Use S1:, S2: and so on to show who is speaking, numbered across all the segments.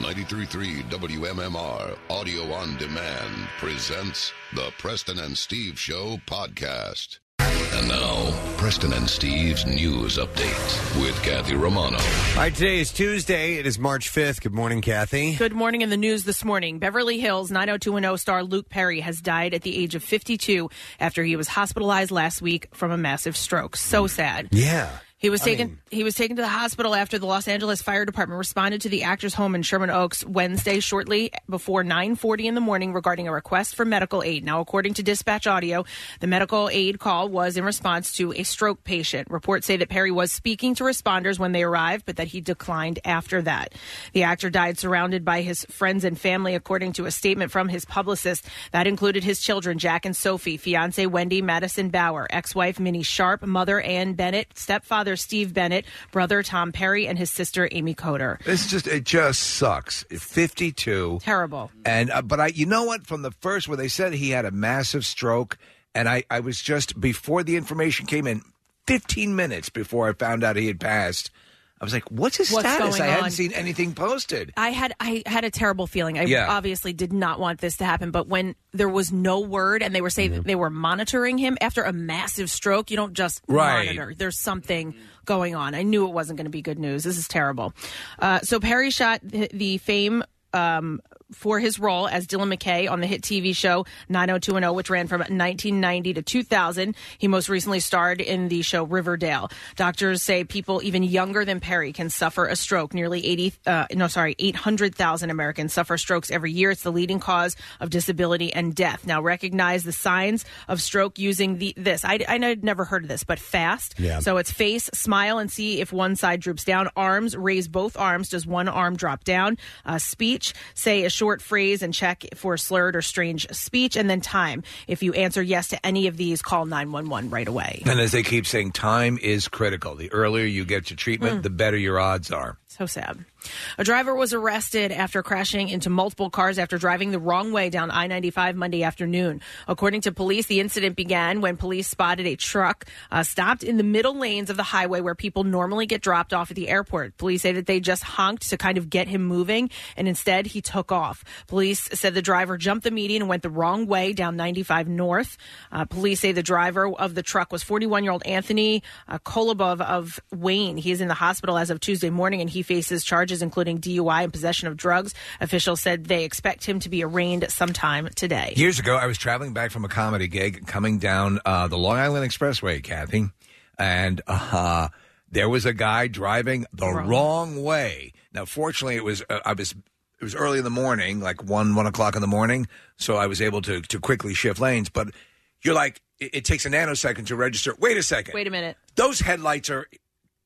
S1: 933 WMMR Audio on Demand presents the Preston and Steve Show podcast. And now, Preston and Steve's news update with Kathy Romano.
S2: All right, today is Tuesday. It is March 5th. Good morning, Kathy.
S3: Good morning in the news this morning. Beverly Hills 90210 star Luke Perry has died at the age of 52 after he was hospitalized last week from a massive stroke. So sad.
S2: Yeah.
S3: He was
S2: I
S3: taken.
S2: mean-
S3: he was taken to the hospital after the Los Angeles Fire Department responded to the actor's home in Sherman Oaks Wednesday, shortly before 9:40 in the morning, regarding a request for medical aid. Now, according to dispatch audio, the medical aid call was in response to a stroke patient. Reports say that Perry was speaking to responders when they arrived, but that he declined after that. The actor died surrounded by his friends and family, according to a statement from his publicist. That included his children, Jack and Sophie, fiance Wendy Madison Bauer, ex-wife Minnie Sharp, mother Ann Bennett, stepfather Steve Bennett, brother Tom Perry, and his sister Amy Coder.
S4: It's just it just sucks. Fifty-two,
S3: Terrible.
S4: and uh, but I, you know what? From the first, where they said he had a massive stroke, and I, I was just before the information came in, fifteen minutes before I found out he had passed. I was like, "What's his
S3: What's
S4: status?"
S3: going
S4: I hadn't
S3: on?
S4: seen anything posted.
S3: I had I had a terrible feeling. I
S4: Yeah.
S3: obviously did not want this to happen, but when there was no word and they were saying that they were monitoring him after a massive stroke, you don't just
S5: Right.
S3: monitor. There's something going on. I knew it wasn't going to be good news. This is terrible. Uh, so Perry shot th- the fame. Um, for his role as Dylan McKay on the hit TV show 90210, which ran from 1990 to 2000. He most recently starred in the show Riverdale. Doctors say people even younger than Perry can suffer a stroke. Nearly 80, uh, no, sorry, 800,000 Americans suffer strokes every year. It's the leading cause of disability and death. Now recognize the signs of stroke using the this. I, I had never heard of this, but fast.
S6: Yeah.
S3: So it's face, smile, and see if one side droops down. Arms, raise both arms. Does one arm drop down? Uh, speech, say a short phrase and check for slurred or strange speech. And then time. If you answer yes to any of these, call 911 right away.
S4: And as they keep saying, time is critical. The earlier you get to treatment,
S3: Mm.
S4: the better your odds are.
S3: So sad. A driver was arrested after crashing into multiple cars after driving the wrong way down I 95 Monday afternoon. According to police, the incident began when police spotted a truck uh, stopped in the middle lanes of the highway where people normally get dropped off at the airport. Police say that they just honked to kind of get him moving, and instead he took off. Police said the driver jumped the median and went the wrong way down 95 North. Uh, police say the driver of the truck was 41 year old Anthony uh, Kolobov of Wayne. He is in the hospital as of Tuesday morning and he faces charges including DUI and possession of drugs. Officials said they expect him to be arraigned sometime today.
S4: Years ago, I was traveling back from a comedy gig coming down uh, the Long Island Expressway, Kathy, and uh, there was a guy driving the wrong, way. Now, fortunately, it was uh, I was it was early in the morning, like one one o'clock in the morning, so I was able to to quickly shift lanes. But you're like, it, it takes a nanosecond to register. Wait a second,
S3: Wait a minute.
S4: those headlights are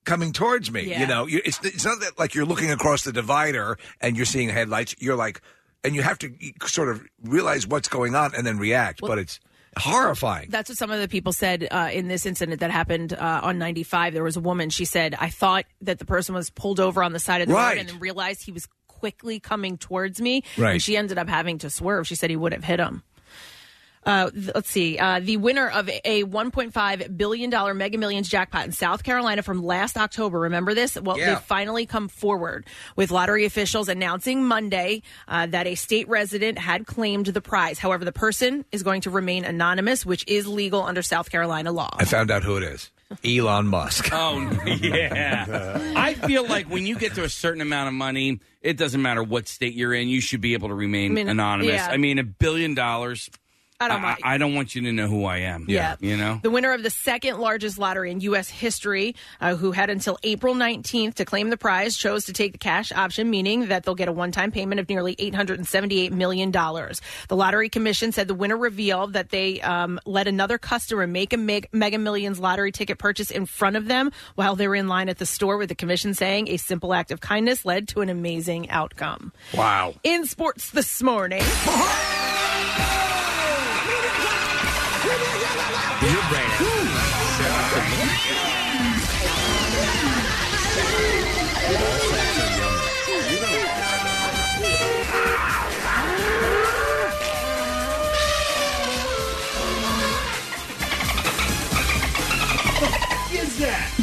S4: coming towards me.
S3: Yeah.
S4: You know, you, it's it's not that like you're looking across the divider and you're seeing headlights. You're like, and you have to sort of realize what's going on and then react. but it's horrifying.
S3: That's what some of the people said uh, in this incident that happened uh, on 95. There was a woman. She said, I thought that the person was pulled over on the side of the road
S7: Right.
S3: and then realized he was quickly coming towards me.
S7: Right.
S3: And she ended up having to swerve. She said he would have hit him. Uh, th- let's see. Uh, the winner of a $1.5 billion Mega Millions jackpot in South Carolina from last October. Remember this? Well,
S7: Yeah.
S3: they finally come forward with lottery officials announcing Monday uh, that a state resident had claimed the prize. However, the person is going to remain anonymous, which is legal under South Carolina law.
S4: I found out who it is. Elon Musk.
S8: Oh yeah. I feel like when you get to a certain amount of money, it doesn't matter what state you're in, you should be able to remain
S3: I mean,
S8: anonymous.
S3: yeah.
S8: I mean, a billion dollars.
S3: I don't
S8: I,
S3: mind.
S8: I don't want you to know who I am.
S3: Yeah.
S8: You know?
S3: The winner of the second largest lottery in U.S. history, uh, who had until April 19th to claim the prize, chose to take the cash option, meaning that they'll get a one time payment of nearly $878 million. The Lottery Commission said the winner revealed that they um, let another customer make a meg- Mega Millions lottery ticket purchase in front of them while they were in line at the store, with the commission saying a simple act of kindness led to an amazing outcome.
S4: Wow.
S3: In sports this morning.
S8: Your brain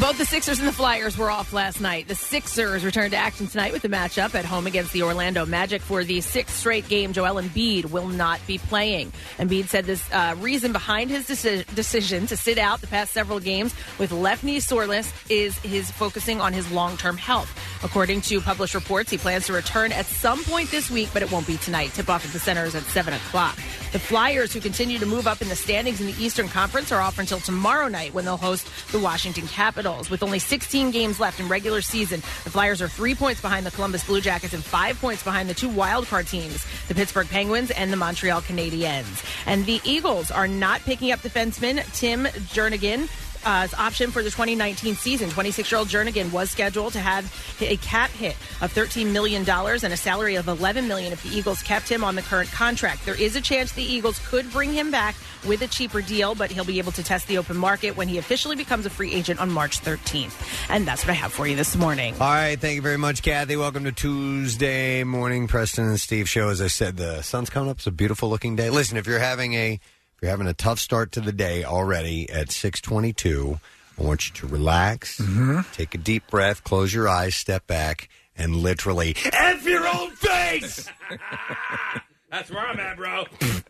S3: Both the Sixers and the Flyers were off last night. The Sixers return to action tonight with the matchup at home against the Orlando Magic for the sixth straight game. Joel Embiid will not be playing. Embiid said this uh, reason behind his deci- decision to sit out the past several games with left knee soreness is his focusing on his long term health. According to published reports, he plans to return at some point this week, but it won't be tonight. Tip off at the center is at 7 o'clock. The Flyers, who continue to move up in the standings in the Eastern Conference, are off until tomorrow night when they'll host the Washington Capitals. With only 16 games left in regular season, the Flyers are three points behind the Columbus Blue Jackets and five points behind the two wildcard teams, the Pittsburgh Penguins and the Montreal Canadiens. And the Eagles are not picking up defenseman Tim Jernigan uh, option for the 2019 season. 26 year old Jernigan was scheduled to have a cap hit of $13 million and a salary of $11 million if the Eagles kept him on the current contract. There is a chance the Eagles could bring him back with a cheaper deal, but he'll be able to test the open market when he officially becomes a free agent on March 13th. And that's what I have for you this morning.
S2: All right, thank you very much, Kathy. Welcome to Tuesday morning, Preston and Steve show. As I said, the sun's coming up. It's a beautiful looking day. Listen, if you're having a if you're having a tough start to the day already at 6:22, I want you to relax, take a deep breath, close your eyes, step back, and literally
S8: F your own face! That's where I'm at, bro.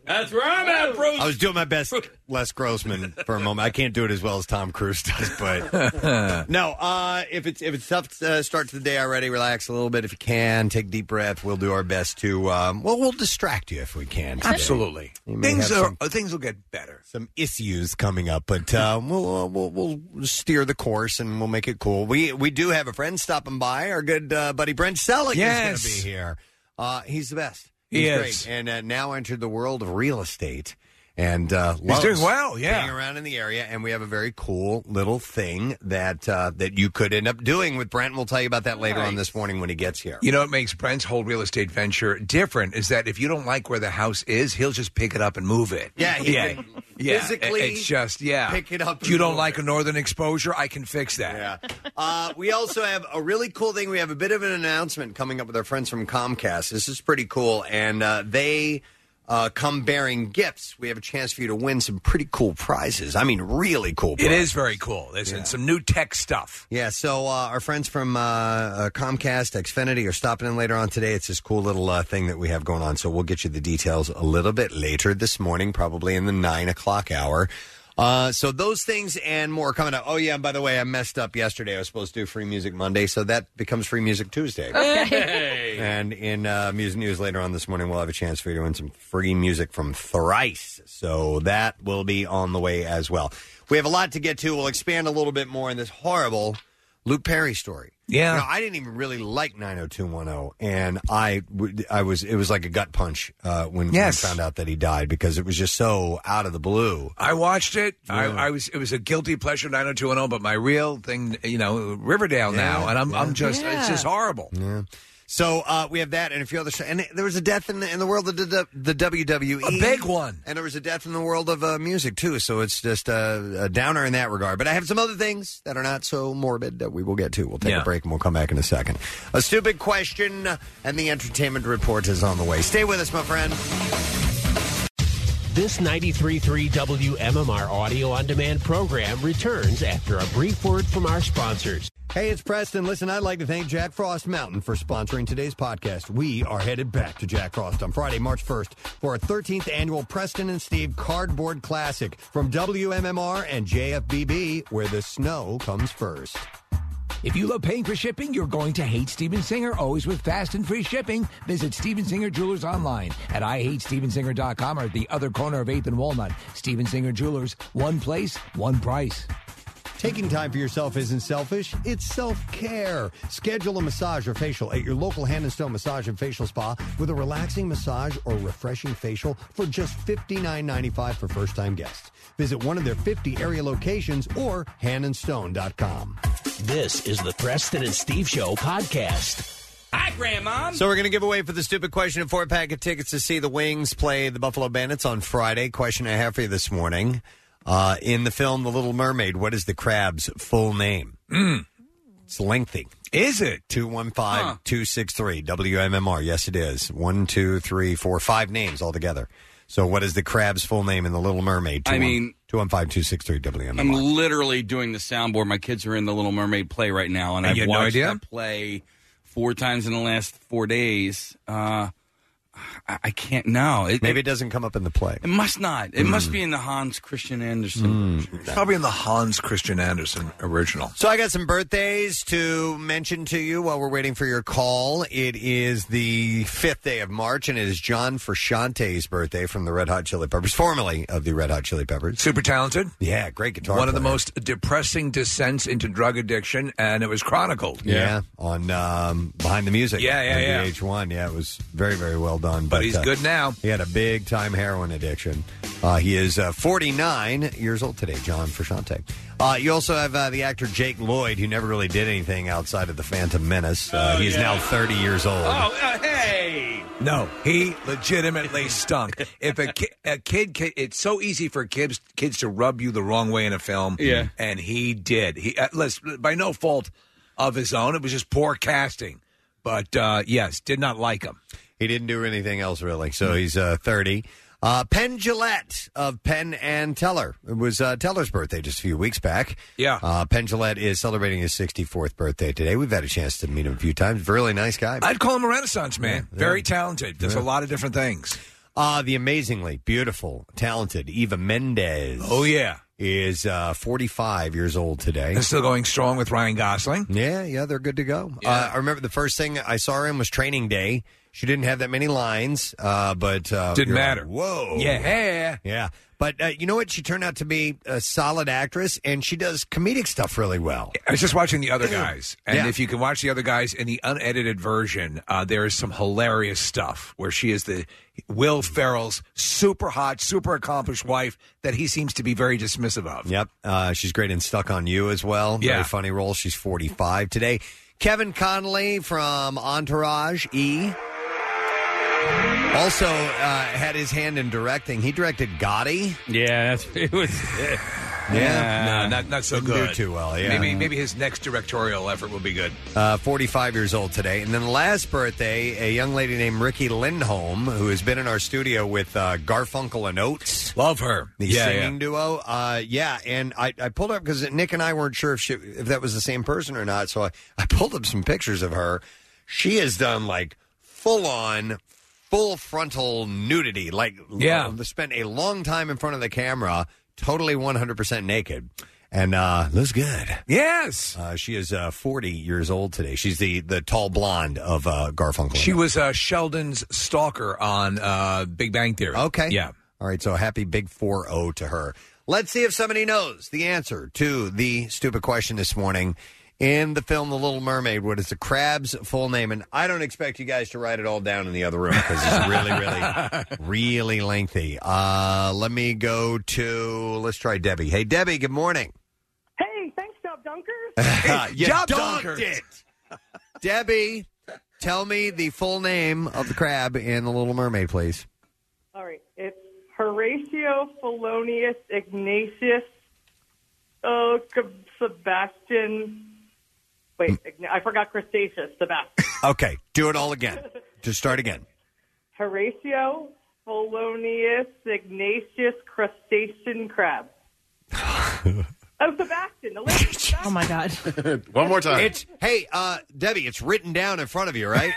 S8: That's where I'm at, bro.
S2: I was doing my best, Les Grossman, for a moment. I can't do it as well as Tom Cruise does, but no. Uh, if it's if it's tough uh, start to the day already, relax a little bit if you can. Take a deep breath. We'll do our best to um, well, we'll distract you if we can. today.
S5: Absolutely.
S2: You may
S5: Things
S2: have
S5: are
S2: some-
S5: uh, things will get better.
S2: some issues coming up, but uh, we'll, uh, we'll we'll steer the course and we'll make it cool. We we do have a friend stopping by. Our good uh, buddy Brent Selleck is going
S5: Yes.
S2: to be here. Uh, he's the best.
S5: He
S2: He's
S5: is.
S2: great. and uh, now entered the world of real estate. And uh,
S5: He's doing well, yeah.
S2: being around in the area, and we have a very cool little thing that uh, that you could end up doing with Brent. We'll tell you about that later on this morning when he gets here.
S5: You know what makes Brent's whole real estate venture different is that if you don't like where the house is, he'll just pick it up and move it.
S2: Yeah, he
S5: yeah,
S2: can
S5: yeah.
S2: physically
S5: It- It's just yeah.
S2: pick it up and
S5: You don't
S2: move
S5: like a northern exposure? I can fix that.
S2: Yeah. Uh, we also have a really cool thing. We have a bit of an announcement coming up with our friends from Comcast. This is pretty cool, and uh, they uh, come bearing gifts. We have a chance for you to win some pretty cool prizes. I mean, really cool.
S5: It
S2: Prizes.
S5: is very cool. There's some new tech stuff.
S2: Yeah, so uh, our friends from uh, uh, Comcast, Xfinity are stopping in later on today. It's this cool little uh, thing that we have going on. So we'll get you the details a little bit later this morning, probably in the nine o'clock hour. Uh, so those things and more coming up. Oh yeah, and by the way, I messed up yesterday. I was supposed to do Free Music Monday, so that becomes Free Music Tuesday. And in uh, music news later on this morning, we'll have a chance for you to win some free music from Thrice. So that will be on the way as well. We have a lot to get to. We'll expand a little bit more in this horrible Luke Perry story.
S5: Yeah.
S2: You know, I didn't even really like 90210, and I, w- I was it was like a gut punch uh, when, when
S5: Yes.
S2: I found out that he died because it was just so out of the blue.
S5: I watched it.
S2: Yeah.
S5: I, I was it was a guilty pleasure 90210, but my real thing, you know, Riverdale now, and I'm I'm just it's just horrible.
S2: Yeah. So uh, we have that and a few other stuff. And there was a death in the, in the world of the, the E. WWE.
S5: A big one.
S2: And there was a death in the world of uh, music, too. So it's just uh, a downer in that regard. But I have some other things that are not so morbid that we will get to. We'll take a
S5: Yeah.
S2: break and we'll come back in a second. A stupid question uh, and the entertainment report is on the way. Stay with us, my friend.
S9: This 93.3 WMMR audio on demand program returns after a brief word from our sponsors.
S2: Hey, it's Preston. Listen, I'd like to thank Jack Frost Mountain for sponsoring today's podcast. We are headed back to Jack Frost on Friday, March 1st for our 13th annual Preston and Steve Cardboard Classic from WMMR and JFBB, where the snow comes first.
S6: If you love paying for shipping, you're going to hate Steven Singer, always with fast and free shipping. Visit Steven Singer Jewelers online at IHateStevenSinger.com or at the other corner of 8th and Walnut. Steven Singer Jewelers, one place, one price.
S2: Taking time for yourself isn't selfish, it's self care. Schedule a massage or facial at your local hand and stone massage and facial spa with a relaxing massage or refreshing facial for just $59.95 for first time guests. Visit one of their 50 area locations or handandstone.com.
S9: This is the Preston and Steve Show podcast.
S8: Hi, Grandma.
S2: So we're going to give away for the stupid question a four pack of tickets to see the Wings play the Buffalo Bandits on Friday. Question I have for you this morning: uh, in the film The Little Mermaid, what is the crab's full name? It's lengthy.
S5: Is it?
S2: 215-263 WMMR. Yes, it is. One, two, three, four, five names altogether. So, what is the crab's full name in The Little Mermaid?
S8: I mean- um,
S2: 215 WM.
S8: I'm literally doing the soundboard. My kids are in the Little Mermaid play right now, and
S2: And
S8: I've
S2: you had no
S8: watched
S2: idea?
S8: that play four times in the last four days. Uh, I, I can't know.
S2: Maybe it doesn't come up in the play.
S8: It must not. It
S2: Hmm.
S8: must be in the Hans Christian Andersen.
S4: It's probably in the Hans Christian Andersen original.
S2: So I got some birthdays to mention to you while we're waiting for your call. It is the fifth day of March, and it is John Frusciante's birthday from the Red Hot Chili Peppers, formerly of the Red Hot Chili Peppers.
S4: Super talented.
S2: Yeah, great guitar.
S4: One of the
S2: player.
S4: most depressing descents into drug addiction, and it was chronicled.
S2: Yeah, on um, behind the music.
S4: Yeah, yeah,
S2: on
S4: yeah.
S2: VH1. Yeah, it was very, very well done. uh,
S4: But he's good now.
S2: He had a big time heroin addiction. Uh, he is uh, 49 years old today. John Frusciante. Uh, you also have uh, the actor Jake Lloyd, who never really did anything outside of The Phantom Menace.
S4: Oh,
S2: Uh, he's now 30 years old.
S4: hey! No, Oh, he legitimately stunk. If a, ki- a kid, ki- it's so easy for kids kids to rub you the wrong way in a film.
S8: Yeah.
S4: and he did. He uh, let's, by no fault of his own. It was just poor casting. But uh, yes, did not like him.
S2: He didn't do anything else really.
S4: Hmm.
S2: So he's uh, 30. Uh, Penn Gillette of Penn and Teller. It was uh, Teller's birthday just a few weeks back.
S4: Yeah.
S2: Uh, Penn Gillette is celebrating his 64th birthday today. We've had a chance to meet him a few times. Really nice guy.
S4: I'd call him a renaissance man.
S2: Yeah.
S4: Very talented. Does
S2: Yeah.
S4: a lot of different things.
S2: Uh, the amazingly beautiful, talented Eva Mendez.
S4: Oh, yeah.
S2: Is uh, 45 years old today.
S4: And still going strong with Ryan Gosling.
S2: Yeah, yeah, they're good to go. Uh, I remember the first thing I saw her in was Training Day. She didn't have that many lines, uh, but uh,
S4: Didn't
S2: you're
S4: matter.
S2: like, Whoa,
S4: Yeah.
S2: yeah. But uh, you know what? She turned out to be a solid actress, and she does comedic stuff really well.
S4: I was just watching the other guys, and
S2: Yeah.
S4: if you can watch the other guys in the unedited version, uh, there is some hilarious stuff where she is the Will Ferrell's super hot, super accomplished wife that he seems to be very dismissive of.
S2: Yep, uh, she's great in Stuck on You as well.
S4: Yeah.
S2: Very funny role. She's forty five today. Kevin Connolly from Entourage E. Also uh, had his hand in directing. He directed Gotti.
S8: Yeah, that's, it was. Yeah,
S4: no, not not so
S2: Didn't do
S4: good.
S2: too well, yeah.
S4: maybe maybe his next directorial effort will be good.
S2: uh, 45 years old today. And then last birthday, a young lady named Ricky Lindholm, who has been in our studio with uh, Garfunkel and Oates.
S4: Love her.
S2: The
S4: Yeah,
S2: singing duo. Uh, yeah, and I, I pulled up because Nick and I weren't sure if, she, if that was the same person or not. So I, I pulled up some pictures of her. She has done like full on, full frontal nudity. Like,
S4: Yeah.
S2: lo- spent a long time in front of the camera, totally 100% naked. And uh, looks good.
S4: Yes.
S2: Uh, she is uh, 40 years old today. She's the, the tall blonde of uh, Garfunkel.
S4: She was uh, Sheldon's stalker on uh, Big Bang Theory.
S2: Okay.
S4: Yeah.
S2: All right. So happy big 4 0 to her. Let's see if somebody knows the answer to the stupid question this morning. In the film The Little Mermaid, what is the crab's full name? And I don't expect you guys to write it all down in the other room because it's really, really, really lengthy. Uh, let me go to, let's try Debbie. Hey, Debbie, good morning.
S10: Hey, thanks, Job Dunkers.
S2: you
S10: Job
S2: dogged
S10: Dunkers.
S2: it. Debbie, tell me the full name of the crab in The Little Mermaid, please.
S10: All right, it's Horatio Felonius Ignatius uh, Sebastian. Wait, Ign- I forgot Crustaceus. Sebastian
S2: Okay, do it all again. Just start again.
S10: Horatio Felonius Ignatius Crustacean Crab. oh, Sebastian, the last
S3: Oh my God!
S2: One more time. It's hey, uh, Debbie. It's written down in front of you, right?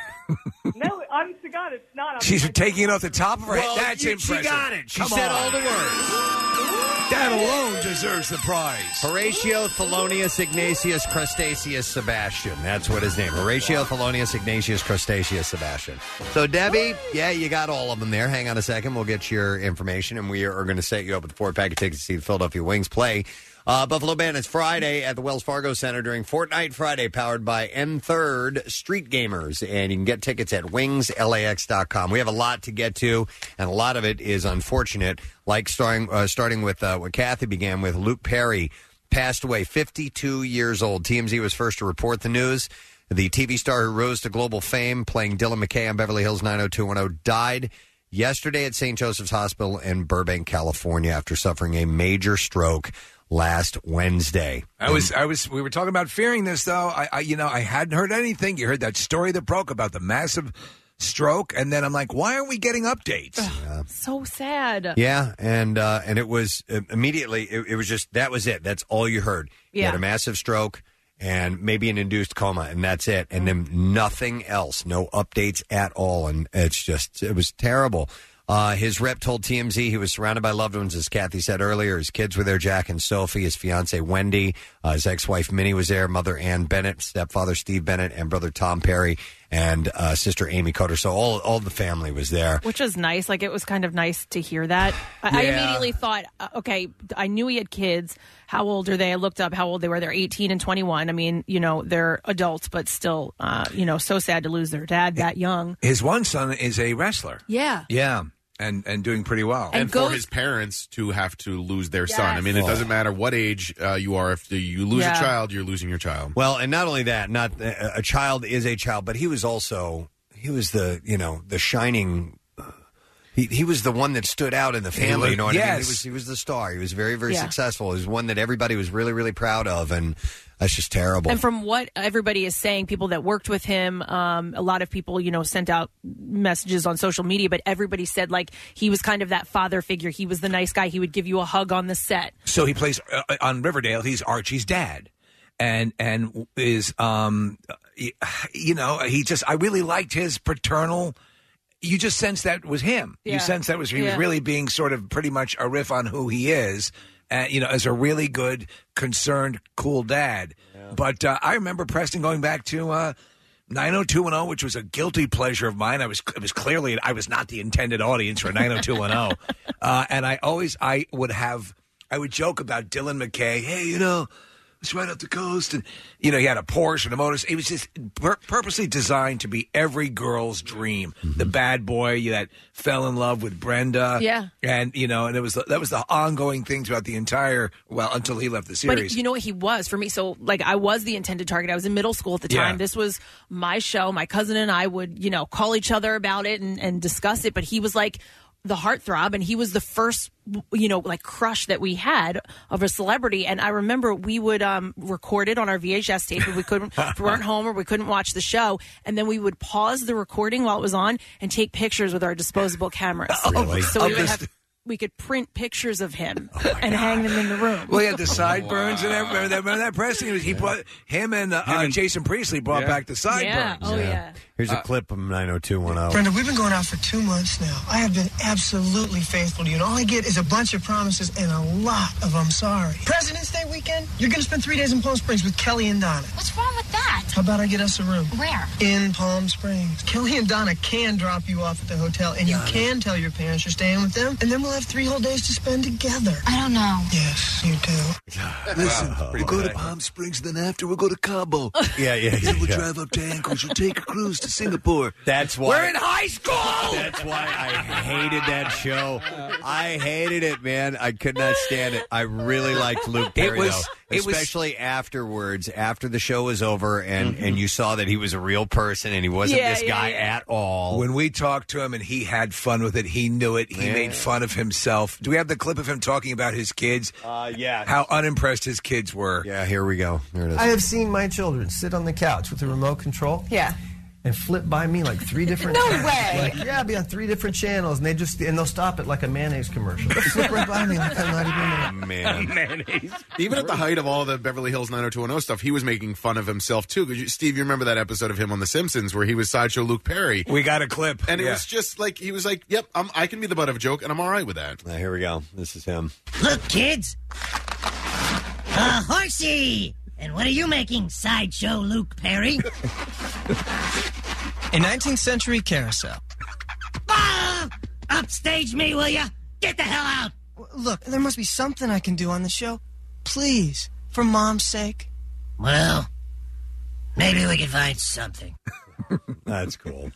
S10: No, honest to God, it's not. I'm-
S4: She's taking it off the top of her
S10: Well,
S4: head. That's
S10: you- she
S4: impressive.
S10: got it. She
S4: Come
S10: said
S4: on.
S10: all the words.
S4: That alone deserves the prize.
S2: Horatio Thelonious Ignatius Crustaceus Sebastian. That's what his name. Horatio Thelonious Ignatius Crustaceus Sebastian. So Debbie, yeah, you got all of them there. Hang on a second. We'll get your information, and we are going to set you up with a four pack of tickets to see the Philadelphia Wings play. Uh, Buffalo Bandits Friday at the Wells Fargo Center during Fortnite Friday, powered by M Third Street Gamers, and you can get tickets at wingslax.com. We have a lot to get to, and a lot of it is unfortunate. Like starting uh, starting with uh, what Kathy began with, Luke Perry passed away, 52 years old. TMZ was first to report the news. The TV star who rose to global fame playing Dylan McKay on Beverly Hills 90210 died yesterday at St. Joseph's Hospital in Burbank, California, after suffering a major stroke last Wednesday.
S4: I was, I was. We were talking about fearing this, though. I, I you know, I hadn't heard anything. You heard that story that broke about the massive stroke, and then I'm like, why aren't we getting updates?
S3: So sad.
S2: Yeah, and uh, and it was uh, immediately. It, it was just that was it. That's all you heard. He had
S3: Yeah.
S2: a massive stroke and maybe an induced coma, and that's it. And then nothing else. No updates at all. And it's just it was terrible. Uh, his rep told TMZ he was surrounded by loved ones, as Kathy said earlier. His kids were there, Jack and Sophie, his fiancee Wendy, uh, his ex-wife Minnie was there, mother Ann Bennett, stepfather Steve Bennett, and brother Tom Perry, and uh, sister Amy Cotter. So all all the family was there.
S3: Which was nice. Like, it was kind of nice to hear that. I, I
S2: Yeah.
S3: immediately thought, uh, okay, I knew he had kids. How old are they? I looked up how old they were. They're 18 and 21. I mean, you know, they're adults, but still, uh, you know, so sad to lose their dad that young.
S4: His one son is a wrestler.
S3: Yeah.
S4: Yeah, and and doing pretty well.
S11: And,
S3: And
S11: for
S3: goes-
S11: his parents to have to lose their son. I mean, it
S2: Yes.
S11: doesn't matter what age uh, you are. If you lose
S2: Yeah.
S11: a child, you're losing your child.
S2: Well, and not only that, not uh, a child is a child, but he was also he was the you know the shining. uh, He, he was the one that stood out in the
S4: He
S2: family.
S4: was-
S2: you know what I mean?
S4: yes.
S2: He was, he was the star. He was very very
S3: Yeah.
S2: successful. He was one that everybody was really really proud of, and that's just terrible.
S3: And from what everybody is saying, people that worked with him, um, a lot of people, you know, sent out messages on social media, but everybody said like he was kind of that father figure. He was the nice guy. He would give you a hug on the set.
S4: So he plays uh, on Riverdale. He's Archie's dad, and and is um, y- you know, he just I really liked his paternal. You just sense that was him.
S12: Yeah.
S4: You sense that was he
S12: Yeah.
S4: was really being sort of pretty much a riff on who he is. And, you know, as a really good, concerned, cool dad. But uh, I remember Preston going back to uh, 90210, oh, which was a guilty pleasure of mine. I was it was clearly I was not the intended audience for 90210, uh, and I always I would have I would joke about Dylan McKay. Hey, you know, it's right up the coast, and you know he had a Porsche and a motor. It was just pur- purposely designed to be every girl's dream.
S3: Mm-hmm.
S4: The bad boy that fell in love with Brenda.
S3: Yeah.
S4: and you know, and it was the, that was the ongoing thing throughout the entire well until he left the series.
S3: But you know what he was for me. So like I was the intended target. I was in middle school at the
S4: Yeah.
S3: time. This was my show. My cousin and I would you know call each other about it and, and discuss it. But he was like the heartthrob, and he was the first you know like crush that we had of a celebrity. And I remember we would um, record it on our VHS tape if we couldn't if we weren't home or we couldn't watch the show, and then we would pause the recording while it was on and take pictures with our disposable cameras.
S4: Really?
S3: So we
S4: Of
S3: would
S4: this- Oh
S3: have. We could print pictures of him and hang them in the room.
S4: Well, he had the sideburns and everything. Remember that, remember that Preston? He, was, he brought him and, uh, uh, Jason Priestley brought back the sideburns.
S2: Yeah. Here's a clip oh of 90210.
S7: Brenda, we've been going out for two months now. I have been absolutely faithful to you, and all I get is a bunch of promises and a lot of I'm sorry. President's Day weekend, you're going to spend three days in Palm Springs with Kelly and Donna.
S13: What's wrong with that?
S7: How about I get us a room?
S13: Where?
S7: In Palm Springs. Kelly and Donna can drop you off at the hotel, and you can tell your parents you're staying with them, and then we'll have three whole days to spend together.
S13: I don't know.
S7: Yes, you do.
S12: Listen,
S7: Wow.
S12: we'll go to Palm Springs, then after we'll go to Cabo.
S2: Yeah, yeah, yeah,
S12: Then we'll
S2: yeah.
S12: drive up to Anchorage. We'll take a cruise to Singapore.
S2: That's why
S12: We're in high school.
S2: That's why I hated that show. I hated it, man. I could not stand it. I really liked Luke
S4: It
S2: Perry,
S4: was-
S2: though.
S4: it was-
S2: especially afterwards, after the show was over, and and you saw that he was a real person and he wasn't
S4: Mm-hmm. Yeah,
S2: this
S4: yeah,
S2: guy
S4: yeah.
S2: at all.
S4: When we talked to him and he had fun with it, he knew it. He
S2: Yeah.
S4: made fun of himself. Do we have the clip of him talking about his kids? Uh, yeah. How unimpressed his kids were.
S2: Yeah, here we go. Here it
S14: I have seen my children sit on the couch with a remote control. Yeah. And flip by me like three different
S15: No
S14: times.
S15: way.
S14: Like, yeah, I'll be on three different channels, and they just and they'll stop at like a mayonnaise commercial. They'll flip right by me like I'm not even there.
S2: Man.
S11: Mayonnaise. Even at the height of all the Beverly Hills 90210 stuff, he was making fun of himself too. 'Cause you- Steve, you remember that episode of him on The Simpsons where he was sideshow Luke Perry?
S4: We got a clip,
S11: and it
S4: yeah.
S11: was just like he was like, "Yep, I'm, I can be the butt of a joke, and I'm all right with that."
S2: here we go. This is him.
S5: Look, kids. A horsey! And what are you making, sideshow Luke Perry?
S7: A 19th century carousel.
S5: ah! Upstage me, will ya? Get the hell out!
S7: Look, there must be something I can do on the show. Please, for mom's sake.
S5: Well, maybe we can find something.
S2: That's cool.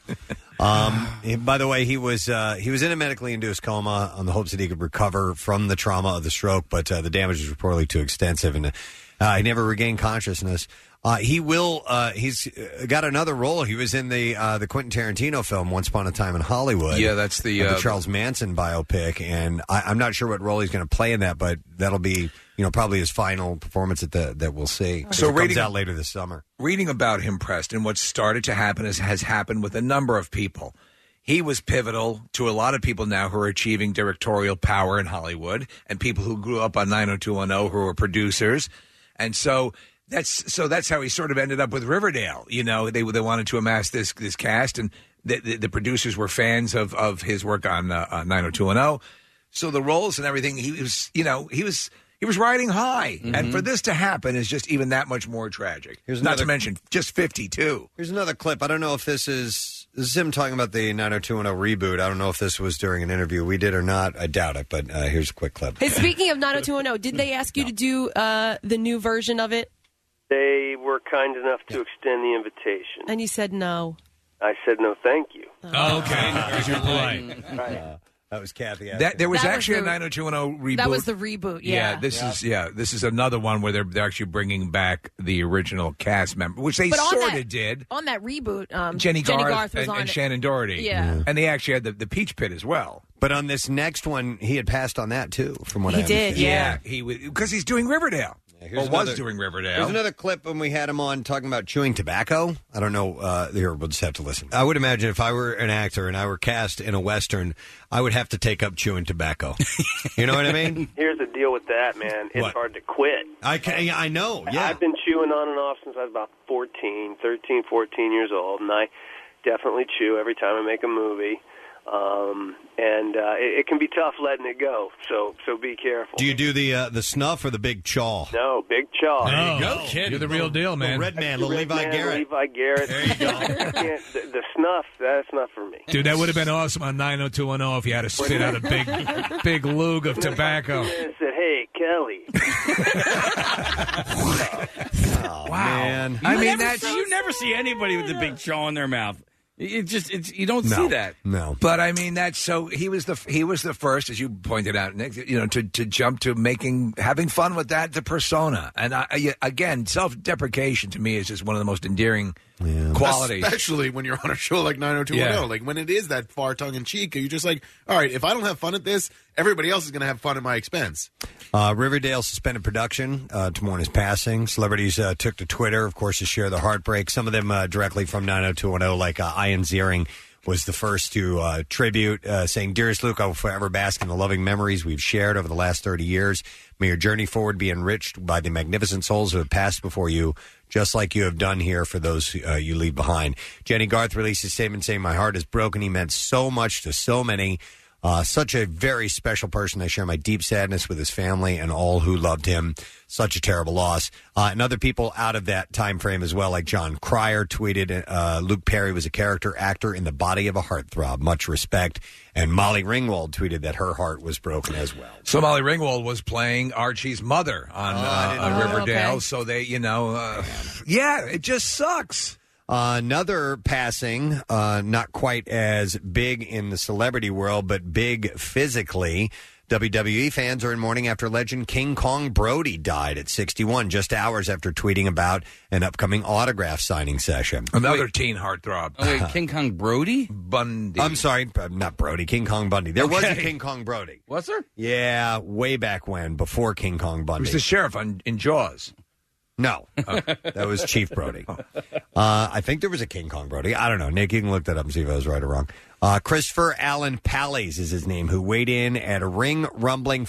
S2: Um, he- by the way, he was uh, he was in a medically induced coma on the hopes that he could recover from the trauma of the stroke, but uh, the damage was reportedly too extensive, and uh, he never regained consciousness. Uh, he will. Uh, he's uh, got another role. He was in the uh, the Quentin Tarantino film Once Upon a Time in Hollywood.
S4: Yeah, that's the, uh,
S2: Charles Manson biopic, and I, I'm not sure what role he's going to play in that, but that'll be you know probably his final performance at the that we'll see.
S4: So
S2: it comes
S4: rating-
S2: out later this summer.
S4: reading about him, Preston, what started to happen is, has happened with a number of people. He was pivotal to a lot of people now who are achieving directorial power in Hollywood and people who grew up on 90210 who are producers. And so that's so that's how he sort of ended up with Riverdale. You know, they they wanted to amass this this cast and the, the, the producers were fans of of his work on uh, uh, 90210. So the roles and everything he was, you know, he was he was riding high. And for this to happen is just even that much more tragic.
S2: Mm-hmm. Here's
S4: Not to
S2: another-
S4: mention just 52.
S2: Here's another clip. I don't know if this is this is him talking about the 90210 reboot. I don't know if this was during an interview we did or not. I doubt it, but uh, here's a quick clip.
S3: Hey, speaking of 90210, did they ask you to do uh, the new version of it?
S5: They were kind enough to extend the invitation.
S3: And you said no.
S5: I said no, thank you.
S2: Oh,
S4: okay. Because you're
S2: That was Kathy.
S4: That, there was
S3: That was
S4: actually
S3: the-
S4: a 90210 reboot.
S3: That was the reboot, yeah.
S4: this is yeah. This is another one where they're they're actually bringing back the original cast member, which they
S16: But on
S4: sort
S16: that-
S4: of did.
S16: on that reboot. Um,
S4: Jenny Garth,
S16: was
S4: and,
S16: on
S4: and
S16: it.
S4: Shannon Doherty.
S16: Yeah.
S4: and they actually had the, the Peach Pit as well.
S2: But on this next one, he had passed on that too. From what I
S4: he because he's doing Riverdale or was doing Riverdale.
S2: There's another clip when we had him on talking about chewing tobacco. I don't know. Uh, here, we'll just have to listen. I would imagine if I were an actor and I were cast in a western, I would have to take up chewing tobacco. you know what I mean?
S5: Here's the deal with that, man. It's
S2: What?
S5: hard to quit.
S2: I can, I know.
S5: Yeah. I've been chewing on and off since I was about 14, 13, 14 years old, and I definitely chew every time I make a movie. Um, and uh, it, it can be tough letting it go. So so be careful.
S2: Do you do the uh, the snuff or the big chaw?
S5: No, big chaw.
S2: There you No, go. kid. You're the real deal, man. Little red man, little
S5: Red
S2: Levi
S5: man,
S2: Garrett.
S5: Levi Garrett. There you go. the, the snuff, that's not for me.
S17: Dude, that would have been awesome on 90210 if you had to spit out a big, big lug of tobacco.
S5: And said, "Hey, Kelly."
S2: wow. Man.
S8: You never see, you never see anybody with a big jaw in their mouth. It just it's you don't see that.
S2: No,
S4: but I mean that's so he was the he was the first, as you pointed out, Nick. You know, to to jump to making having fun with that the persona, and I, I- again, self deprecation to me is just one of the most endearing qualities.
S11: Especially when you're on a show like 90210.
S4: Yeah.
S11: Like when it is that far tongue in cheek, you're just like, all right, if I don't have fun at this, everybody else is going to have fun at my expense.
S2: Uh, Riverdale suspended production uh, to mourn his passing. Celebrities uh, took to Twitter, of course, to share the heartbreak. Some of them uh, directly from 90210, like uh, Ian Ziering was the first to uh, tribute, uh, saying, Dearest Luke, I will forever bask in the loving memories we've shared over the last 30 years. May your journey forward be enriched by the magnificent souls who have passed before you, just like you have done here for those uh, you leave behind. Jenny Garth released a statement saying, My heart is broken. He meant so much to so many. Uh, such a very special person. I share my deep sadness with his family and all who loved him. Such a terrible loss. Uh, and other people out of that time frame as well, like John Cryer tweeted, uh, Luke Perry was a character actor in the body of a heartthrob. Much respect. And Molly Ringwald tweeted that her heart was broken as well.
S4: So Molly Ringwald was playing Archie's mother on uh,
S2: Oh, didn't
S4: uh,
S2: know that.
S4: Riverdale.
S2: Okay.
S4: So they, you know, uh, yeah, it just sucks.
S2: Another passing, uh, not quite as big in the celebrity world, but big physically. WWE fans are in mourning after legend King Kong Brody died at 61, just hours after tweeting about an upcoming autograph signing session.
S4: another teen heartthrob.
S2: Oh, wait,
S8: King Kong Brody
S4: Bundy.
S2: I'm sorry, uh, not Brody, King Kong Bundy. There was a
S4: Okay.
S2: King Kong Brody.
S8: Was there?
S2: Yeah, way back when, before King Kong Bundy.
S4: Who's the sheriff on, in Jaws?
S2: No,
S11: Oh.
S2: that was Chief Brody. Uh, I think there was a King Kong Brody. I don't know. Nick, you can look that up and see if I was right or wrong. Uh, Christopher Allen Palles is his name, who weighed in at a ring rumbling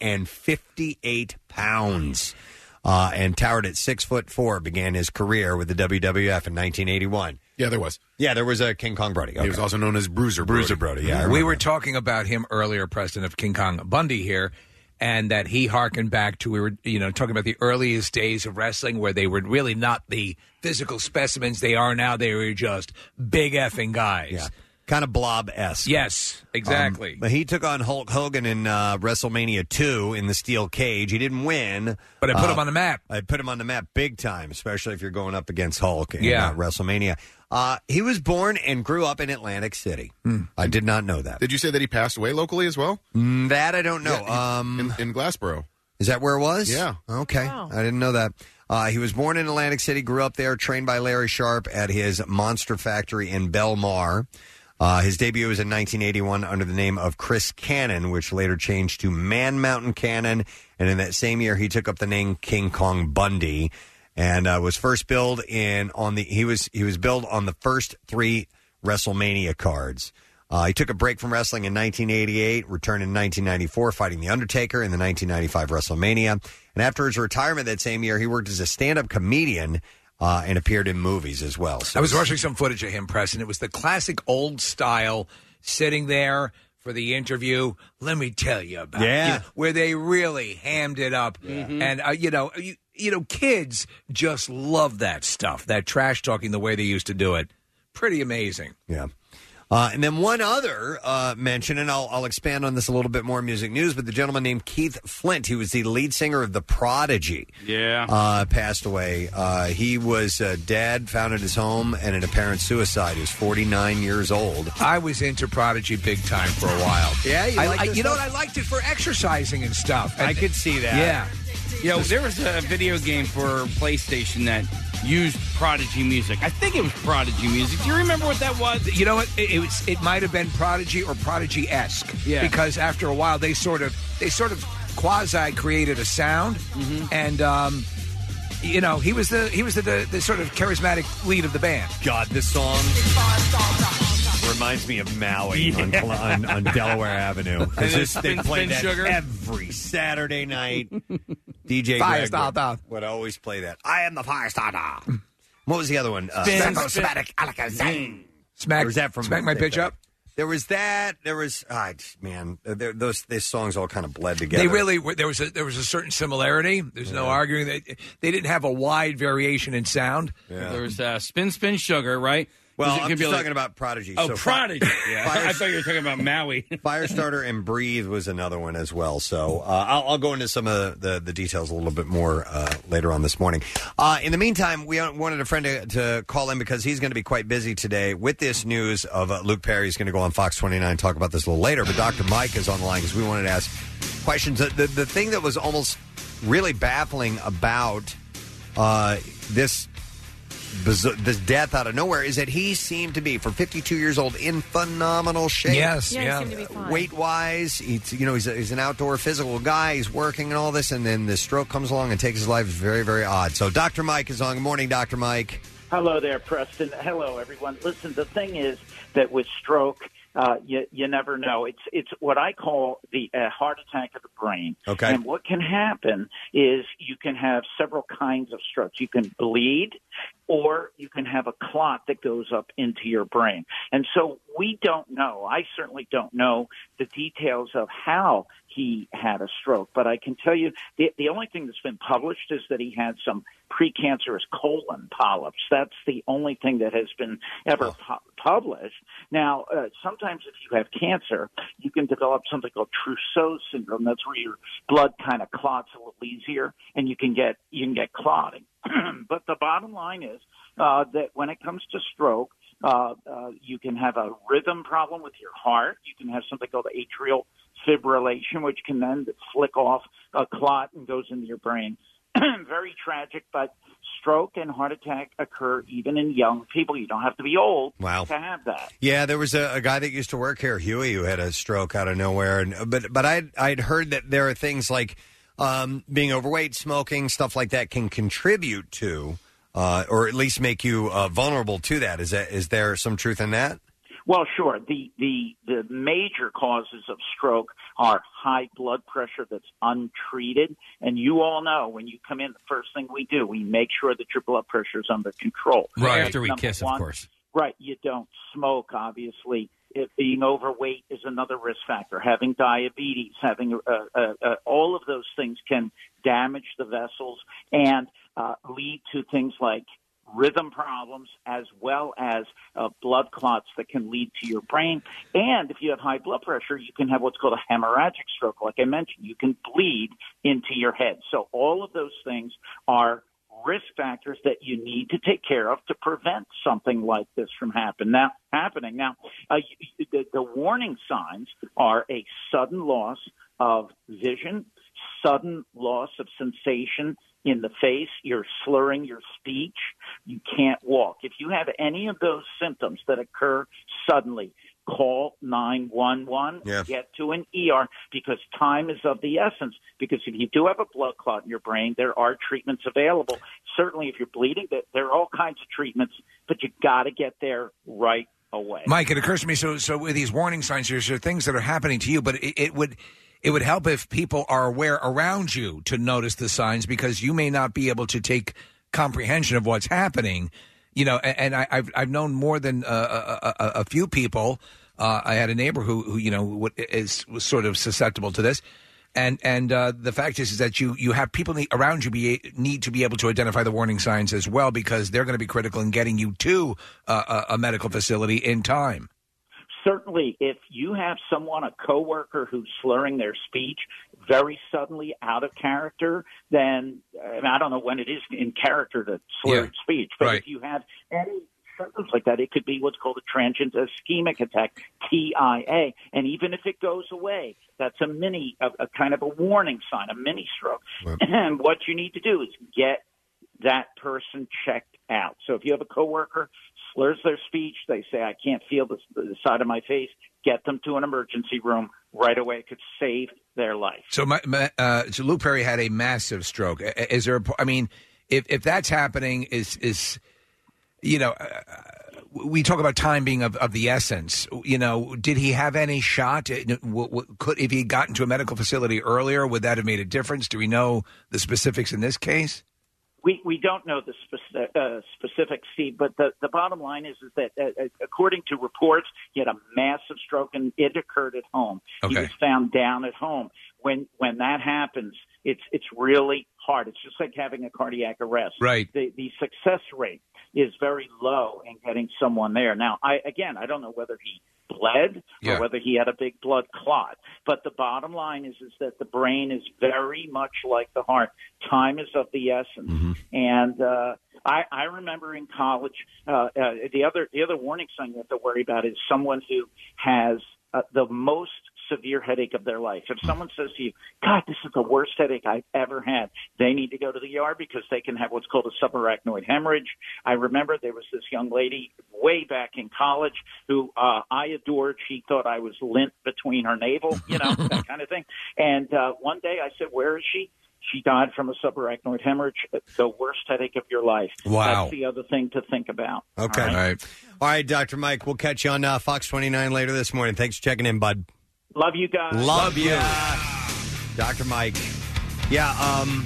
S2: 458 pounds uh, and towered at six foot four. Began his career with the WWF in 1981.
S11: Yeah, there was.
S2: Yeah, there was a King Kong Brody.
S11: He was also known as Bruiser Brody.
S2: Bruiser Brody. Yeah, I
S4: we were talking about him earlier, Preston of King Kong Bundy here, and that he harkened back to we were you know talking about the earliest days of wrestling where they were really not the physical specimens they are now. They were just big effing guys. Yeah.
S2: Kind of blob esque.
S4: Yes, exactly.
S2: Um, but he took on Hulk Hogan in uh, WrestleMania 2 in the steel cage. He didn't win.
S4: But it put
S2: Uh,
S4: him on the map.
S2: I put him on the map big time, especially if you're going up against Hulk in
S4: Yeah.
S2: uh, WrestleMania. Uh, he was born and grew up in Atlantic City.
S4: Hmm.
S2: I did not know that.
S11: Did you say that he passed away locally as well?
S2: Mm, That I don't know. um,
S11: in, in Glassboro.
S2: Is that where it was?
S11: Yeah.
S2: Okay. I didn't know that. Uh, he was born in Atlantic City, grew up there, trained by Larry Sharp at his monster factory in Belmar. Uh, his debut was in 1981 under the name of Chris Cannon, which later changed to Man Mountain Cannon. And in that same year, he took up the name King Kong Bundy, and uh, was first billed in on the he was he was billed on the first three WrestleMania cards. Uh, he took a break from wrestling in 1988, returned in 1994, fighting The Undertaker in the 1995 WrestleMania. And after his retirement that same year, he worked as a stand up comedian uh, and appeared in movies as well. So
S5: I was watching some footage of him, Preston. It was the classic old style sitting there for the interview. Let me tell you about
S2: Yeah.
S5: you know, where they really hammed it up,
S2: Mm-hmm.
S5: and uh, you know, you, you know, kids just love that stuff, that trash talking, the way they used to do it. Pretty amazing.
S2: Yeah. Uh, and then one other uh, mention, and I'll, I'll expand on this a little bit more in music news, but the gentleman named Keith Flint, who was the lead singer of The Prodigy,
S8: Yeah.
S2: uh, passed away. Uh, he was uh, dad, found at his home, and an apparent suicide. He was 49 years old.
S5: I was into Prodigy big time for a while.
S2: Yeah, you
S5: I,
S2: like
S5: I-
S2: this
S5: you know what?
S2: stuff?
S5: I liked it for exercising and stuff.
S2: I could see that.
S5: Yeah.
S8: Yo, there was a video game for PlayStation that used Prodigy music. I think it was Prodigy music. Do you remember what that was?
S5: You know what? It, it, was, it might have been Prodigy or Prodigy esque.
S8: Yeah.
S5: Because after a while, they sort of they sort of quasi created a sound,
S8: Mm-hmm.
S5: and um, you know he was the he was the, the, the sort of charismatic lead of the band.
S2: God, this song reminds me of Maui on,
S5: Yeah.
S2: on, on Delaware Avenue. 'Cause
S5: And then
S2: this, they
S5: Spin-
S2: played
S5: Spin
S2: that
S5: Sugar?
S2: every Saturday night. DJ
S5: Fire
S2: Greg
S5: starter.
S2: would, would always play that. I am the fire starter. What was the other one? Uh,
S5: Spin-
S2: Psychosomatic Alakazam.
S5: Smack-
S2: Or was that from
S5: smack my bitch up?
S2: There was that. There was ah, man. there- Those these songs all kind of bled together.
S5: They really were, there was a, there was a certain similarity. There's no arguing that they didn't have a wide variation in sound.
S8: There was uh, Spin Spin Sugar, right?
S2: Well,
S8: It
S2: I'm
S8: could be
S2: just
S8: like-
S2: talking about Prodigy.
S8: Oh,
S2: so far.
S8: Prodigy. Yeah. I thought you were talking about Maui.
S2: Firestarter and Breathe was another one as well. So uh, I'll, I'll go into some of the, the details a little bit more uh, later on this morning. Uh, in the meantime, we wanted a friend to, to call in because he's going to be quite busy today with this news of uh, Luke Perry. He's going to go on Fox 29 and talk about this a little later. But Dr. Mike is on the line because we wanted to ask questions. The, the, the thing that was almost really baffling about uh, this bizar- this death out of nowhere is that he seemed to be for 52 years old in phenomenal shape.
S5: Yes, Yeah, he yeah. seemed to be fine.
S2: Weight wise, he's you know he's, a, he's an outdoor physical guy. He's working and all this, and then this stroke comes along and takes his life. It's very very odd. So Dr. Mike is on. Good morning, Dr. Mike.
S18: Hello there, Preston. Hello, everyone. Listen, the thing is that with stroke, uh, you, you never know. It's it's what I call the uh, heart attack of the brain.
S19: Okay.
S18: And what can happen is you can have several kinds of strokes. You can bleed, or you can have a clot that goes up into your brain. And so we don't know. I certainly don't know the details of how he had a stroke, but I can tell you the, the only thing that's been published is that he had some precancerous colon polyps. That's the only thing that has been ever pu- published. Now, uh, sometimes if you have cancer, you can develop something called Trousseau syndrome. That's where your blood kind of clots a little easier, and you can get you can get clotting. but the bottom line is uh, that when it comes to stroke, uh, uh, you can have a rhythm problem with your heart. You can have something called atrial fibrillation, which can then flick off a clot and goes into your brain. Very tragic, but stroke and heart attack occur even in young people. You don't have to be old
S2: Wow.
S18: to have that.
S2: Yeah, there was a, a guy that used to work here, Huey, who had a stroke out of nowhere. And but but I I'd heard that there are things like um, being overweight, smoking, stuff like that can contribute to, uh, or at least make you uh, vulnerable to that. Is that is there some truth in that?
S18: Well, sure. The, the, the major causes of stroke are high blood pressure that's untreated. And you all know when you come in, the first thing we do, we make sure that your blood pressure is under control.
S8: Right
S18: That's
S8: after we
S18: number
S8: kiss,
S18: one.
S8: of course.
S18: Right. You don't smoke, obviously. It, being overweight is another risk factor. Having diabetes, having uh, uh, uh, all of those things can damage the vessels and uh, lead to things like rhythm problems as well as uh, blood clots that can lead to your brain. And if you have high blood pressure, you can have what's called a hemorrhagic stroke. Like I mentioned, you can bleed into your head. So all of those things are risk factors that you need to take care of to prevent something like this from happen now happening. Now, uh, you- you- the, the warning signs are a sudden loss of vision, sudden loss of sensation, in the face, you're slurring your speech, you can't walk. If you have any of those symptoms that occur suddenly, call 911,
S10: Yes.
S18: get to an ER because time is of the essence. Because if you do have a blood clot in your brain, there are treatments available. Certainly, if you're bleeding, there- there are all kinds of treatments, but you got to get there right away.
S4: Mike, it occurs to me. So, so with these warning signs, there's there are things that are happening to you, but it, it would it would help if people are aware around you to notice the signs because you may not be able to take comprehension of what's happening. You know, and, and I, I've I've known more than uh, a, a, a- a few people. Uh, I had a neighbor who, who you know what is was sort of susceptible to this. And and uh, the fact is, is that you you have people need, around you be, need to be able to identify the warning signs as well because they're going to be critical in getting you to uh, a, a medical facility in time.
S18: certainly if you have someone a coworker who's slurring their speech very suddenly out of character then and i don't know when it is in character to slur
S10: Yeah.
S18: speech but
S10: Right.
S18: if you have any symptoms like that it could be what's called a transient ischemic attack tia and even if it goes away that's a mini a, a kind of a warning sign a mini stroke and what you need to do is get that person checked out. So if you have a coworker slurs their speech, they say, "I can't feel the, the side of my face," get them to an emergency room right away. It could save their life.
S4: So, my, my, uh, so Lou Perry had a massive stroke. I- I- Is there? A, po- I mean, if if that's happening, is is you know, uh, we talk about time being of, of the essence. You know, did he have any shot? Uh, w- w- Could if he had gotten to a medical facility earlier, would that have made a difference? Do we know the specifics in this case?
S18: We we don't know the spec- uh, specific, Steve, but the, the bottom line is is that uh, uh, according to reports, he had a massive stroke and it occurred at home. He
S10: Okay.
S18: was found down at home. When when that happens, it's it's really hard. It's just like having a cardiac arrest.
S10: Right.
S18: The the success rate is very low in getting someone there. Now, I again, I don't know whether he bled
S10: Yeah.
S18: or whether he had a big blood clot. But the bottom line is is that the brain is very much like the heart. Time is of the essence. And uh, I, I remember in college, uh, uh, the other the other warning sign you have to worry about is someone who has uh, the most severe headache of their life. If someone says to you, "God, this is the worst headache I've ever had," they need to go to the ER because they can have what's called a subarachnoid hemorrhage. I remember there was this young lady way back in college who uh, I adored. She thought I was lint between her navel, you know, that kind of thing. And uh, one day I said, "Where is she?" She died from a subarachnoid hemorrhage, the worst headache of your life.
S2: Wow.
S18: That's the other thing to think about.
S2: Okay.
S18: All right?
S2: All right, Dr. Mike, we'll catch you on uh, Fox 29 later this morning. Thanks for checking in, bud.
S18: Love you guys.
S2: Love, you. Dr. Mike. Yeah, um,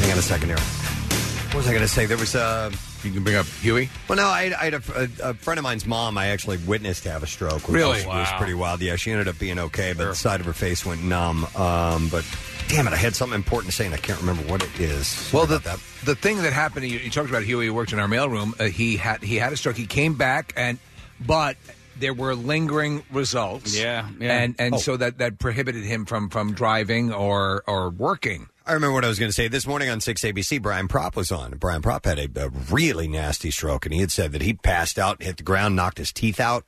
S2: hang on a second here. What was I going to say? There was a.
S4: You can bring up Huey?
S2: Well, no, I, I had a, a, a friend of mine's mom I actually witnessed have a stroke. Which
S4: Really?
S2: Was, was
S4: Wow.
S2: pretty wild. Yeah, she ended up being okay, but the side of her face went numb. Um, but damn it, I had something important to say and I can't remember what it is. Sorry
S4: Well,
S2: about
S4: the, the thing that happened, you, you talked about Huey who worked in our mailroom. Uh, he had he had a stroke. He came back, and but there were lingering results.
S20: Yeah, yeah.
S4: and and
S20: Oh.
S4: so that that prohibited him from from driving or or working.
S2: I remember what I was going to say. This morning on 6 ABC, Brian Prop was on. Brian Prop had a, a really nasty stroke, and he had said that he passed out, hit the ground, knocked his teeth out,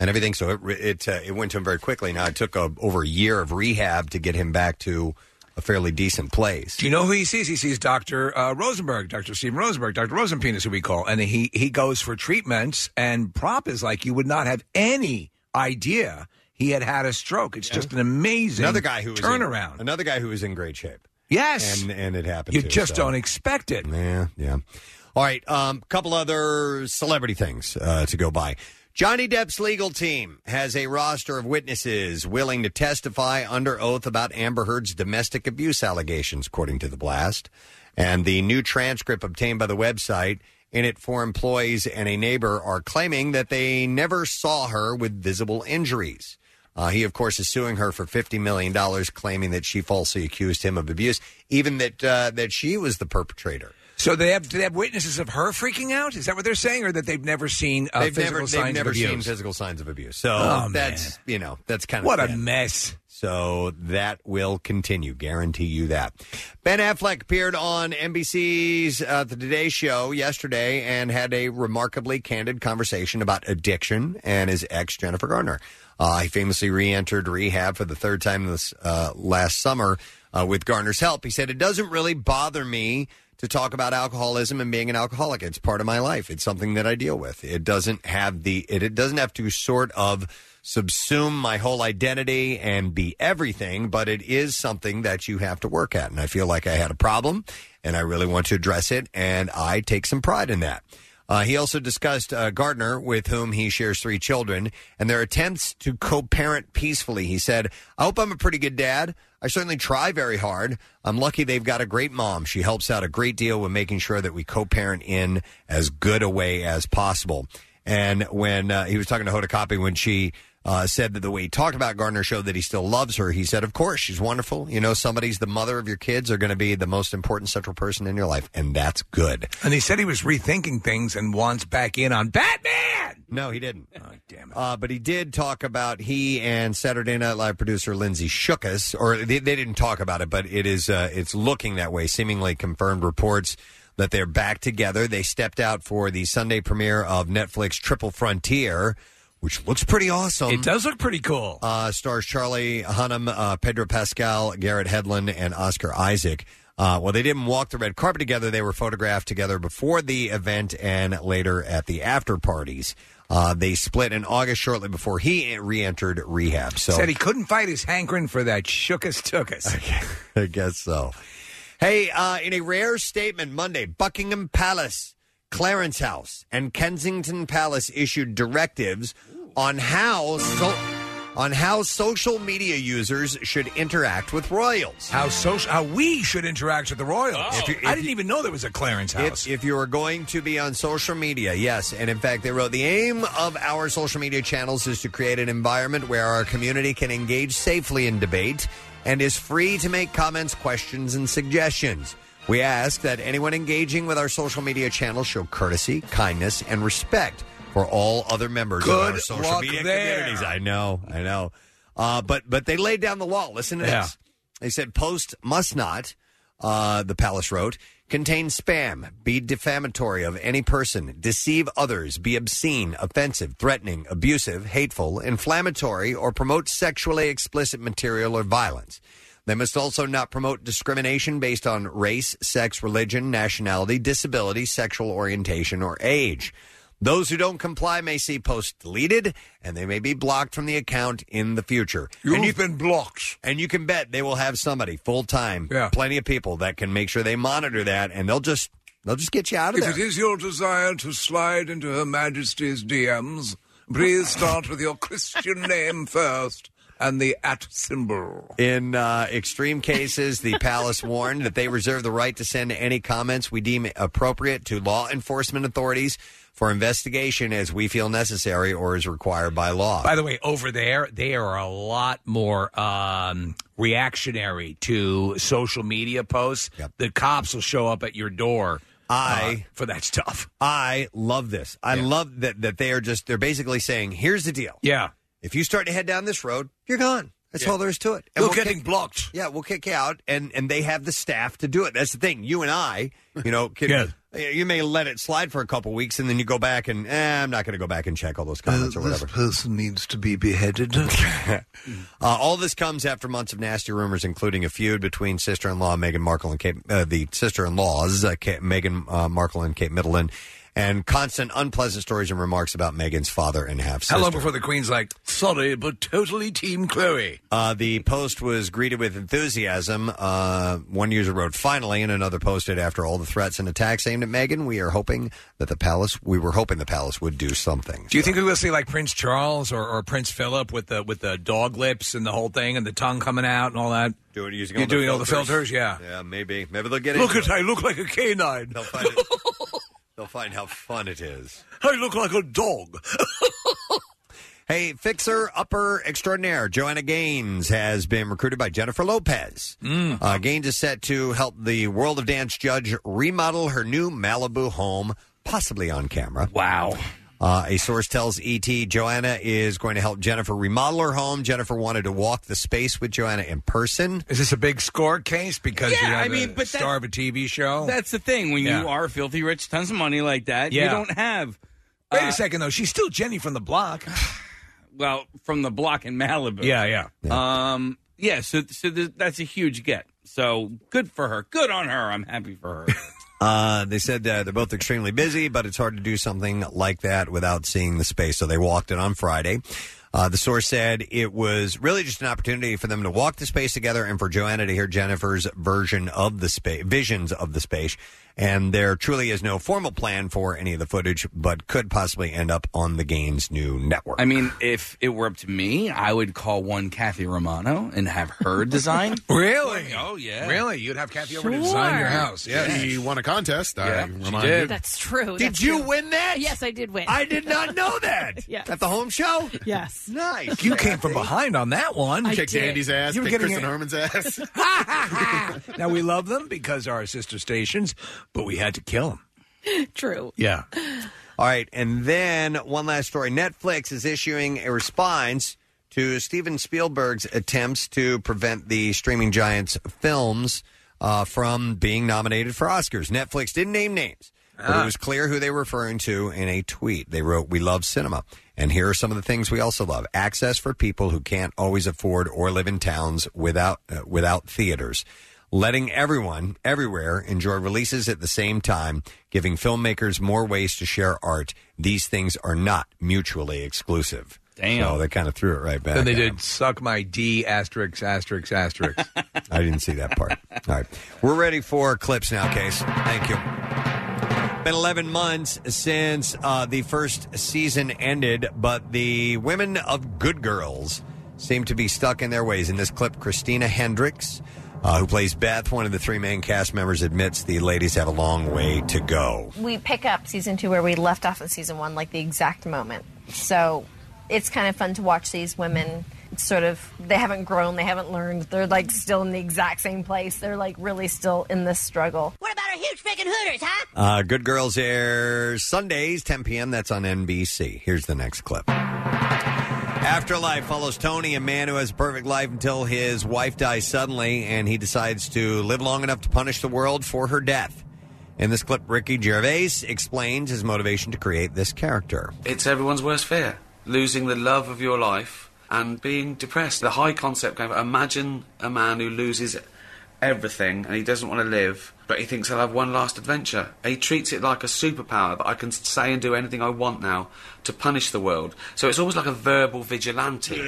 S2: and everything. So it it, uh, it went to him very quickly. Now, it took uh over a year of rehab to get him back to a fairly decent place.
S4: Do you know who he sees? He sees Dr. Uh, Rosenberg, Dr. Steven Rosenberg, Dr. Rosenpenis, who we call. And he, he goes for treatments, and Prop is like, you would not have any idea he had had a stroke. It's just an amazing
S2: Another guy who was in-
S4: turnaround.
S2: another guy who was in great shape.
S4: Yes.
S2: And, and it happened.
S4: You
S2: too,
S4: just
S2: so.
S4: don't expect it.
S2: Yeah, yeah. All right, um, couple other celebrity things uh, to go by. Johnny Depp's legal team has a roster of witnesses willing to testify under oath about Amber Heard's domestic abuse allegations, according to the blast. And the new transcript obtained by the website, in it, four employees and a neighbor are claiming that they never saw her with visible injuries. Uh, he, of course, is suing her for fifty million dollars, claiming that she falsely accused him of abuse, even that uh, that she was the perpetrator.
S5: So they have do they have witnesses of her freaking out? Is that what they're saying, or that they've never seen uh,
S2: they've
S5: physical
S2: never,
S5: signs
S2: they've
S5: of
S2: never
S5: abuse?
S2: seen physical signs of abuse. So
S5: Oh,
S2: that's you know that's kind of
S5: What a
S2: mess. So Oh, that will continue. Guarantee you that. Ben Affleck appeared on NBC's uh, The Today Show yesterday and had a remarkably candid conversation about addiction and his ex Jennifer Garner. Uh, he famously re-entered rehab for the third time this uh, last summer uh, with Garner's help. He said, "It doesn't really bother me." to talk about alcoholism and being an alcoholic. It's part of my life. It's something that I deal with. It doesn't have the it, it doesn't have to sort of subsume my whole identity and be everything, but it is something that you have to work at. And I feel like I had a problem and I really want to address it and I take some pride in that. Uh, he also discussed uh, Gardner, with whom he shares three children, and their attempts to co parent peacefully. He said, I hope I'm a pretty good dad. I certainly try very hard. I'm lucky they've got a great mom. She helps out a great deal with making sure that we co parent in as good a way as possible. And when uh, he was talking to Hoda Kotb, when she uh, said that the way he talked about Gardner showed that he still loves her, he said, Of course, she's wonderful. You know, somebody's the mother of your kids are going to be the most important central person in your life, and that's good.
S5: And he said he was rethinking things and wants back in on Batman.
S2: No, he didn't. Uh, but he did talk about he and Saturday Night Live producer Lindsay Shookus, or they, they didn't talk about it, but it is uh, it's looking that way. Seemingly confirmed reports that they're back together. They stepped out for the Sunday premiere of Netflix Triple Frontier, which looks pretty awesome.
S5: It does look pretty cool.
S2: Uh, stars Charlie Hunnam, uh, Pedro Pascal, Garrett Hedlund, and Oscar Isaac. Uh, well, they didn't walk the red carpet together. They were photographed together before the event and later at the after parties. Uh, they split in August shortly before he re entered rehab. So
S5: Said he couldn't fight his hankering for that shookus tookus.
S2: I guess so. Hey, uh, in a rare statement Monday, Buckingham Palace, Clarence House, and Kensington Palace issued directives on how so- on how social media users should interact with royals. Oh.
S5: How social? How we should interact with the royals. I didn't even know there was a Clarence House.
S2: If, if you are going to be on social media, yes. And in fact, they wrote the aim of our social media channels is to create an environment where our community can engage safely in debate and is free to make comments, questions, and suggestions. We ask that anyone engaging with our social media channels show courtesy, kindness, and respect for all other members of
S5: Good
S2: our social
S5: luck
S2: media
S5: there.
S2: communities. I know, I know. Uh, but but they laid down the law. Listen to
S5: Yeah.
S2: this. They said post must not, uh, the palace wrote, contain spam, be defamatory of any person, deceive others, be obscene, offensive, threatening, abusive, hateful, inflammatory, or promote sexually explicit material or violence. They must also not promote discrimination based on race, sex, religion, nationality, disability, sexual orientation, or age. Those who don't comply may see posts deleted, and they may be blocked from the account in the future. and you've
S5: been blocked.
S2: And you can bet they will have somebody full time, plenty of people that can make sure they monitor that, and they'll just they'll just get you out of
S5: If
S2: there.
S5: it is your desire to slide into Her Majesty's DMs, please start with your Christian name first and the at symbol.
S2: In uh, extreme cases, the palace warned that they reserve the right to send any comments we deem appropriate to law enforcement authorities for investigation as we feel necessary or is required by law.
S5: By the way, over there, they are a lot more um, reactionary to social media posts. The cops will show up at your door.
S2: I-
S5: uh, for that stuff.
S2: Uh-huh. I love this. I love that that they are just they're basically saying, here's the deal.
S5: Yeah.
S2: If you start to head down this road, you're gone. That's
S5: Yeah.
S2: all there is to it.
S5: You're getting blocked.
S2: Yeah, we'll kick you out, and and they have the staff to do it. That's the thing. You and I, you know, can, you may let it slide for a couple weeks, and then you go back and eh, I'm not going to go back and check all those comments or whatever.
S6: person needs to be beheaded.
S2: Uh, all this comes after months of nasty rumors, including a feud between sister-in-law Meghan Markle and Kate, uh, the sister-in-laws uh, Kate, Meghan uh, Markle and Kate Middleton, and constant unpleasant stories and remarks about Meghan's father and half-sister.
S5: How long before the Queen's like, sorry, but totally Team Chloe?
S2: Uh, the post was greeted with enthusiasm. Uh, one user wrote, "Finally!" and another posted, "After all the threats and attacks aimed at Meghan, we are hoping that the palace. We were hoping the palace would do something."
S5: Do you think we will see like Prince Charles or, or Prince Philip with the with the dog lips and the whole thing and the tongue coming out and all that?
S2: Doing using
S5: You're doing all the filters, yeah.
S2: yeah, maybe, maybe they'll get
S5: Look
S2: into
S5: at I look like a canine.
S2: They'll find it. they'll find how fun it is.
S5: I look like a dog.
S2: Hey, fixer upper extraordinaire Joanna Gaines has been recruited by Jennifer Lopez.
S8: Mm.
S2: Uh, Gaines is set to help the World of Dance judge remodel her new Malibu home, possibly on camera.
S8: Wow.
S2: Uh, a source tells ET Joanna is going to help Jennifer remodel her home. Jennifer wanted to walk the space with Joanna in person.
S4: Is this a big score case? Because
S8: Yeah,
S4: you have
S8: I mean,
S4: a
S8: but that-
S4: star of a TV show.
S8: That's the thing. When
S4: Yeah.
S8: you are filthy rich, tons of money like that,
S4: Yeah.
S8: you don't have. uh,
S4: Wait a second, though. She's still Jenny from the block.
S8: well, from the block in Malibu.
S4: Yeah, yeah.
S8: Um, yeah. So, so th- that's a huge get. So good for her. Good on her. I'm happy for her.
S2: Uh, they said uh, they're both extremely busy, but it's hard to do something like that without seeing the space. So they walked it on Friday. Uh, the source said it was really just an opportunity for them to walk the space together and for Joanna to hear Jennifer's version of the space, visions of the space. And there truly is no formal plan for any of the footage, but could possibly end up on the Gaines new network.
S8: I mean, if it were up to me, I would call one Kathy Romano and have her design.
S4: really?
S8: Oh yeah.
S4: Really? You'd have Kathy over to design your house. Yes.
S11: She won a contest. I
S4: Yeah,
S11: remind
S4: she did.
S11: you.
S5: That's true.
S4: Did
S5: That's
S4: you
S5: true.
S4: win that?
S5: Yes, I did win.
S4: I did not know that.
S5: yes.
S2: At the home show?
S5: Yes.
S2: Nice.
S4: You came from behind on that one.
S11: I Kicked did. Andy's ass,
S4: You were
S11: kicked
S4: getting
S11: Kristen
S4: a-
S11: Harmon's ass.
S4: now we love them because our sister stations, but we had to kill them.
S5: True.
S4: Yeah.
S2: All right. And then one last story Netflix is issuing a response to Steven Spielberg's attempts to prevent the streaming giant's films uh, from being nominated for Oscars. Netflix didn't name names. But
S4: Ah.
S2: it was clear who they were referring to in a tweet. They wrote, We love cinema. And here are some of the things we also love access for people who can't always afford or live in towns without, uh, without theaters letting everyone everywhere enjoy releases at the same time, giving filmmakers more ways to share art. These things are not mutually exclusive.
S4: Damn.
S2: So they kind of threw it right back.
S4: Then they
S2: at
S4: did suck my D asterisk asterisk asterisk.
S2: them. I didn't see that part. All right. We're ready for clips now, Case. Thank you. Been 11 months since uh, the first season ended, but the women of Good Girls seem to be stuck in their ways. In this clip, Christina Hendricks, uh, who plays Beth, one of the three main cast members, admits the ladies have a long way to go.
S21: we pick up season two where we left off in season one, like the exact moment. So it's kind of fun to watch these women sort of they haven't grown, they haven't learned. They're like still in the exact same place. They're like really still in this struggle.
S22: What about our huge freaking hooters, huh?
S2: Uh, Good Girls airs Sundays, 10 p.m. That's on NBC. Here's the next clip. Afterlife follows Tony, a man who has a perfect life until his wife dies suddenly, and he decides to live long enough to punish the world for her death. In this clip, Ricky Gervais explains his motivation to create this character.
S6: It's everyone's worst fear losing the love of your life and being depressed. The high concept kind of imagine a man who loses everything and he doesn't want to live, but he thinks I'll have one last adventure. He treats it like a superpower that I can say and do anything I want now to punish the world. So it's almost like a verbal vigilante.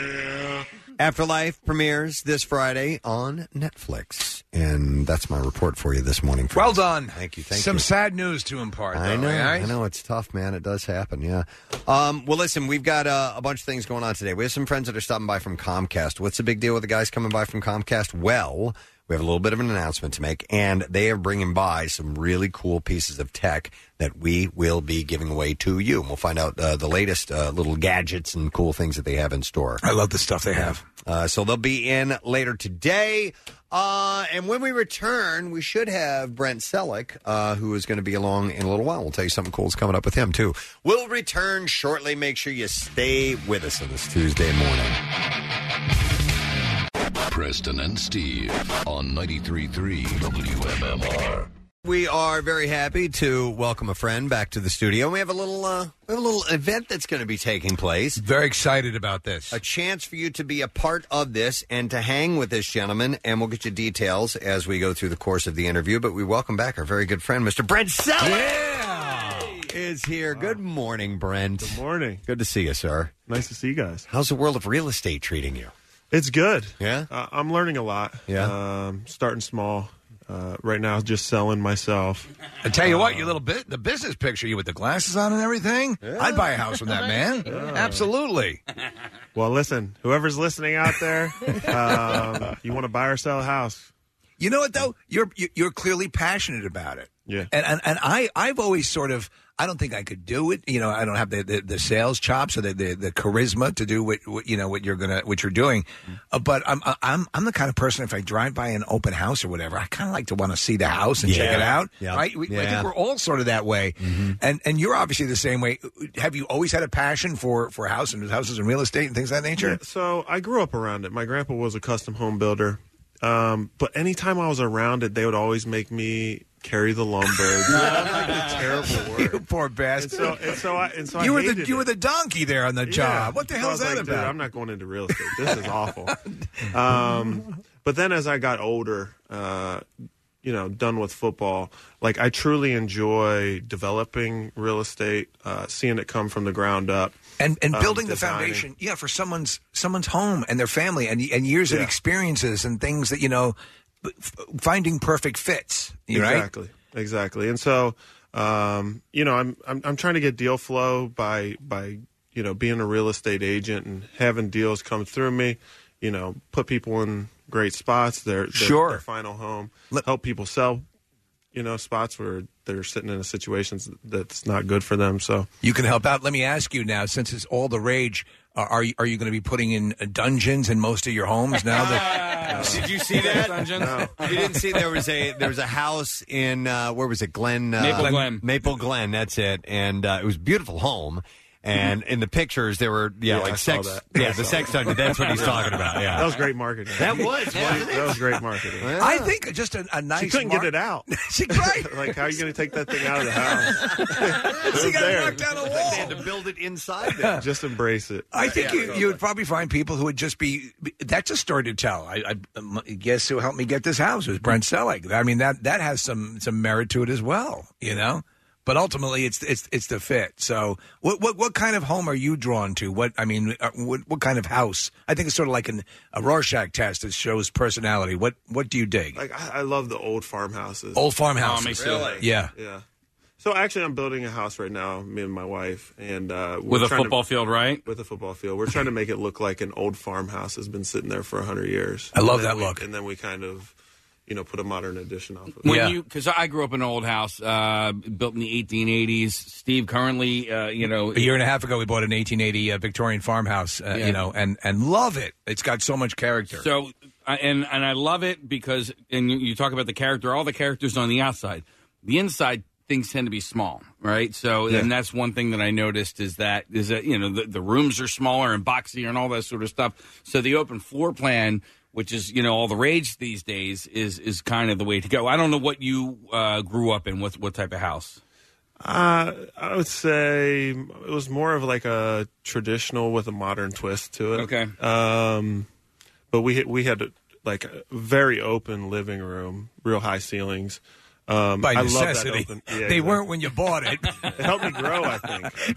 S2: Afterlife premieres this Friday on Netflix. And that's my report for you this morning.
S4: well done.
S2: Thank you. Thank
S4: Some
S2: you.
S4: sad news to impart.
S2: I
S4: though,
S2: know.
S4: eh?
S2: I know it's tough, man. It does happen. Yeah. Um, well, listen, we've got uh, a bunch of things going on today. We have some friends that are stopping by from Comcast. What's the big deal with the guys coming by from Comcast? Well, we have a little bit of an announcement to make, and they are bringing by some really cool pieces of tech that we will be giving away to you. And we'll find out uh, the latest uh, little gadgets and cool things that they have in store.
S4: I love the stuff they have.
S2: Uh, so they'll be in later today. Uh, and when we return, we should have Brent Selleck, uh, who is going to be along in a little while. We'll tell you something cool is coming up with him, too. We'll return shortly. Make sure you stay with us on this Tuesday morning.
S1: Preston and Steve on 93.3 WMMR.
S2: We are very happy to welcome a friend back to the studio. We have a little, uh, we have a little event that's going to be taking place.
S4: Very excited about this.
S2: A chance for you to be a part of this and to hang with this gentleman, and we'll get you details as we go through the course of the interview. But we welcome back our very good friend, Mr. Brent Selleck. Is here. Good morning, Brent. Good
S23: morning.
S2: Good to see you, sir.
S23: Nice to see you guys.
S2: How's the world of real estate treating you?
S23: It's good.
S2: Yeah.
S23: Uh, I'm learning a lot. Yeah. Um, starting small. Uh, right now, just selling myself. Uh,
S4: I tell you what, you little bit the business picture, you with the glasses on and everything. I'd buy a house from that man. Absolutely.
S23: Well, listen, whoever's listening out there, um, you want to buy or sell a house.
S4: You know what though? You're you- you're clearly passionate about it.
S23: Yeah.
S4: And and, and I I've always sort of I don't think I could do it. You know, I don't have the, the, the sales chops or the, the, the charisma to do what, what you know what you're gonna what you're doing.
S5: Mm-hmm.
S4: Uh, but I'm I'm I'm the kind of person if I drive by an open house or whatever, I kind of like to want to see the house and check
S5: Yeah.
S4: it out.
S5: Yeah.
S4: Right? We, I
S5: Yeah. Mm-hmm.
S4: think we're all sort of that way.
S2: Mm-hmm.
S4: And and you're obviously the same way. Have you always had a passion for for house and houses and real estate and things of that nature?
S23: Yeah, so I grew up around it. My grandpa was a custom home builder. Um, but anytime I was around it, they would always make me carry the lumber. terrible
S4: word. You poor bastard.
S23: And so, and so I, and so
S4: you
S23: I
S4: were the
S23: hated
S4: you
S23: it.
S4: were the donkey there on the
S23: Yeah.
S4: job. What the
S23: So I
S4: hell is
S23: was
S4: that
S23: like, "Dude,
S4: about?
S23: I'm not going into real estate. This is awful. um, but then as I got older, uh, you know, done with football, like I truly enjoy developing real estate, uh, seeing it come from the ground up,
S4: and and
S23: um,
S4: building the
S23: designing.
S4: foundation yeah for someone's someone's home and their family and and years of
S23: Yeah.
S4: experiences and things that you know f- finding perfect fits you right?
S23: exactly, exactly. And so, um, you know, I'm, I'm I'm trying to get deal flow by by you know being a real estate agent and having deals come through me. You know, put people in great spots. Their, their
S4: Sure.
S23: their final home. help people sell. You know, spots where they're sitting in a situation that's not good for them. So
S4: you can help out let me ask you now since it's all the rage uh, are you are you going to be putting in uh, dungeons in most of your homes now that
S8: Did you see that? Dungeon?
S2: You didn't see there was a there was a house in uh, where was it Glen uh,
S8: Maple Glen.
S2: Maple Glen that's it and uh, it was a beautiful home and in the pictures there were yeah,
S23: Yeah, I
S2: like
S23: saw
S2: sex
S23: that. I
S2: yeah
S23: saw
S2: the sex
S23: that.
S2: dungeon that's what he's talking about yeah
S23: that was great marketing.
S2: That was, wasn't
S23: that was great marketing.
S4: I think just a, a nice
S23: she couldn't
S4: mar-
S23: get it out.
S4: she right?
S23: like, how are you going to take that thing out of the house?
S4: she got
S23: There.
S4: knocked down a wall
S2: they had to build it inside
S23: Just embrace it.
S4: I think you, you would probably find people who would just be. That's a story to tell. I, I um, guess who helped me get this house was Brent Selleck. I mean that that has some some merit to it as well, you know. But ultimately, it's it's it's the fit. So what what what kind of home are you drawn to? What I mean, uh, what what kind of house? I think it's sort of like an, a Rorschach test that shows personality. What what do you dig?
S23: Like I, I love the old farmhouses.
S4: Old farmhouses. Oh, me too. Really? Yeah.
S23: Yeah. So actually, I'm building a house right now, me and my wife, and uh, we're
S8: With a
S23: trying to-
S8: football field, right?
S23: With a football field, we're trying to make it look like an old farmhouse has been sitting there for hundred years.
S8: I love
S23: And then
S8: that
S23: we-
S8: look.
S23: And then we kind of, you know, put a modern addition off of it.
S8: When you, because I grew up in an old house uh, built in the 1880s. Steve currently, uh, you know,
S4: A year and a half ago, we bought an 1880 uh, Victorian farmhouse, uh,
S8: Yeah.
S4: you know, and and love it. It's got so much character.
S8: So, I- and and I love it because, and you- you talk about the character, all the characters on the outside, the inside things tend to be small, right? So,
S11: Yeah.
S8: and that's one thing that I noticed is that is that you know the, the rooms are smaller and boxier and all that sort of stuff. So the open floor plan. Which is, you know, all the rage these days is is kind of the way to go. I don't know what you uh, grew up in, what what type of house.
S23: Uh, I would say it was more of like a traditional with a modern twist to it.
S8: Okay.
S23: Um, but we we had like a very open living room, real high ceilings. Um,
S4: by
S23: I love that
S4: necessity.
S23: open-
S4: they
S23: yeah, exactly.
S4: weren't when you bought it. it
S23: helped me grow, I think.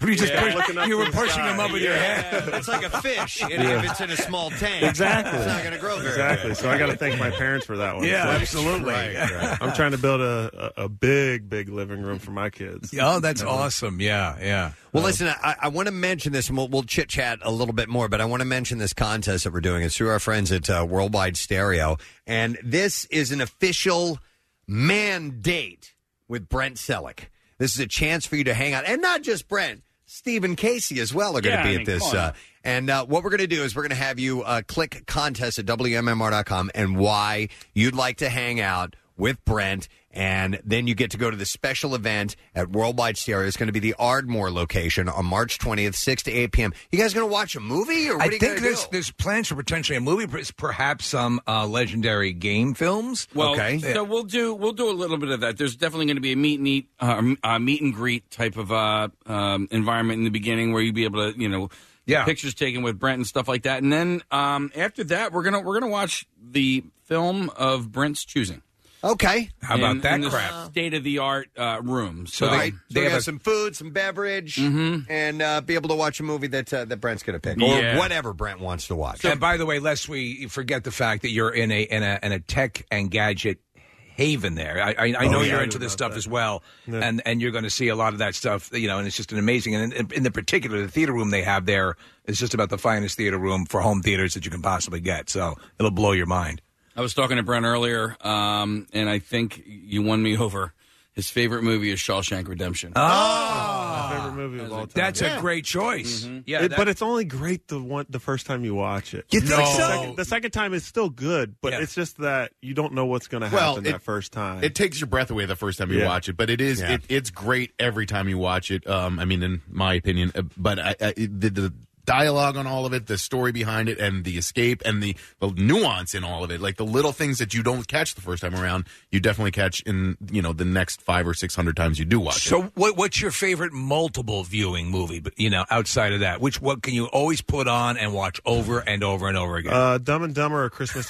S4: you just
S23: Yeah.
S4: pushed-
S23: Looking up
S4: you
S23: to
S4: were
S23: the
S4: pushing
S23: sky.
S4: them up with your
S23: Yeah.
S4: hand.
S2: it's like a fish and
S23: Yeah.
S2: if it's in a small tank
S23: Exactly.
S2: it's not going to grow very
S23: Exactly.
S2: good.
S23: So I got to thank my parents for that one.
S2: Yeah,
S23: So-
S2: absolutely.
S23: Right, right. I'm trying to build a, a a big, big living room for my kids.
S4: Oh, that's awesome. Yeah, yeah.
S11: Oh.
S2: Well, listen, I, I want to mention this, and we'll, we'll chit chat a little bit more, but I want to mention this contest that we're doing. It's through our friends at uh, Worldwide Stereo, and this is an official mandate with Brent Selleck. This is a chance for you to hang out, and not just Brent, Stephen Casey as well are going to
S11: Yeah,
S2: be
S11: I
S2: at
S11: mean,
S2: this.
S11: come on.
S2: Uh, and uh, what we're going to do is we're going to have you uh, click contest at WMMR.com and why you'd like to hang out with Brent. And then you get to go to the special event at Worldwide Stereo. It's going to be the Ardmore location on March 20th, 6 to 8 p.m. You guys going to watch a movie or what
S4: I
S2: are you
S4: think
S2: gonna
S4: there's
S2: do?
S4: there's plans for potentially a movie, per- perhaps some uh, legendary game films.
S8: Well,
S4: okay,
S8: So we'll do we'll do a little bit of that. There's definitely going to be a meet and eat, uh, uh, meet and greet type of uh, um, environment in the beginning where you'd be able to, you know,
S4: Yeah.
S8: pictures taken with Brent and stuff like that. And then um, after that, we're gonna we're gonna watch the film of Brent's choosing.
S2: Okay,
S4: How about
S8: In-
S4: that
S8: in this
S4: crap?
S8: State of the art uh, room.
S4: So they-
S8: So,
S4: Mm-hmm.
S2: Right. So we're gonna have some food, some beverage, and uh, be able to watch a movie that uh, that Brent's going to pick or
S4: Yeah.
S2: whatever Brent wants to watch.
S4: and by the way, lest we forget the fact that you're in a in a in a tech and gadget haven there. I I, I
S5: Oh,
S4: know
S5: yeah,
S4: you're
S5: I
S4: into
S5: know
S4: this
S5: about
S4: stuff
S5: that.
S4: as well, and and you're going to see a lot of that stuff. You know, and it's just an amazing. And in, in the particular, the theater room they have there is just about the finest theater room for home theaters that you can possibly get. So it'll blow your mind.
S8: I was talking to Brent earlier, um, and I think you won me over. His favorite movie is Shawshank Redemption.
S4: Oh.
S2: Oh!
S23: my favorite movie of all time.
S8: that's a
S4: great choice.
S23: Mhm.
S4: Yeah,
S23: It-
S4: that-
S23: but it's only great the one the first time you watch it.
S4: You think
S23: the
S4: so?
S23: Second, the second time is still good, but it's just that you don't know what's going to
S11: Well,
S23: happen
S11: it-
S23: that first time.
S11: It takes your breath away the first time you
S23: Uh, Yeah.
S11: watch it, but it is
S23: Yeah.
S11: it, it's great every time you watch it. Um, I mean, in my opinion, uh, but I, I, it- the, the dialogue on all of it, the story behind it, and the escape and the, the nuance in all of it, like the little things that you don't catch the first time around, you definitely catch in you know the next five or six hundred times you do watch it.
S4: So, what, what's your favorite multiple viewing movie? But you know, outside of that, which what can you always put on and watch over and over and over again?
S23: uh, Dumb and Dumber or Christmas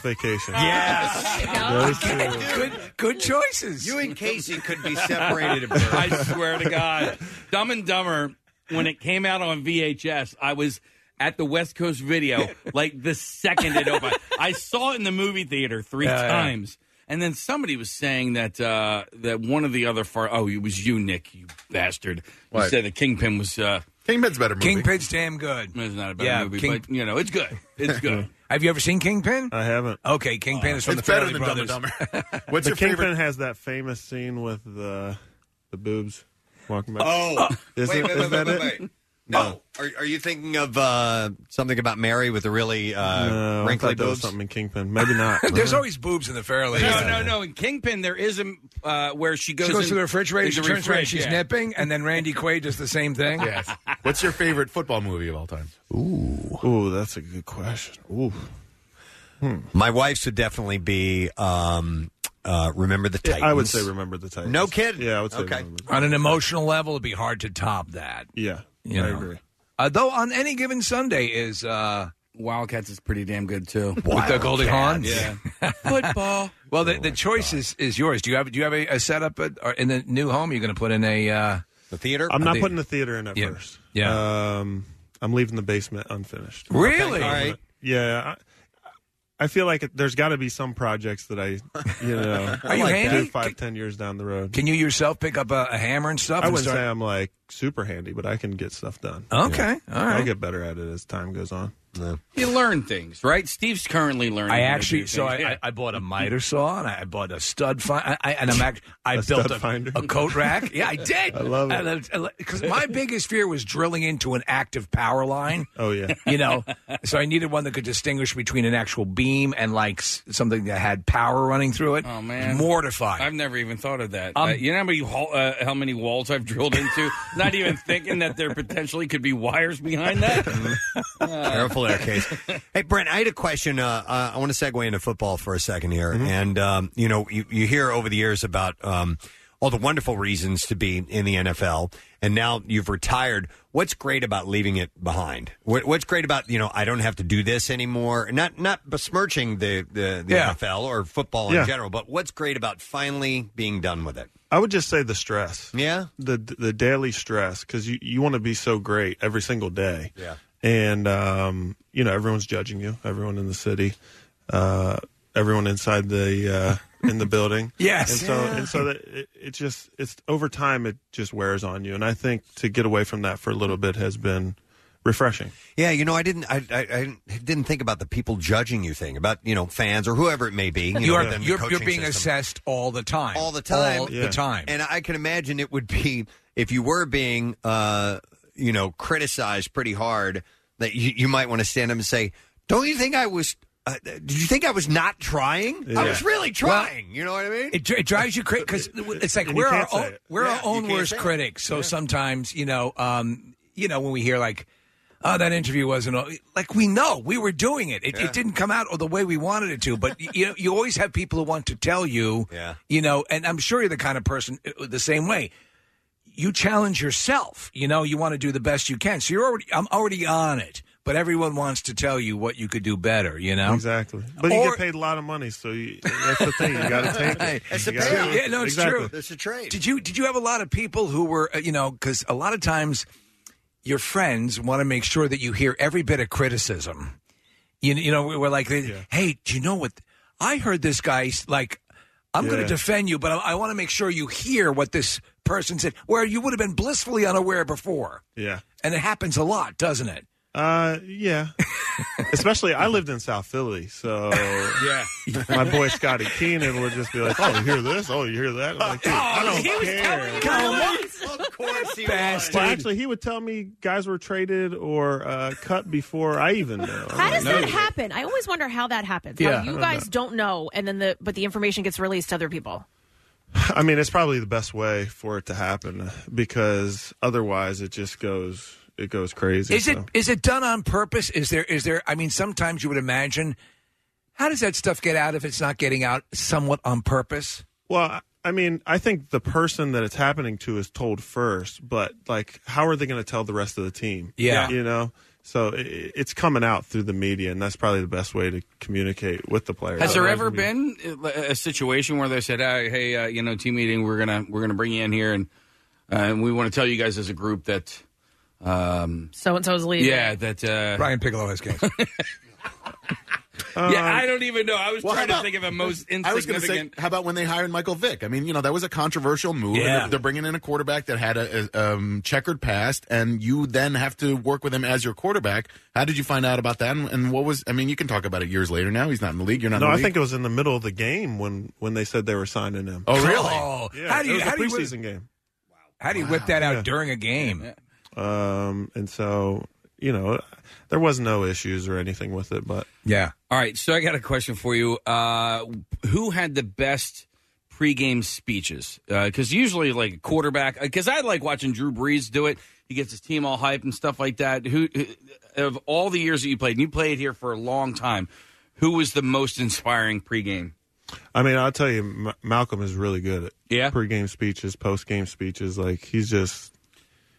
S23: Vacation.
S4: Yes.
S23: Those two.
S4: good, good choices.
S21: You and Casey could be
S23: separated at birth.
S8: I swear to God, Dumb and Dumber. When it came out on VHS, I was at the West Coast Video like the second it opened. I saw it in the movie theater three
S4: Yeah, yeah.
S8: times, and then somebody was saying that uh, that one of the other far. Oh, it was you, Nick, you bastard. You
S4: What?
S8: said that Kingpin was. Uh,
S11: Kingpin's better
S4: movie. Kingpin's damn good.
S8: It's not a better
S4: Yeah,
S8: movie,
S4: King-
S8: but you know it's good. It's good.
S4: Have you ever seen Kingpin?
S23: I haven't.
S4: Okay, Kingpin is from
S23: It's
S4: the
S23: better
S4: Farrelly
S23: than Dumb and
S4: Brothers.
S11: What's
S23: the
S11: your
S23: Kingpin
S11: favorite-
S23: has that famous scene with the the boobs walking by.
S4: Oh.
S23: is,
S2: Wait,
S23: it,
S2: wait,
S23: is
S2: wait,
S23: that
S2: wait,
S23: it?
S2: wait. No. Oh, Are, are you thinking of uh, something about Mary with the really uh,
S23: no, I
S2: wrinkly
S23: thought that was
S2: boobs?
S23: something in Kingpin. Maybe not.
S4: There's always boobs in the Fairleigh.
S8: No, no, no. In Kingpin, there is a uh, where she goes.
S4: She goes
S8: in-
S4: to the refrigerator.
S8: in
S4: She
S8: the
S4: turns around.
S8: refrig,
S4: She's
S8: yeah.
S4: nipping, and then Randy Quaid does the same thing.
S11: Yes. What's your favorite football movie of all time?
S2: Ooh.
S23: Ooh, that's a good question. Ooh. Hmm.
S2: My wife's would definitely be um, uh, Remember the Titans.
S23: I would say Remember the Titans.
S2: No kidding.
S23: Yeah, I would say
S2: Okay.
S23: Remember
S4: On an emotional level, it'd be hard to top that.
S23: Yeah,
S4: You
S23: I
S4: know.
S23: agree.
S4: Uh, though on any given Sunday is uh,
S8: Wildcats is pretty damn good too.
S4: With the Goldie Hawn,
S8: Yeah.
S4: football. Well, the, the choice is, is yours. Do you have do you have a, a setup at, or in the new home? You're going to put in a uh,
S2: the theater.
S23: I'm not putting the theater in at
S4: Yeah.
S23: first.
S4: Yeah.
S23: Um, I'm leaving the basement unfinished.
S4: Really?
S23: Okay.
S4: All right.
S23: Yeah. I, I feel like it, there's got to be some projects that I, you know,
S4: Are you
S23: do
S4: handy?
S23: five, ten years down the road.
S4: Can you yourself pick up a, a hammer and stuff?
S23: I
S4: and
S23: wouldn't
S4: start-
S23: say I'm like super handy, but I can get stuff done.
S4: Okay. All right.
S23: I'll get better at it as time goes on.
S8: You learn things, right? Steve's currently learning.
S4: I
S8: how to
S4: actually
S8: do
S4: so
S8: things.
S4: I, I, I bought a miter saw and I bought a stud find I, I- and I'm act- I
S23: A
S4: built
S23: stud
S4: a,
S23: finder?
S4: a coat rack. Yeah, I did.
S23: I love it.
S4: because my biggest fear was drilling into an active power line.
S23: Oh yeah,
S4: you know. So I needed one that could distinguish between an actual beam and like s- something that had power running through it. Oh
S8: man.
S4: mortified.
S8: I've never even thought of that.
S4: Um,
S8: Uh, you know how many, hall- uh, how many walls I've drilled into? Not even thinking that there potentially could be wires behind that.
S2: Careful there, Case. hey, Brent, I had a question. Uh, uh, I want to segue into football for a second here. And, um, you know, you, you hear over the years about um, all the wonderful reasons to be in the NFL. And now you've retired. What's great about leaving it behind? What, what's great about, you know, I don't have to do this anymore? Not not besmirching the, the, the
S23: Yeah.
S2: NFL or football
S23: Yeah.
S2: in general, but what's great about finally being done with it?
S23: I would just say the stress.
S2: Yeah.
S23: The the daily stress because you, you want to be so great every single day.
S2: Yeah.
S23: And um, you know everyone's judging you. Everyone in the city, uh, everyone inside the uh, in the building.
S4: Yes.
S23: And so and so that it, it just it's over time it just wears on you. And I think to get away from that for a little bit has been refreshing.
S2: Yeah, you know, I didn't, I, I, I didn't- didn't think about the people judging you thing about you know fans or whoever it may be. You know,
S4: You are
S2: within the
S4: you're,
S2: coaching
S4: you're being
S2: system.
S4: assessed all the time.
S2: all the time,
S4: All the time.
S2: And I can imagine it would be if you were being, uh, you know, criticized pretty hard that you, you might want to stand up and say, "Don't you think I was? Uh, did you think I was not trying? I was really trying." you know what I mean?
S4: It, dri- it drives you crazy because it's like
S2: And you
S4: we're our
S2: can't say
S4: own,
S2: it.
S4: we're
S2: Yeah,
S4: our
S2: you
S4: own
S2: can't
S4: worst
S2: say it.
S4: critics. So sometimes you know, um, you know, when we hear like, "Oh, that interview wasn't all-" like we know we were doing it. It,
S2: Yeah.
S4: it didn't come out the way we wanted it to." But y- you know, you always have people who want to tell you,
S2: Yeah.
S4: you know, and I'm sure you're the kind of person uh, the same way. You challenge yourself. You know, you want to do the best you can. So you're already I'm already on it. But everyone wants to tell you what you could do better. You know
S23: Exactly. But you
S4: Or-
S23: get paid a lot of money, so you, that's the thing. You got to take it. You gotta do it.
S4: Yeah, no, it's
S23: Exactly.
S4: true.
S2: It's a trade.
S4: Did you did you have a lot of people who were uh, you know because a lot of times your friends want to make sure that you hear every bit of criticism. You you know we we're like hey do you know what I heard this guy's like I'm going
S21: Yeah.
S4: to defend you but I, I want to make sure you hear what this person said where you would have been blissfully unaware before
S23: Yeah.
S4: and it happens a lot doesn't it
S23: Uh, yeah. Especially, I lived in South Philly, so yeah. My boy Scotty Keenan would just be like, "Oh, you hear this? Oh, you hear that?" I'm like, "Dude, I don't
S10: he was telling you
S23: Of course he was. Well, actually, he would tell me guys were traded or uh, cut before I even know.
S3: How does that happen? I always wonder how that happens.
S23: Yeah.
S3: how
S23: I
S3: you
S23: don't
S3: guys don't know, and then the but the information gets released to other people.
S23: I mean, it's probably the best way for it to happen because otherwise, it just goes it goes crazy.
S4: Is it
S23: so.
S4: is it done on purpose? Is there is there? I mean, sometimes you would imagine. How does that stuff get out if it's not getting out somewhat on purpose?
S23: Well, I- I mean, I think the person that it's happening to is told first, but like, how are they going to tell the rest of the team?
S4: Yeah.
S23: you know. So i- i it's coming out through the media, and that's probably the best way to communicate with the players.
S8: Has there
S23: Otherwise,
S8: ever
S23: it'd be-
S8: been a a situation where they said, uh, "Hey, uh, you know, team meeting, we're gonna we're gonna bring you in here, and uh, and we want to tell you guys as a group that, um,
S3: So and so's leaving.
S8: yeah, that uh,
S4: Brian Piccolo has cancer."
S8: yeah, I don't even know. I was
S11: Um, Well, how
S8: trying to
S11: about-
S8: think of a most
S11: I was going to say,
S8: insignificant.
S11: how about when they hired Michael Vick? I mean, you know, that was a controversial move. and
S8: Yeah.
S11: They're, they're bringing in a quarterback that had a, a um, checkered past, and you then have to work with him as your quarterback. How did you find out about that? And, and what was? I mean, you can talk about it years later. Now he's not in the league. You're not.
S23: No,
S11: in the
S23: I
S11: league.
S23: think it was in the middle of the game when when they said they were signing him.
S11: Oh, really?
S23: Yeah,
S4: how do
S23: it
S4: you
S23: was a
S4: how do you whip-
S23: preseason game?
S4: How do you whip that out
S23: Yeah.
S4: during a game?
S23: Um, and so you know, there was no issues or anything with it, but
S4: yeah.
S8: All right, so I got a question for you. Uh, who had the best pregame speeches? Because usually, like a quarterback, because I like watching Drew Brees do it. He gets his team all hyped and stuff like that. Who who- of all the years that you played, and you played here for a long time, who was the most inspiring pregame?
S23: I mean, I'll tell you, M- Malcolm is really good at
S8: yeah.
S23: pre-game speeches, post-game speeches. Like he's just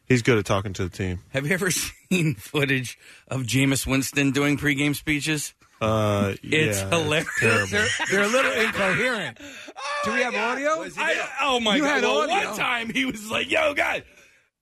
S23: he's good at talking to the team.
S8: Have you ever seen footage of Jameis Winston doing pregame speeches?
S23: Uh,
S8: it's
S23: yeah, it's
S8: hilarious.
S23: terrible.
S4: They're, they're a little incoherent. Do we have audio?
S8: I, oh my
S4: You
S8: god!
S4: had
S8: well,
S4: audio.
S8: One time he was like, "Yo, God."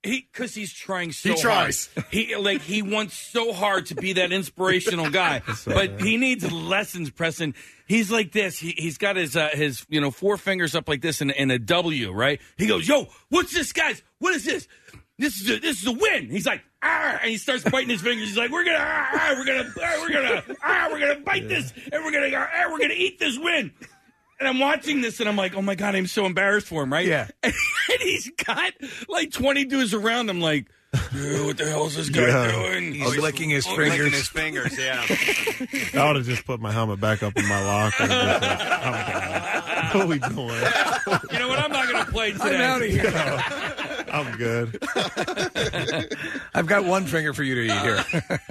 S8: He, because he's trying so
S4: He tries.
S8: hard. He like he wants so hard to be that inspirational guy, but he needs lessons, Preston. He's like this. He he's got his uh, his you know four fingers up like this in, in a W, right? He goes, "Yo, what's this, guys? What is this? This is a, this is a win." He's like, "Ah!" and he starts biting his fingers. He's like, "We're gonna, ah, ah, we're gonna, ah, we're gonna, ah, we're gonna bite this, and we're gonna, ah, we're gonna eat this win." And I'm watching this, and I'm like, "Oh my god, I'm so embarrassed for him, right?" Yeah. And, he's got like 20 dudes around him, like, "Dude, what the hell is this guy
S23: Yeah.
S8: doing?"
S23: He's licking his
S4: fingers.
S8: his fingers, yeah.
S23: I would have just put my helmet back up in my locker. and just like, I'm good. What are we doing?
S8: you know what? I'm not gonna play today.
S4: I'm out of here.
S23: I'm good.
S4: I've got one finger for you to eat here.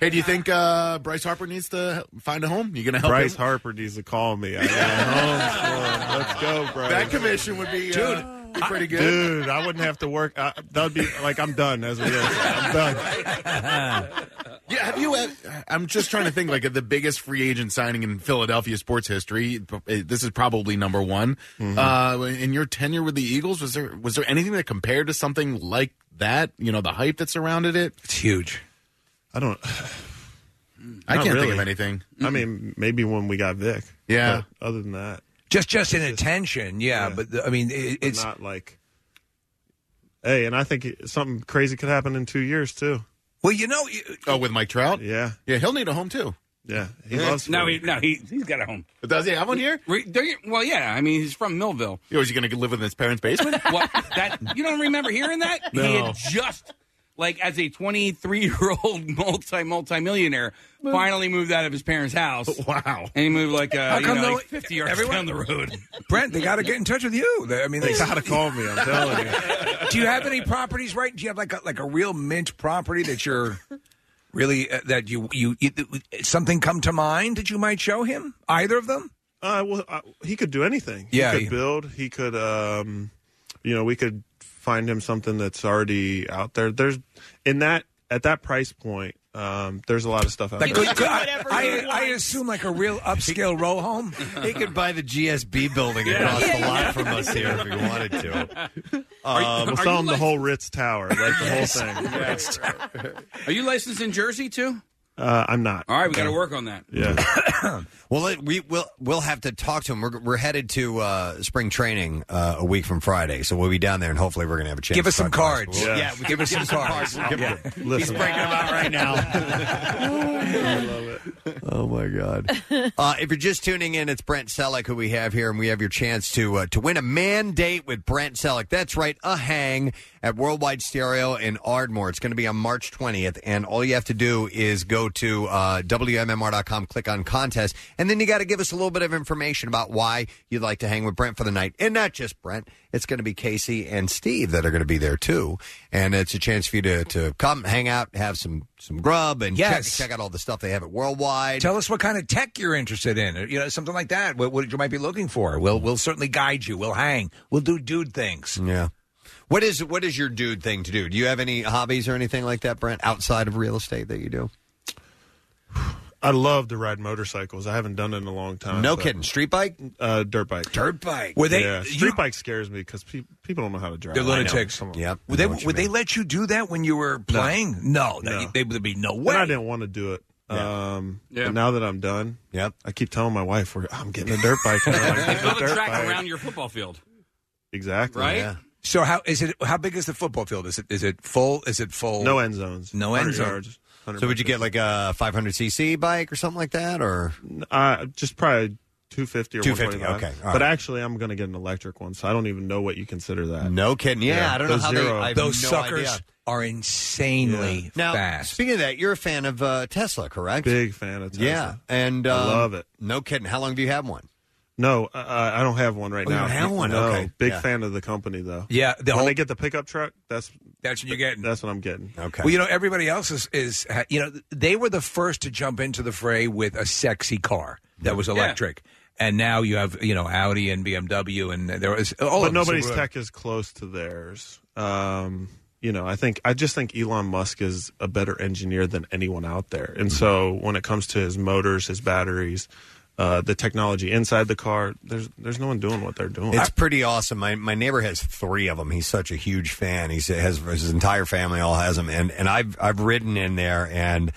S11: Hey, do you think uh, Bryce Harper needs to find a home? You going to help
S23: Bryce
S11: him?
S23: Harper needs to call me. I got home. Let's go, Bryce.
S11: That commission would be, uh, be pretty good.
S23: Dude, I wouldn't have to work. I, that would be like I'm done as a real. I'm done.
S11: Yeah, have you? ev- I'm just trying to think. Like the biggest free agent signing in Philadelphia sports history. This is probably number one.
S4: Mm-hmm.
S11: Uh, in your tenure with the Eagles, was there was there anything that compared to something like that? You know, the hype that surrounded it.
S4: It's huge.
S23: I don't.
S11: I
S23: Not
S11: can't
S23: really.
S11: think of anything.
S23: I mean, maybe when we got Vic.
S4: Yeah.
S23: But other than that,
S4: Just just in attention, yeah. But the- I mean, it,
S23: but
S4: it's
S23: not like. Hey, and I think it- something crazy could happen in two years too.
S4: Well, you know,
S11: oh, with Mike Trout,
S23: yeah,
S11: yeah, he'll need a home too.
S23: Yeah, he
S8: Yeah.
S23: loves.
S8: No,
S23: Philly.
S8: he, no, he he's got a home.
S11: Does he have one here?
S8: well, yeah. I mean, he's from Millville.
S11: Yo, is he going to live in his parents' basement?
S8: What? That you don't remember hearing that? He
S11: No.
S8: had just like as a 23 year old multi multi millionaire finally moved out of his parents' house.
S11: Wow!
S8: And he moved like uh,
S4: How
S8: you
S4: come
S8: know,
S4: no-
S8: like 50 yards
S4: everyone-
S8: down the road.
S4: Brent, they got to get in touch with you. They- I mean, they got to
S23: call me. I'm telling you.
S4: Do you have any properties? Right? Do you have like a, like a real mint property that you're really uh, that you, you you something come to mind that you might show him? Either of them?
S23: Uh, well, uh, he could do anything.
S4: Yeah,
S23: he could
S4: he-
S23: build. He could, um, you know, we could find him something that's already out there. There's in that at that price point. Um, there's a lot of stuff out
S4: Like
S23: there.
S4: good- good- I, I, I assume like a real upscale row home.
S2: He could buy the GSB building across the lot from us here if he wanted to.
S23: Um, we'll
S8: are
S23: sell
S8: you
S23: him the whole Ritz Tower, like the whole thing.
S8: Are you licensed in Jersey too?
S23: Uh, I'm not.
S8: All right, we got to work on that.
S2: Yeah. well, it, we will we'll have to talk to him. We're, we're headed to uh, spring training uh, a week from Friday, so we'll be down there, and hopefully, we're going to have a chance.
S4: Give
S2: to
S4: us some
S2: talk to
S4: cards.
S2: basketball.
S4: Yeah, give us some cards.
S2: Give-
S4: Yeah.
S2: Listen. Oh my God! uh, if you're just tuning in, it's Brent Selleck who we have here, and we have your chance to uh, to win a man date with Brent Selleck. That's right, a hang at Worldwide Stereo in Ardmore. It's going to be on March 20th, and all you have to do is go to uh, WMMR.com, click on contest, and then you got to give us a little bit of information about why you'd like to hang with Brent for the night, and not just Brent. It's going to be Casey and Steve that are going to be there too, and it's a chance for you to to come hang out, have some some grub, and check-
S4: Yes.
S2: check, out all the stuff they have at Worldwide.
S4: Tell us what kind of tech you're interested in, or, you know, something like that. What, what you might be looking for. We'll we'll certainly guide you. We'll hang. We'll do dude things.
S2: Yeah. What is what is your dude thing to do? Do you have any hobbies or anything like that, Brent, outside of real estate that you do?
S23: I love to ride motorcycles. I haven't done it in a long time.
S2: No
S23: but-
S2: kidding. Street bike?
S23: Uh, dirt bike.
S4: Dirt bike. Were they-
S23: Yeah. Street bike scares me because pe- people don't know how to drive.
S4: They're lunatics.
S2: Yep.
S4: Would they would they let you do that when you were playing? No, no. They, would be no way.
S23: And I didn't want to do it. Um,
S4: Yeah.
S23: But now that I'm done,
S2: yep.
S23: I keep telling my wife, we're, I'm getting a dirt bike. And I'm like,
S8: They build a
S23: dirt
S8: track
S23: bike.
S8: around your football field.
S23: Exactly.
S8: Right? Yeah.
S4: So how is it? How big is the football field? Is it is it full? Is it full?
S23: No end zones.
S4: No end
S23: 100
S4: zones.
S23: yards. 100
S2: So would you get like a 500cc bike or something like that, or
S23: Uh, just probably 250 or
S2: 250,
S23: 125.
S2: okay, all
S23: But
S2: right.
S23: actually, I'm going to get an electric one, so I don't even know what you consider that.
S2: No kidding. Yeah, I don't know
S23: those
S2: how they-
S23: zero-
S2: I have
S4: Those
S2: no
S4: suckers
S2: idea.
S4: are insanely
S2: now?
S4: fast.
S2: Speaking of that, you're a fan of uh, Tesla, correct?
S23: Big fan of Tesla.
S2: Yeah, and
S23: I
S2: um,
S23: love it.
S2: No kidding. How long do you have one?
S23: No, uh, I don't have one right
S2: Oh, you
S23: now.
S2: don't have one?
S23: No,
S2: Okay.
S23: Big
S2: Yeah.
S23: fan of the company though.
S4: Yeah, the
S23: when
S4: whole-
S23: they get the pickup truck, that's
S4: that's what you're getting.
S23: That's what I'm getting.
S2: Okay.
S4: Well, you know, everybody else is, is ha- you know, they were the first to jump into the fray with a sexy car that was
S23: Yeah.
S4: electric. And now you have, you know, Audi and BMW and there was all
S23: but
S4: of them.
S23: nobody's
S4: Subaru.
S23: tech is close to theirs. Um, you know, I think I just think Elon Musk is a better engineer than anyone out there, and so when it comes to his motors, his batteries, uh, the technology inside the car, there's there's no one doing what they're doing.
S2: It's pretty awesome. My my neighbor has three of them. He's such a huge fan. He's has his entire family all has them, and and I've I've ridden in there, and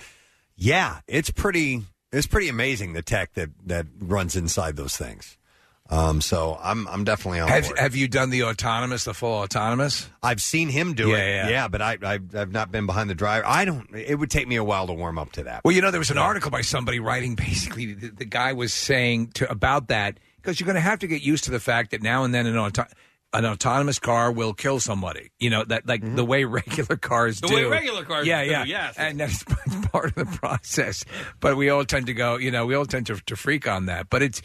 S2: yeah, it's pretty it's pretty amazing the tech that that runs inside those things. Um, so I'm I'm definitely on
S4: Have,
S2: board.
S4: have you done the autonomous, the full autonomous?
S2: I've seen him do
S4: Yeah,
S2: it,
S4: yeah.
S2: but I, I I've not been behind the driver. I don't. It would take me a while to warm up to that.
S4: Well, you know, there was an article by somebody writing basically the, the guy was saying to about that because you're going to have to get used to the fact that now and then an, auto- an autonomous car will kill somebody. You know that like the way regular cars
S8: Mm-hmm. The
S4: do.
S8: way regular cars
S4: yeah,
S8: do,
S4: yeah,
S8: yes.
S4: and that's part of the process. But we all tend to go, you know, we all tend to, to freak on that. But it's.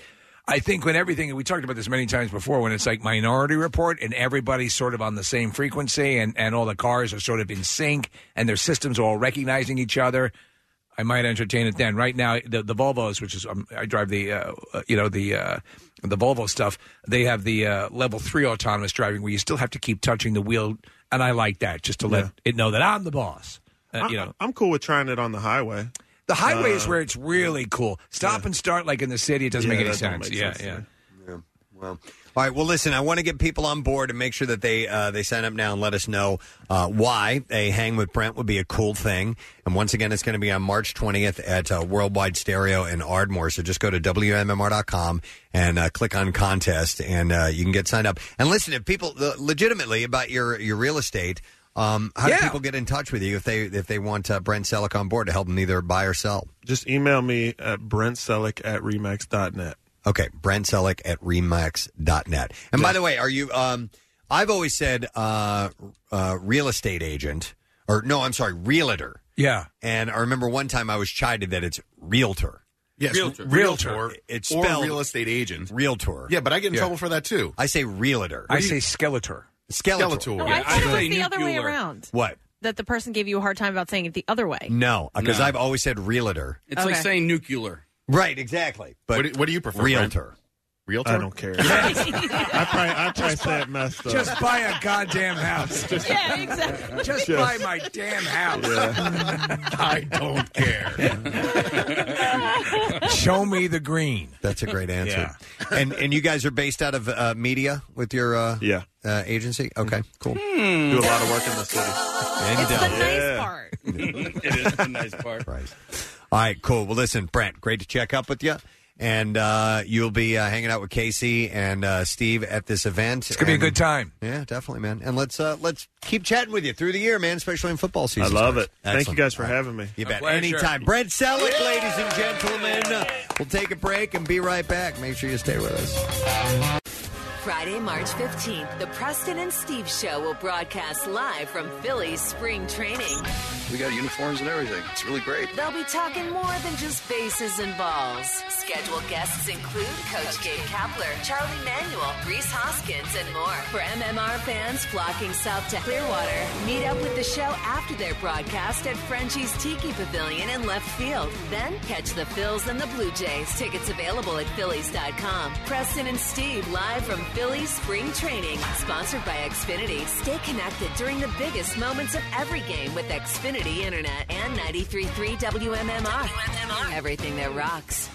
S4: I think when everything, and we talked about this many times before, when it's like Minority Report and everybody's sort of on the same frequency and, and all the cars are sort of in sync and their systems are all recognizing each other, I might entertain it then. Right now, the, the Volvos, which is um, I drive the uh, uh, you know the uh, the Volvo stuff. They have the uh, level three autonomous driving where you still have to keep touching the wheel, and I like that just to let
S23: Yeah.
S4: it know that I'm the boss. Uh, you
S23: I-
S4: know,
S23: I'm cool with trying it on the highway.
S4: the highway is
S23: Uh,
S4: where it's really cool. Stop and start like in the city. It doesn't
S2: Yeah,
S4: make any
S2: that don't
S4: sense.
S2: make
S4: yeah,
S2: sense to
S4: yeah.
S2: me. Well, all right. Well, listen, I want to get people on board and make sure that they uh, they sign up now and let us know uh, why a hang with Brent would be a cool thing. And once again, it's going to be on March 20th at uh, Worldwide Stereo in Ardmore. So just go to WMMR.com and uh, click on contest and uh, you can get signed up. And listen, if people uh, legitimately about your, your real estate, um, how do people get in touch with you if they if they want uh, Brent Selleck on board to help them either buy or sell?
S23: Just email me at brentselleck at remax.net.
S2: Okay, Brent Selleck at remax.net. And by the way, are you? Um, I've always said uh, uh, real estate agent, or no, I'm sorry, realtor.
S4: Yeah.
S2: And I remember one time I was chided that it's realtor.
S11: Yes,
S2: realtor. It's
S11: or
S2: spelled
S11: real estate agent.
S2: realtor.
S11: Yeah, but I get in trouble for that too.
S2: I say realtor.
S4: I say skeletor.
S2: Skeletor.
S11: Skeletor.
S3: No, Oh, I thought it was the other way around.
S2: What?
S3: That the person gave you a hard time about saying it the other way.
S2: No, because
S8: No.
S2: I've always said realtor.
S8: It's like
S3: Okay.
S8: saying nuclear.
S2: Right, exactly. But
S11: what do, what do you prefer?
S2: Realtor.
S11: Realtor.
S23: I don't care. I probably, I probably say it messed up.
S4: Just buy a goddamn house.
S10: Yeah, exactly.
S4: Just,
S10: Just-
S4: buy my damn house.
S11: I don't
S4: care. Show me the green.
S2: That's a great answer. and and you guys are based out of uh, media with your uh,
S23: yeah Mm-hmm. Hmm.
S2: uh, agency. Okay, cool. Hmm.
S23: Do a lot of work in the city.
S2: And, uh,
S23: Yeah.
S3: part.
S8: it is the nice part.
S2: Right. All right, cool. Well, listen, Brent, great to check up with you. And uh, you'll be uh, hanging out with Casey and uh, Steve at this event. It's
S4: gonna be a good time.
S2: Yeah, definitely, man. And let's uh, let's keep chatting with you through the year, man. Especially in football
S23: I
S2: season.
S23: love it.
S2: starts.
S23: Thank you
S2: Excellent.
S23: guys for having me.
S2: You bet. Anytime. Brent Selleck, ladies and gentlemen. We'll take a break and be right back. Make sure you stay with us.
S21: Friday, March 15th, the Preston and Steve Show will broadcast live from Philly's spring training.
S24: We got uniforms and everything. It's really great.
S21: They'll be talking more than just bases and balls. Scheduled guests include Coach Gabe Kapler, Charlie Manuel, Reese Hoskins, and more. For MMR fans flocking south to Clearwater, meet up with the show after their broadcast at Frenchie's Tiki Pavilion in left field. Then catch the Phils and the Blue Jays. Tickets available at Phillies.com. Preston and Steve live from Phillies Spring Training. Sponsored by Xfinity. Stay connected during the biggest moments of every game with Xfinity Internet and 93.3 WMMR. Everything that rocks.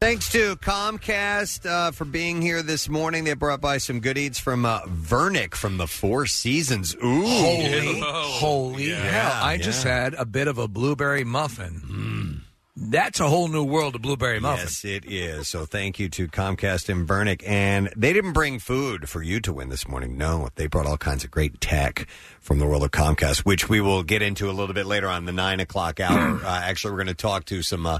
S2: Thanks to Comcast uh, for being here this morning. They brought by some good eats from uh, Vernick from the Four Seasons. Ooh.
S4: Holy, holy hell. I just
S2: Yeah.
S4: had a bit of a blueberry muffin. That's a whole new world of blueberry muffin.
S2: Yes, it is. So thank you to Comcast and Vernick. And they didn't bring food for you to win this morning. No, they brought all kinds of great tech from the world of Comcast, which we will get into a little bit later on the nine o'clock hour. uh, actually, we're going to talk to some. Uh,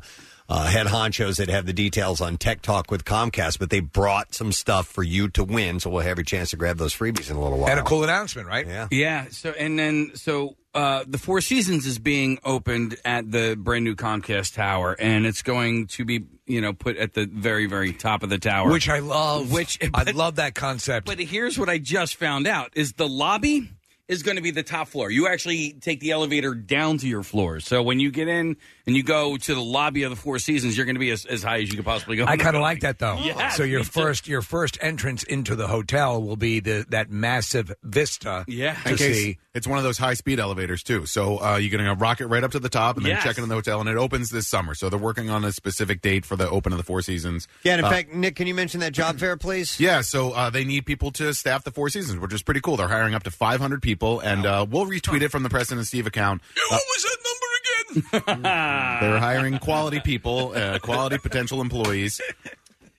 S2: uh, head honchos that have the details on Tech Talk with Comcast, but they brought some stuff for you to win, so we'll have your chance to grab those freebies in a little while.
S4: And a cool announcement, right?
S2: Yeah.
S8: Yeah. So and then so uh, the Four Seasons is being opened at the brand new Comcast Tower, and it's going to be you know put at the very very top of the tower,
S4: Which I love.
S8: Which
S4: I love that concept.
S8: But here's what I just found out: is the lobby is going to be the top floor. You actually take the elevator down to your floor. So when you get in and you go to the lobby of the Four Seasons, you're going to be as, as high as you could possibly go.
S4: I kind of like that though.
S8: Yeah,
S4: so your
S8: me too.
S4: first your first entrance into the hotel will be the that massive vista. to
S11: In case-
S4: see.
S11: it's one of those high speed elevators too. So uh, you're going to rocket right up to the top and then
S2: Yes.
S11: check in the hotel, and it opens this summer. So they're working on a specific date for the open of the Four Seasons.
S2: Yeah, and in
S11: Uh,
S2: fact, Nick, can you mention that job fair, please?
S11: Yeah, so uh, they need people to staff the Four Seasons, which is pretty cool. They're hiring up to 500 people, and uh, we'll retweet it from the President Steve account. Uh, they're hiring quality people, uh, quality potential employees.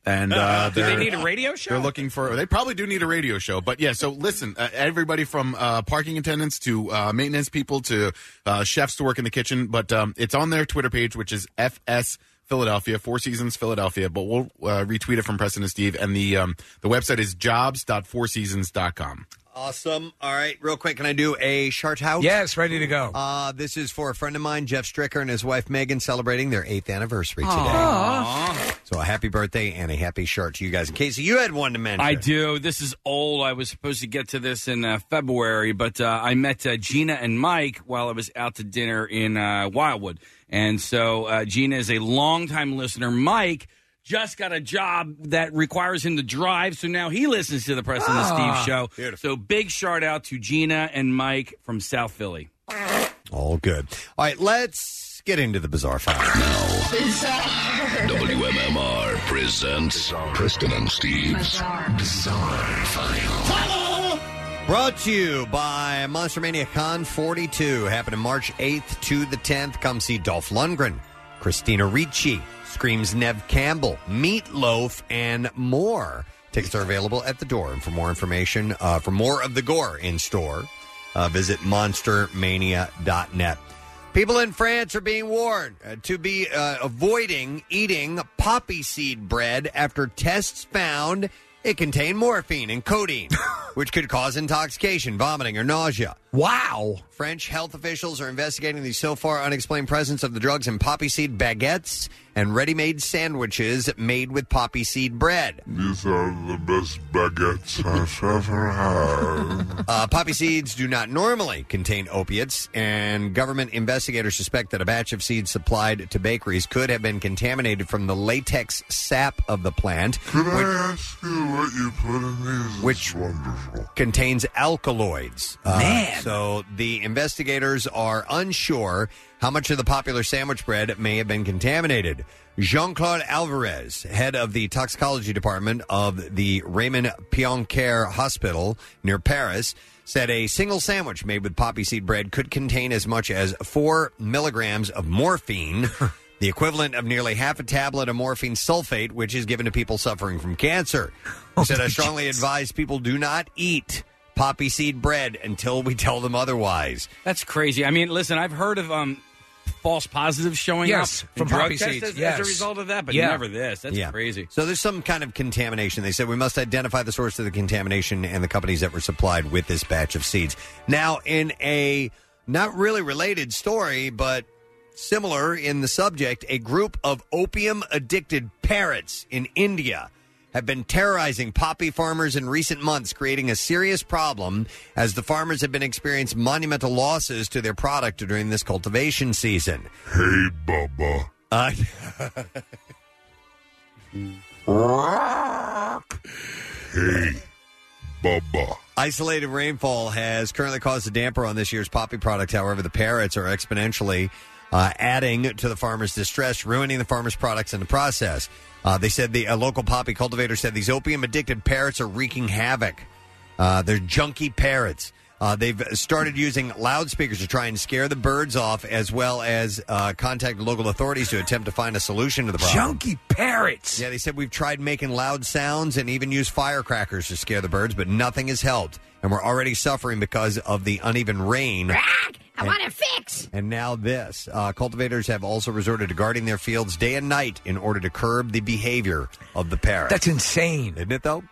S11: And uh,
S8: Do they
S11: they're-
S8: need a radio show?
S11: They're looking for. They probably do need a radio show, but yeah. So listen, uh, everybody from uh, parking attendants to uh, maintenance people to uh, chefs to work in the kitchen. But um, it's on their Twitter page, which is FS Philadelphia, Four Seasons Philadelphia. But we'll uh, retweet it from Preston and Steve, and the um, the website is jobs.fourseasons.com.
S2: Awesome. All right, real quick, can I do a shout out?
S4: Yes, ready to go.
S2: Uh, this is for a friend of mine, Jeff Stricker, and his wife Megan, celebrating their eighth anniversary
S8: Aw.
S2: today. So a happy birthday and a happy shart to you guys. And Casey, you had one to mention.
S8: I do. This is old. I was supposed to get to this in uh, February, but uh, I met uh, Gina and Mike while I was out to dinner in uh, Wildwood. And so uh, Gina is a longtime listener. Mike just got a job that requires him to drive, so now he listens to the Press and the
S2: Ah.
S8: Steve show. So big shout out to Gina and Mike from South Philly.
S2: All good. All right, let's get into the bizarre file now.
S1: WMMR presents Preston and Steve's Bizarre, File.
S2: Brought to you by Monster Mania Con 42, happening March 8th to the 10th. Come see Dolph Lundgren, Christina Ricci, Screams Nev Campbell, Meatloaf, and more. Tickets are available at the door. And for more information, uh, for more of the gore in store, uh, visit monstermania.net. People in France are being warned uh, to be uh, avoiding eating poppy seed bread after tests found it contained morphine and codeine, which could cause intoxication, vomiting, or nausea.
S4: Wow.
S2: French health officials are investigating the so far unexplained presence of the drugs in poppy seed baguettes and ready made sandwiches made with poppy seed bread.
S25: These are the best baguettes I've ever had.
S2: Uh, poppy seeds do not normally contain opiates, and government investigators suspect that a batch of seeds supplied to bakeries could have been contaminated from the latex sap of the plant,
S25: Could I
S2: which,
S25: ask you what you put in these?
S2: which contains alkaloids. Man. So the investigators are unsure how much of the popular sandwich bread may have been contaminated. Jean Claude Alvarez, head of the toxicology department of the Raymond Pioncaire Hospital near Paris, said a single sandwich made with poppy seed bread could contain as much as four milligrams of morphine. the equivalent of nearly half a tablet of morphine sulfate, which is given to people suffering from cancer. He said, I strongly advise people do not eat poppy seed bread until we tell them otherwise.
S8: That's crazy. I mean, listen, I've heard of um, false positives showing
S2: Yes,
S8: up in
S2: from
S8: drug
S2: poppy
S8: tests
S2: seeds,
S8: As, as
S2: yes.
S8: a result of that, but
S2: Yeah.
S8: never this. That's
S2: Yeah.
S8: crazy.
S2: So there's some kind of contamination. They said we must identify the source of the contamination and the companies that were supplied with this batch of seeds. Now, in a not really related story, but similar in the subject, a group of opium addicted parrots in India have been terrorizing poppy farmers in recent months, creating a serious problem as the farmers have been experiencing monumental losses to their product during this cultivation season.
S25: Hey, Bubba.
S2: Uh,
S25: Hey, Bubba.
S2: Isolated rainfall has currently caused a damper on this year's poppy product. However, the parrots are exponentially uh, adding to the farmers' distress, ruining the farmers' products in the process. Uh, they said the a local poppy cultivator said these opium addicted parrots are wreaking havoc. Uh, they're junky parrots. Uh, they've started using loudspeakers to try and scare the birds off, as well as uh, contact local authorities to attempt to find a solution to the problem.
S4: Junky parrots.
S2: Yeah, they said we've tried making loud sounds and even used firecrackers to scare the birds, but nothing has helped. And we're already suffering because of the uneven rain.
S26: I want a fix.
S2: And now this. Uh, cultivators have also resorted to guarding their fields day and night in order to curb the behavior of the parrot.
S4: That's insane.
S2: Isn't it, though?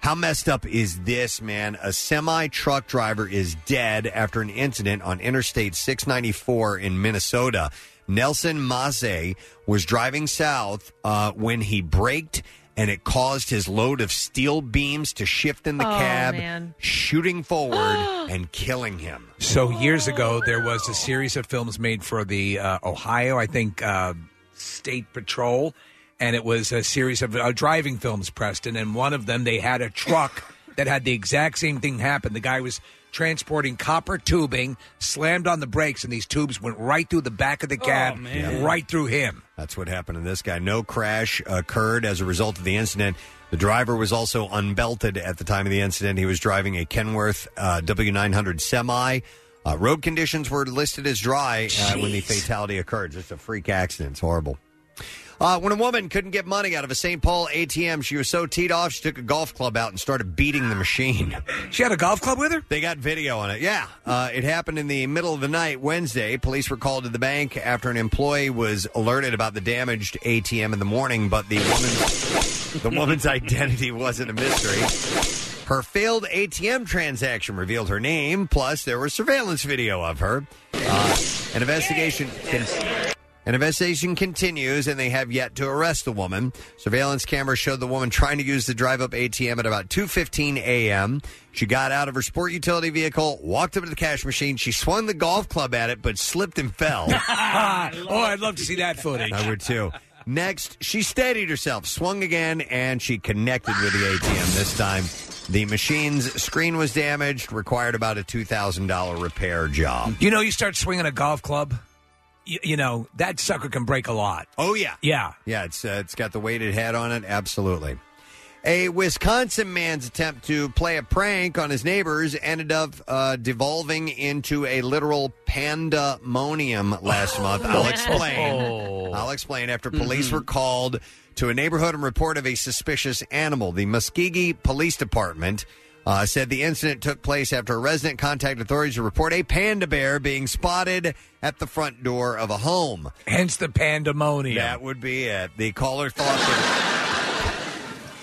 S2: How messed up is this, man? A semi truck driver is dead after an incident on Interstate 694 in Minnesota. Nelson Masse was driving south uh, when he braked, and it caused his load of steel beams to shift in the
S4: Oh,
S2: cab,
S4: man.
S2: shooting forward and killing him.
S4: So years ago, there was a series of films made for the uh, Ohio, I think, uh, State Patrol, and it was a series of uh, driving films, Preston. And one of them, they had a truck that had the exact same thing happen. The guy was transporting copper tubing, slammed on the brakes, and these tubes went right through the back of the cab,
S2: man.
S4: right through him.
S2: That's what happened to this guy. No crash occurred as a result of the incident. The driver was also unbelted at the time of the incident. He was driving a Kenworth uh, W900 semi. Uh, road conditions were listed as dry uh, when the fatality occurred. Just a freak accident. It's horrible. Uh, when a woman couldn't get money out of a St. Paul ATM, she was so teed off, she took a golf club out and started beating the machine.
S4: She had a golf club with her?
S2: They got video on it, yeah. Uh, it happened in the middle of the night Wednesday. Police were called to the bank after an employee was alerted about the damaged ATM in the morning, but the woman, the woman's identity wasn't a mystery. Her failed ATM transaction revealed her name, plus there was surveillance video of her. Uh, an investigation. An investigation continues, and they have yet to arrest the woman. Surveillance cameras showed the woman trying to use the drive-up ATM at about 2:15 a.m. She got out of her sport utility vehicle, walked up to the cash machine. She swung the golf club at it, but slipped and fell.
S4: oh, I'd love to see that footage.
S2: I would too. Next, she steadied herself, swung again, and she connected with the ATM this time. The machine's screen was damaged, required about a $2,000 repair job.
S4: You know, you start swinging a golf club, you, you know, that sucker can break a lot.
S2: Oh, yeah.
S4: Yeah.
S2: Yeah, it's, uh, it's got the weighted head on it. Absolutely. A Wisconsin man's attempt to play a prank on his neighbors ended up uh, devolving into a literal pandemonium last month. I'll explain. I'll explain after police were called to a neighborhood and report of a suspicious animal. The Muskegee Police Department uh, said the incident took place after a resident contacted authorities to report a panda bear being spotted at the front door of a home.
S4: Hence the pandemonium.
S2: That would be it. The caller thought that.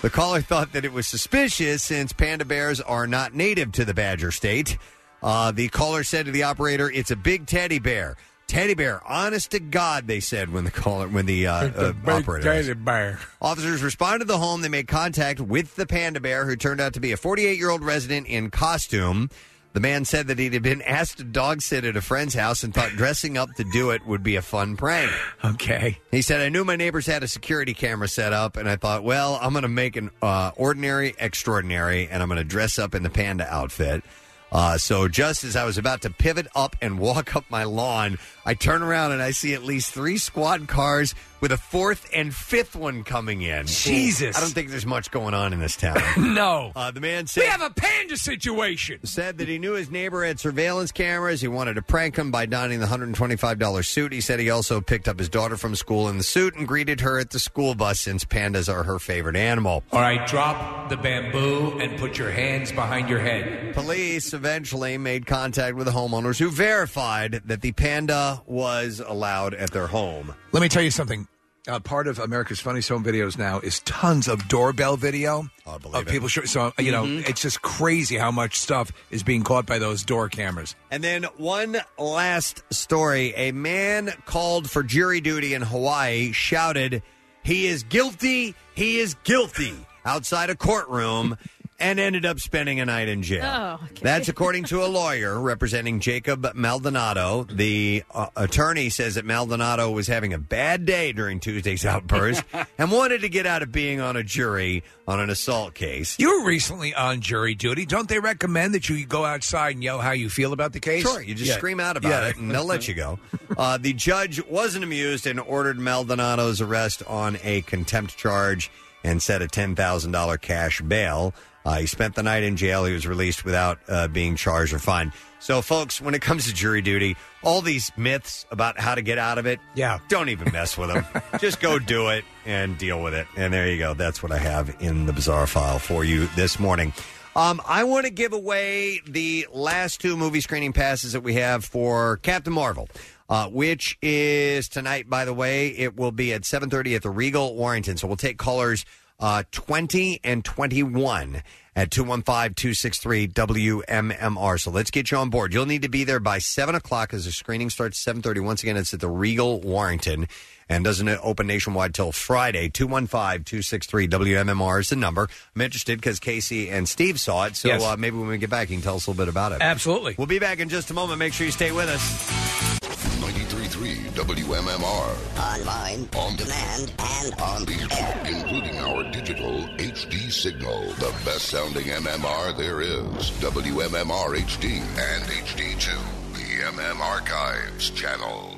S2: The caller thought that it was suspicious since panda bears are not native to the Badger State. Uh, the caller said to the operator, "It's a big teddy bear." Teddy bear, honest to God, they said when the caller when the uh, uh, operator asked.
S4: bear.
S2: Officers responded to the home. They made contact with the panda bear, who turned out to be a 48 year old resident in costume. The man said that he had been asked to dog sit at a friend's house and thought dressing up to do it would be a fun prank.
S4: Okay.
S2: He said, I knew my neighbors had a security camera set up, and I thought, well, I'm going to make an uh, ordinary extraordinary, and I'm going to dress up in the panda outfit. Uh, so just as I was about to pivot up and walk up my lawn, I turn around and I see at least three squad cars with a fourth and fifth one coming in.
S4: Jesus.
S2: I don't think there's much going on in this town.
S4: no.
S2: Uh, the man said.
S4: We have a panda situation.
S2: Said that he knew his neighbor had surveillance cameras. He wanted to prank him by donning the $125 suit. He said he also picked up his daughter from school in the suit and greeted her at the school bus since pandas are her favorite animal.
S4: All right, drop the bamboo and put your hands behind your head.
S2: Police eventually made contact with the homeowners who verified that the panda was allowed at their home.
S4: Let me tell you something. Uh, part of America's Funniest Home Videos now is tons of doorbell video of people. Sh- so uh, you know,
S2: Mhm.
S4: it's just crazy how much stuff is being caught by those door cameras.
S2: And then one last story. A man called for jury duty in Hawaii shouted, He is guilty, he is guilty, outside a courtroom, and ended up spending a night in jail.
S3: Oh, okay.
S2: That's according to a lawyer representing Jacob Maldonado. The uh, attorney says that Maldonado was having a bad day during Tuesday's outburst and wanted to get out of being on a jury on an assault case.
S4: You were recently on jury duty. Don't they recommend that you go outside and yell how you feel about the case?
S2: Sure, you just
S4: Yeah.
S2: scream out about
S4: Yeah.
S2: it, and they'll let you go. Uh, the judge wasn't amused and ordered Maldonado's arrest on a contempt charge and set a ten thousand dollar cash bail. Uh, he spent the night in jail. He was released without uh, being charged or fined. So, folks, when it comes to jury duty, all these myths about how to get out of it, yeah, don't even mess with them. just go do it and deal with it. And there you go. That's what I have in the bizarre file for you this morning. Um, I want to give away the last two movie screening passes that we have for Captain Marvel. Uh, which is tonight, by the way. It will be at 7.30 at the Regal Warrington. So we'll take callers uh, 20 and 21 at 215-263-WMMR. So let's get you on board. You'll need to be there by 7 o'clock as the screening starts 7.30. Once again, it's at the Regal Warrington and doesn't open nationwide till Friday. 215-263-WMMR is the number. I'm interested because Casey and Steve saw it. So
S4: Yes.
S2: uh, maybe when we get back, you can tell us a little bit about it.
S4: Absolutely.
S2: We'll be back in just a moment. Make sure you stay with us.
S1: 93.3 WMMR. Online, on demand, and on the air. Including our digital HD signal. The best sounding MMR there is. WMMR HD and HD2. The MM Archives channel.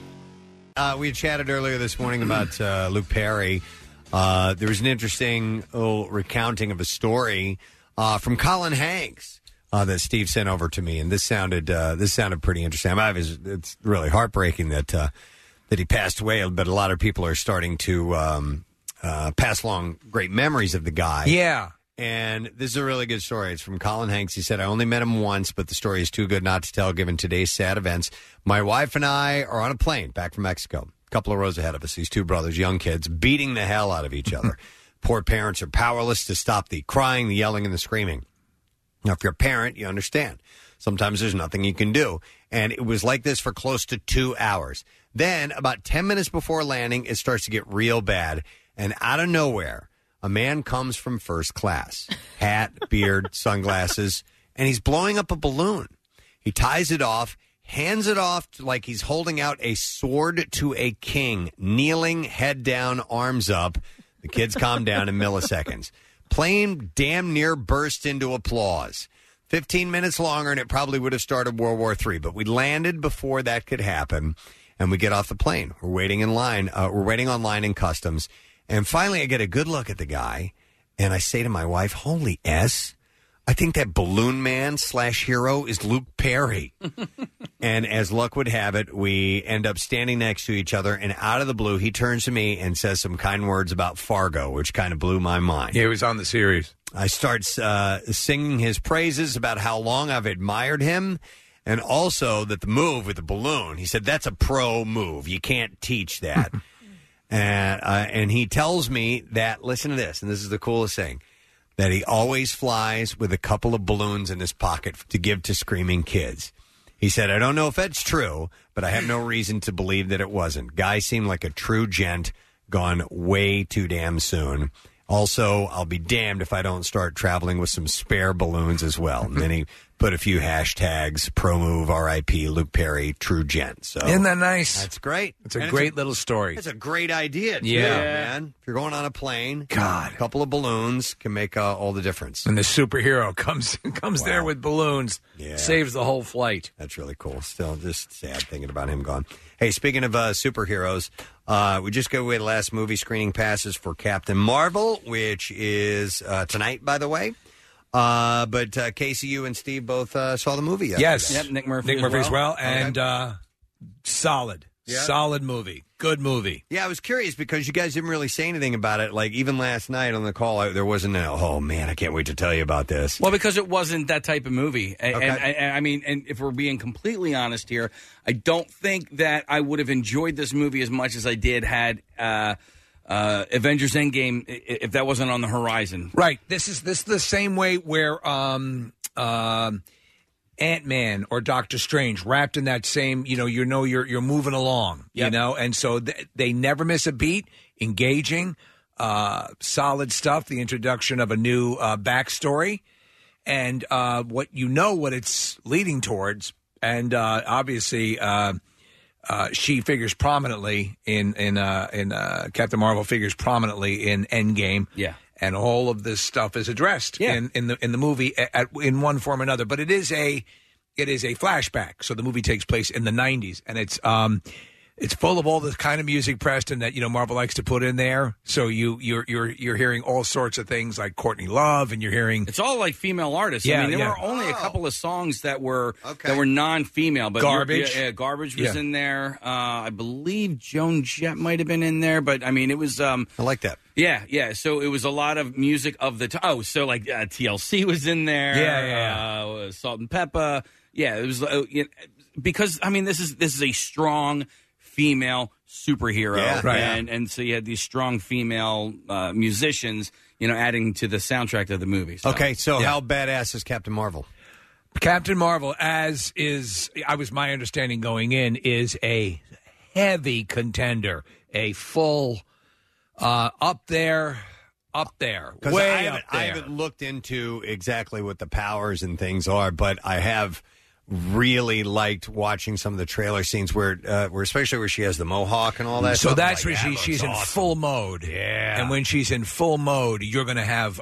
S2: Uh, we had chatted earlier this morning about uh, Luke Perry. Uh, there was an interesting little recounting of a story uh, from Colin Hanks uh, that Steve sent over to me, and this sounded uh, this sounded pretty interesting. I was, it's really heartbreaking that uh, that he passed away, but a lot of people are starting to um, uh, pass along great memories of the guy.
S4: Yeah.
S2: And this is a really good story. It's from Colin Hanks. He said, I only met him once, but the story is too good not to tell given today's sad events. My wife and I are on a plane back from Mexico, a couple of rows ahead of us, these two brothers, young kids, beating the hell out of each other. Poor parents are powerless to stop the crying, the yelling, and the screaming. Now, if you're a parent, you understand. Sometimes there's nothing you can do. And it was like this for close to two hours. Then, about 10 minutes before landing, it starts to get real bad. And out of nowhere, a man comes from first class hat, beard, sunglasses, and he's blowing up a balloon. He ties it off, hands it off to, like he's holding out a sword to a king, kneeling, head down, arms up. The kids calm down in milliseconds. Plane damn near burst into applause. 15 minutes longer, and it probably would have started World War III, but we landed before that could happen, and we get off the plane. We're waiting in line. Uh, we're waiting on line in customs. And finally, I get a good look at the guy, and I say to my wife, Holy S, I think that balloon man slash hero is Luke Perry. and as luck would have it, we end up standing next to each other. And out of the blue, he turns to me and says some kind words about Fargo, which kind of blew my mind.
S4: Yeah, it was on the series.
S2: I start uh, singing his praises about how long I've admired him. And also that the move with the balloon, he said, that's a pro move. You can't teach that. and, uh, and he tells me that, listen to this, and this is the coolest thing that he always flies with a couple of balloons in his pocket to give to screaming kids. He said, I don't know if that's true, but I have no reason to believe that it wasn't. Guy seemed like a true gent, gone way too damn soon. Also, I'll be damned if I don't start traveling with some spare balloons as well. And then he put a few hashtags, pro move, RIP, Luke Perry, true gent. So
S4: Isn't that nice?
S2: That's great.
S4: It's a
S2: And it's
S4: great
S2: a-
S4: little story.
S2: It's a great idea. too,
S4: Yeah.
S2: man. If you're going on a plane, God, a couple of balloons can make uh, all the difference.
S4: And the superhero comes comes there with balloons, saves the whole flight.
S2: That's really cool. Still, just sad thinking about him gone. Hey, speaking of uh, superheroes, uh, we just gave away the last movie screening passes for Captain Marvel, which is uh, tonight, by the way. Uh, but uh, Casey, you and Steve both uh, saw the movie. Yesterday.
S4: Yes. Nick Murphy as well, and uh, solid,
S2: Yeah.
S4: solid movie, good movie.
S2: Yeah, I was curious because you guys didn't really say anything about it. Like even last night on the call, I, there wasn't. A, oh man, I can't wait to tell you about this.
S8: Well, because it wasn't that type of movie, A- and,
S2: Okay.
S8: and, and I mean, and if we're being completely honest here, I don't think that I would have enjoyed this movie as much as I did had uh, uh, Avengers Endgame i- i- if that wasn't on the horizon.
S4: Right. This is this is the same way where um um Ant Man or Doctor Strange wrapped in that same you know you know you're you're moving along you know and so th- they never miss a beat engaging uh solid stuff the introduction of a new uh backstory and uh what you know what it's leading towards and uh obviously uh uh, she figures prominently in in uh, in uh, Captain Marvel figures prominently in Endgame. Yeah, and all of this stuff is addressed in, in the in the movie a- at, in one form or another. But it is a it is a flashback. So the movie takes place in the '90s, and it's um it's full of all the kind of music, Preston, that you know Marvel likes to put in there. So you you're you're you're hearing all sorts of things like Courtney Love, and you're hearing
S8: It's all like female artists.
S4: Yeah,
S8: I mean, there
S4: yeah.
S8: were only a couple of songs that were that were non-female, but
S4: Garbage.
S8: Yeah, yeah, garbage was
S4: Yeah.
S8: in there. Uh, I believe Joan Jett might have been in there, but I mean, it was. Um,
S2: I like that.
S8: Yeah, yeah. So it was a lot of music of the time. Oh, so like uh, TLC was in there.
S4: Yeah, yeah,
S8: Uh, Salt and Pepper. Yeah, it was uh, you because I mean this is this is a strong female superhero,
S4: Yeah, right.
S8: and and so you had these strong female uh, musicians, you know, adding to the soundtrack of the movie. So.
S2: Okay, so
S8: Yeah.
S2: how badass is Captain Marvel?
S4: Captain Marvel, as is, I was my understanding going in, is a heavy contender, a full uh, up there, up there,
S2: Because
S4: way
S2: I, haven't-
S4: up
S2: I
S4: there.
S2: haven't looked into exactly what the powers and things are, but I have really liked watching some of the trailer scenes where, uh, where especially where she has the mohawk and all that.
S4: so
S2: stuff.
S4: that's
S2: Like,
S4: where she,
S2: that
S4: she's
S2: looks
S4: in
S2: awesome.
S4: full mode. Yeah, and when she's in full mode, you're going to have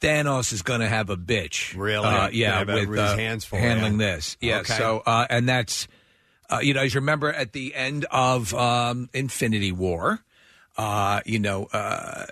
S4: Thanos is going to have a bitch. Really? Uh,
S2: Gonna
S4: yeah,
S2: have
S4: with
S2: his
S4: uh,
S2: hands full,
S4: handling
S2: yeah.
S4: this. Yeah.
S2: Okay.
S4: So uh, and that's uh, you know as you remember at the end of um, Infinity War, uh, you know. Uh,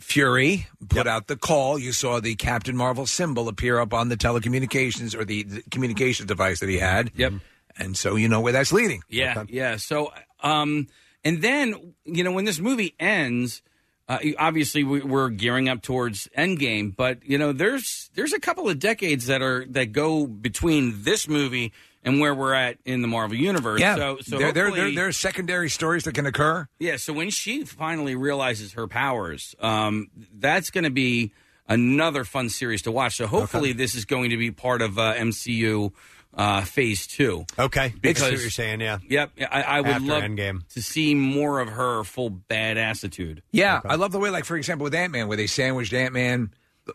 S4: Fury put out the call. You saw the Captain Marvel symbol appear up on the telecommunications or the, the communications device that he had. Yep. And so you know where that's leading.
S8: Yeah, yeah. So, um, and then you know when this movie ends, uh, you- obviously we, we're gearing up towards Endgame, but you know there's there's a couple of decades that are that go between this movie and where we're at in the Marvel universe.
S4: Yeah.
S8: So, so
S4: there, there, there,
S8: hopefully-
S4: there are secondary stories that can occur.
S8: yeah. So when she finally realizes her powers, um, that's going to be another fun series to watch. So hopefully this is going to be part of uh, MCU uh, Phase Two.
S2: Okay,
S8: Because-
S2: I see what you're saying. Yeah,
S8: Yep, I, I would
S2: After
S8: love
S2: Endgame.
S8: to see more of her full badassitude.
S4: Yeah, I love the way, like for example, with Ant Man, where they sandwiched Ant Man.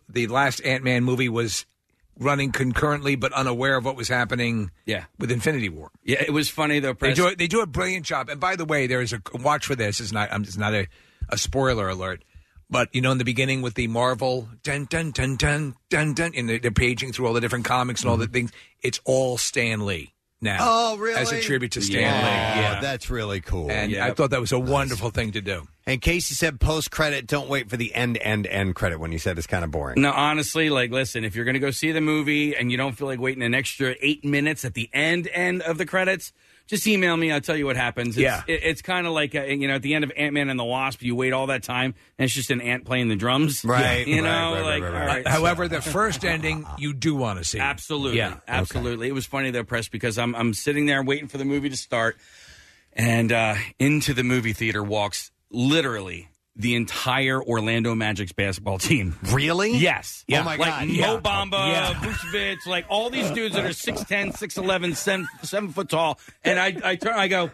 S4: The last Ant Man movie was running concurrently, but unaware of what was happening.
S8: Yeah.
S4: with Infinity War.
S8: Yeah, it was funny though.
S4: They
S8: Press.
S4: do it. They do a brilliant job. And by the way, there is a watch for this. It's not. um, It's not a, a spoiler alert. But you know, in the beginning with the Marvel dun dun dun dun dun dun, and they're, they're paging through all the different comics and all the things. It's all Stan Lee now.
S2: Mm-hmm. Oh, really?
S4: As a tribute to Stan
S2: Yeah.
S4: Lee.
S2: Oh, that's really cool.
S4: And
S2: Yeah.
S4: I thought that was a wonderful thing to do.
S2: And Casey said post credit, don't wait for the end, end, end credit when you said it's kind of boring.
S8: No, honestly, like, listen, if you're going to go see the movie and you don't feel like waiting an extra eight minutes at the end end of the credits, just email me. I'll tell you what happens. It's,
S4: Yeah.
S8: it- it's kind of like uh you know at the end of Ant Man and the Wasp, you wait all that time and it's just an ant playing the drums,
S4: Right,
S8: You know,
S4: right, right, right,
S8: like
S4: right,
S8: all
S4: right.
S8: right.
S4: However, the first ending you do want to see.
S8: Absolutely.
S4: Yeah.
S8: absolutely. It was funny though, press because I'm I'm sitting there waiting for the movie to start, and uh, into the movie theater walks literally the entire Orlando Magic's basketball team.
S2: Really?
S8: Yes.
S2: Oh, my
S8: like
S2: God.
S8: Mo
S2: Yeah.
S8: Bamba, uh,
S2: Yeah.
S8: Vucevic, like all these dudes that are 6'10", 6'11", 7, seven foot tall, and I I turn I go.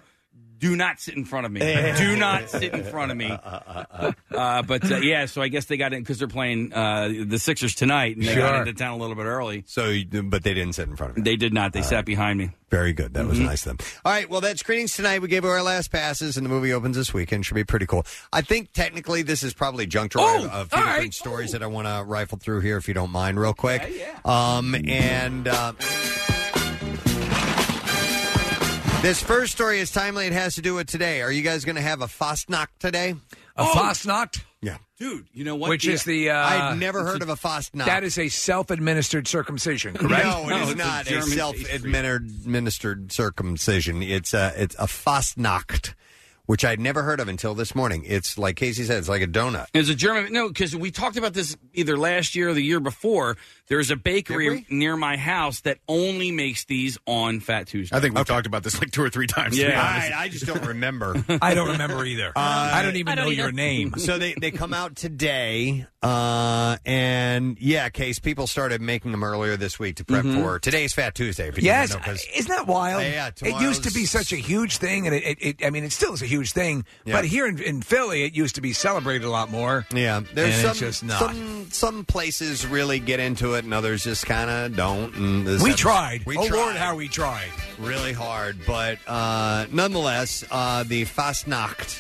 S8: do not sit in front of me. do not sit in front of me.
S2: uh,
S8: Uh, but uh, yeah, so I guess they got in because they're playing uh, the Sixers tonight, and they
S2: Sure.
S8: got into town a little bit early.
S2: So, but they didn't sit in front of
S8: me. They did not. They sat behind me.
S2: Very good. That was
S8: Mhm.
S2: nice of them. All right. Well, that screenings tonight. We gave away our last passes, and the movie opens this weekend. Should be pretty cool. I think technically this is probably junk drawer
S9: Oh,
S2: of- of two
S9: all
S2: different
S9: right.
S2: stories that I want to rifle through here, if you don't mind, real quick. Um, and. Uh, this first story is timely. It has to do with today. Are you guys going to have a Fastnacht today?
S4: A
S9: Oh,
S4: Fastnacht?
S2: Yeah.
S8: Oh. Dude, you know
S4: Which is the uh,
S2: I'd never heard of a Fastnacht.
S4: That is a self-administered circumcision, correct?
S2: No, it is not a, self-administered administered circumcision. It's a it's a fastnacht, which I'd never heard of until this morning. It's like Casey said, it's like a donut.
S8: It's a German. No, because we talked about this either last year or the year before. There's a bakery near my house that only makes these on Fat Tuesday.
S11: I think we have talked about this like two or three times.
S8: Yeah.
S11: to be
S8: All
S11: honest.
S8: right, I
S2: just don't remember.
S4: I don't remember either. Uh,
S2: Uh,
S4: I don't even know your name.
S2: So they they come out today, uh, and yeah, Case people started making them earlier this week to prep
S4: Mhm.
S2: for today's Fat Tuesday. If you
S4: Yes,
S2: didn't know, 'cause-
S4: isn't that wild?
S2: Yeah,
S4: it used to be such a huge thing, and it, it, it I mean, it still is a huge thing. But here in, in Philly, it used to be celebrated a lot more.
S2: Yeah, There's
S4: and
S2: some,
S4: it's just not.
S2: some some places really get into it, and others just kind of don't. And this-
S4: we tried.
S2: We
S4: oh
S2: tried.
S4: Lord, how we tried.
S2: really hard, but uh, nonetheless, uh, the Fastnacht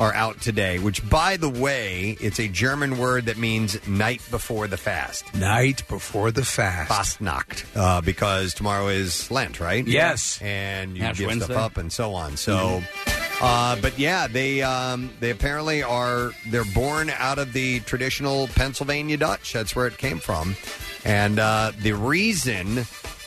S2: are out today. Which, by the way, it's a German word that means night before the fast.
S4: Night before the fast.
S2: Fastnacht, uh, because tomorrow is Lent, right?
S4: Yes.
S2: and you
S4: Ash
S2: give
S4: Wednesday. Mm-hmm.
S2: stuff up and so on. So. Uh, but yeah, they um, they apparently are they're born out of the traditional Pennsylvania Dutch. That's where it came from, and uh, the reason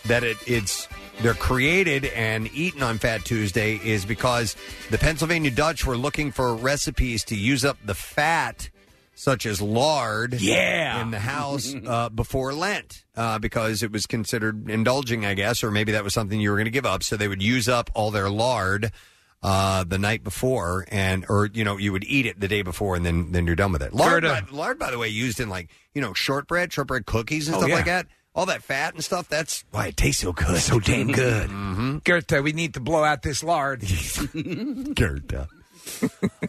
S2: that it, it's they're created and eaten on Fat Tuesday is because the Pennsylvania Dutch were looking for recipes to use up the fat, such as lard,
S4: Yeah.
S2: in the house uh, before Lent uh, because it was considered indulging, I guess, or maybe that was something you were going to give up. So they would use up all their lard uh, the night before, and or you know you would eat it the day before, and then then you're done with it. Lard,
S4: Fair to-
S2: by, lard, by the way, used in like you know shortbread, shortbread cookies and
S4: Oh,
S2: stuff
S4: yeah.
S2: like that. All that fat and stuff. That's
S4: why it tastes so good, so damn good.
S2: Mm-hmm.
S4: Goethe, we need to blow out this lard.
S2: Goethe.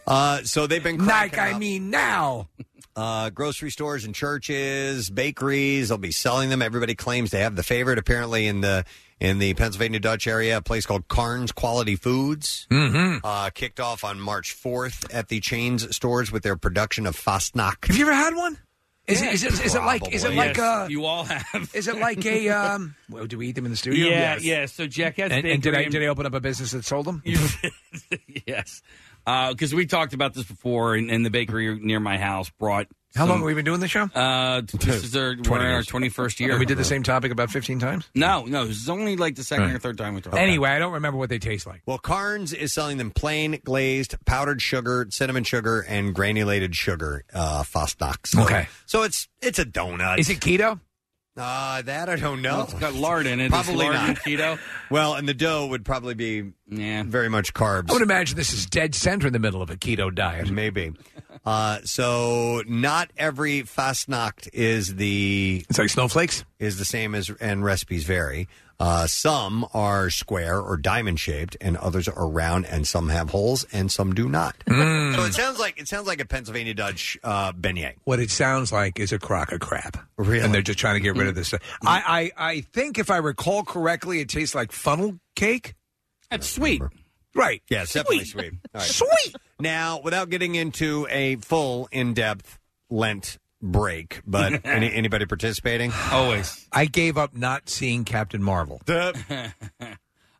S2: Uh, so they've been
S4: Nike,
S2: cracking
S4: I
S2: up.
S4: mean now.
S2: Uh, grocery stores and churches, bakeries, they'll be selling them. Everybody claims they have the favorite. Apparently, in the in the Pennsylvania Dutch area, a place called Carnes Quality Foods
S4: Mhm.
S2: uh, kicked off on March 4th at the chain's stores with their production of Fastnacht.
S4: Have you ever had one? Is, it, is, it, is it like is it
S2: Probably.
S4: like
S2: Yes,
S4: uh
S8: you all have?
S4: Is it like a um? Well, do we eat them in the studio?
S8: Yeah, yeah, so Jack has
S4: and, and did I
S8: bakery and-
S4: did I open up a business that sold them?
S8: yes, because we talked about this before, and, and the bakery near my house brought.
S4: How
S8: some-
S4: long have we been doing the show?
S8: Uh, this is our, we're in our 21st year.
S4: And we did the same topic about 15 times.
S8: No, no, this is only like the second or third time we talked.
S4: Anyway, I don't remember what they taste like.
S2: Well, Carnes is selling them plain, glazed, powdered sugar, cinnamon sugar, and granulated sugar uh, Fastnacht. So,
S4: Okay.
S2: so it's it's a donut.
S4: Is it keto?
S2: Uh, that I don't know.
S8: Well, it's got lard in it. Is
S2: Probably
S8: lard
S2: not.
S8: in keto.
S2: Well, and the dough would probably be very much
S4: I
S2: carbs.
S4: would imagine this is dead center in the middle of a keto diet.
S2: Maybe. Uh, so not every fastnacht is the
S4: it's like snowflakes
S2: is the same as and recipes vary. Uh, some are square or diamond shaped, and others are round, and some have holes, and some do not.
S4: Mm.
S2: So it sounds like it sounds like a Pennsylvania Dutch uh, beignet.
S4: What it sounds like is a crock of crap.
S2: Really? Mm-hmm.
S4: And they're just trying to get rid of this. I, I, I think if I recall correctly, it tastes like funnel cake.
S8: That's sweet.
S4: Right.
S2: Yeah, it's definitely sweet. All right.
S4: Sweet.
S2: Now, without getting into a full in depth Lent break, but any, anybody participating?
S8: Always.
S4: I gave up not seeing Captain Marvel.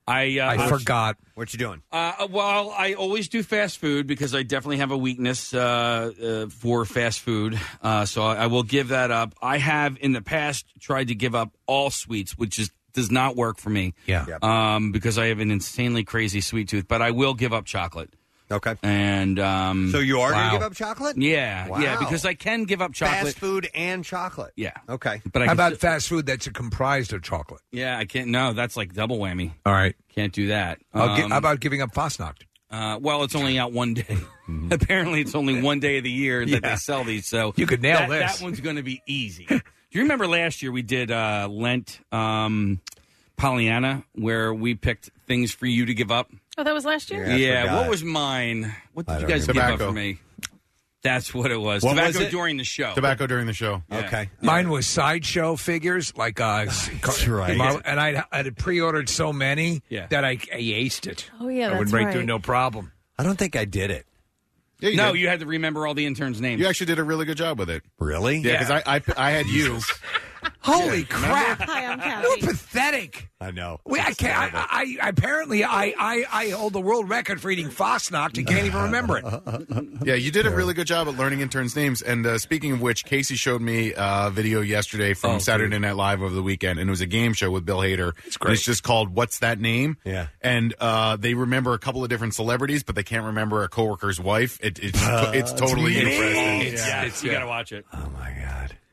S8: I uh,
S4: I forgot.
S2: What you doing?
S8: Uh, well, I always do fast food because I definitely have a weakness uh, uh, for fast food. Uh, so I, I will give that up. I have in the past tried to give up all sweets, which is does not work for me.
S4: Yeah.
S8: Um, because I have an insanely crazy sweet tooth, but I will give up chocolate.
S2: Okay.
S8: And um,
S2: So you are going
S8: wow.
S2: to give up chocolate?
S8: Yeah, yeah,
S2: Wow.
S8: because I can give up chocolate.
S2: Fast food and chocolate.
S8: Yeah.
S2: Okay.
S8: But I
S4: How
S8: can
S4: about
S8: still-
S4: fast food that's comprised of chocolate?
S8: yeah, I can't. No, that's like double whammy.
S4: All right.
S8: Can't do that.
S4: I'll gi-
S8: Um,
S4: how about giving up Fosnock?
S8: Uh, well, it's only out one day. Apparently, it's only one day of the year that they sell these. So
S4: You could nail
S8: that,
S4: this.
S8: That one's going to be easy. Do you remember last year we did uh, Lent um, Pollyanna, where we picked things for you to give up?
S3: Oh, that was last year.
S8: Yeah, what was mine? What
S11: I
S8: did you
S11: don't
S8: guys give
S11: remember.
S8: up for
S11: Tobacco.
S8: me? That's what it was.
S11: What
S8: tobacco
S11: was it?
S8: during the show.
S11: Tobacco during the show.
S2: Okay.
S4: Mine was sideshow figures, like uh, that's
S2: right.
S4: and I I had pre-ordered so many that I, I aced it.
S8: Oh, yeah,
S4: I would
S8: that's
S4: break through
S8: right.
S4: no problem.
S2: I don't think I did it.
S11: you
S8: no,
S11: did.
S8: you had to remember all the interns' names.
S11: You actually did a really good job with it.
S2: Really?
S11: Yeah, because I, I I had you.
S4: Holy crap!
S3: Hi, I'm Kathy.
S4: You're pathetic.
S2: I know.
S4: We, I can't. I, I, I apparently I, I I hold the world record for eating Fosnocht and can't even remember it.
S11: Yeah, you did a really good job at learning interns' names. And uh, speaking of which, Casey showed me uh, a video yesterday from Saturday Night Live over the weekend, and it was a game show with Bill Hader. It's
S4: great.
S11: It's just called "What's That Name?"
S2: Yeah.
S11: and uh, they remember a couple of different celebrities, but they can't remember a coworker's wife. It, it's it's totally
S8: it's,
S11: interesting.
S8: It's, yeah, it's, you got to watch it.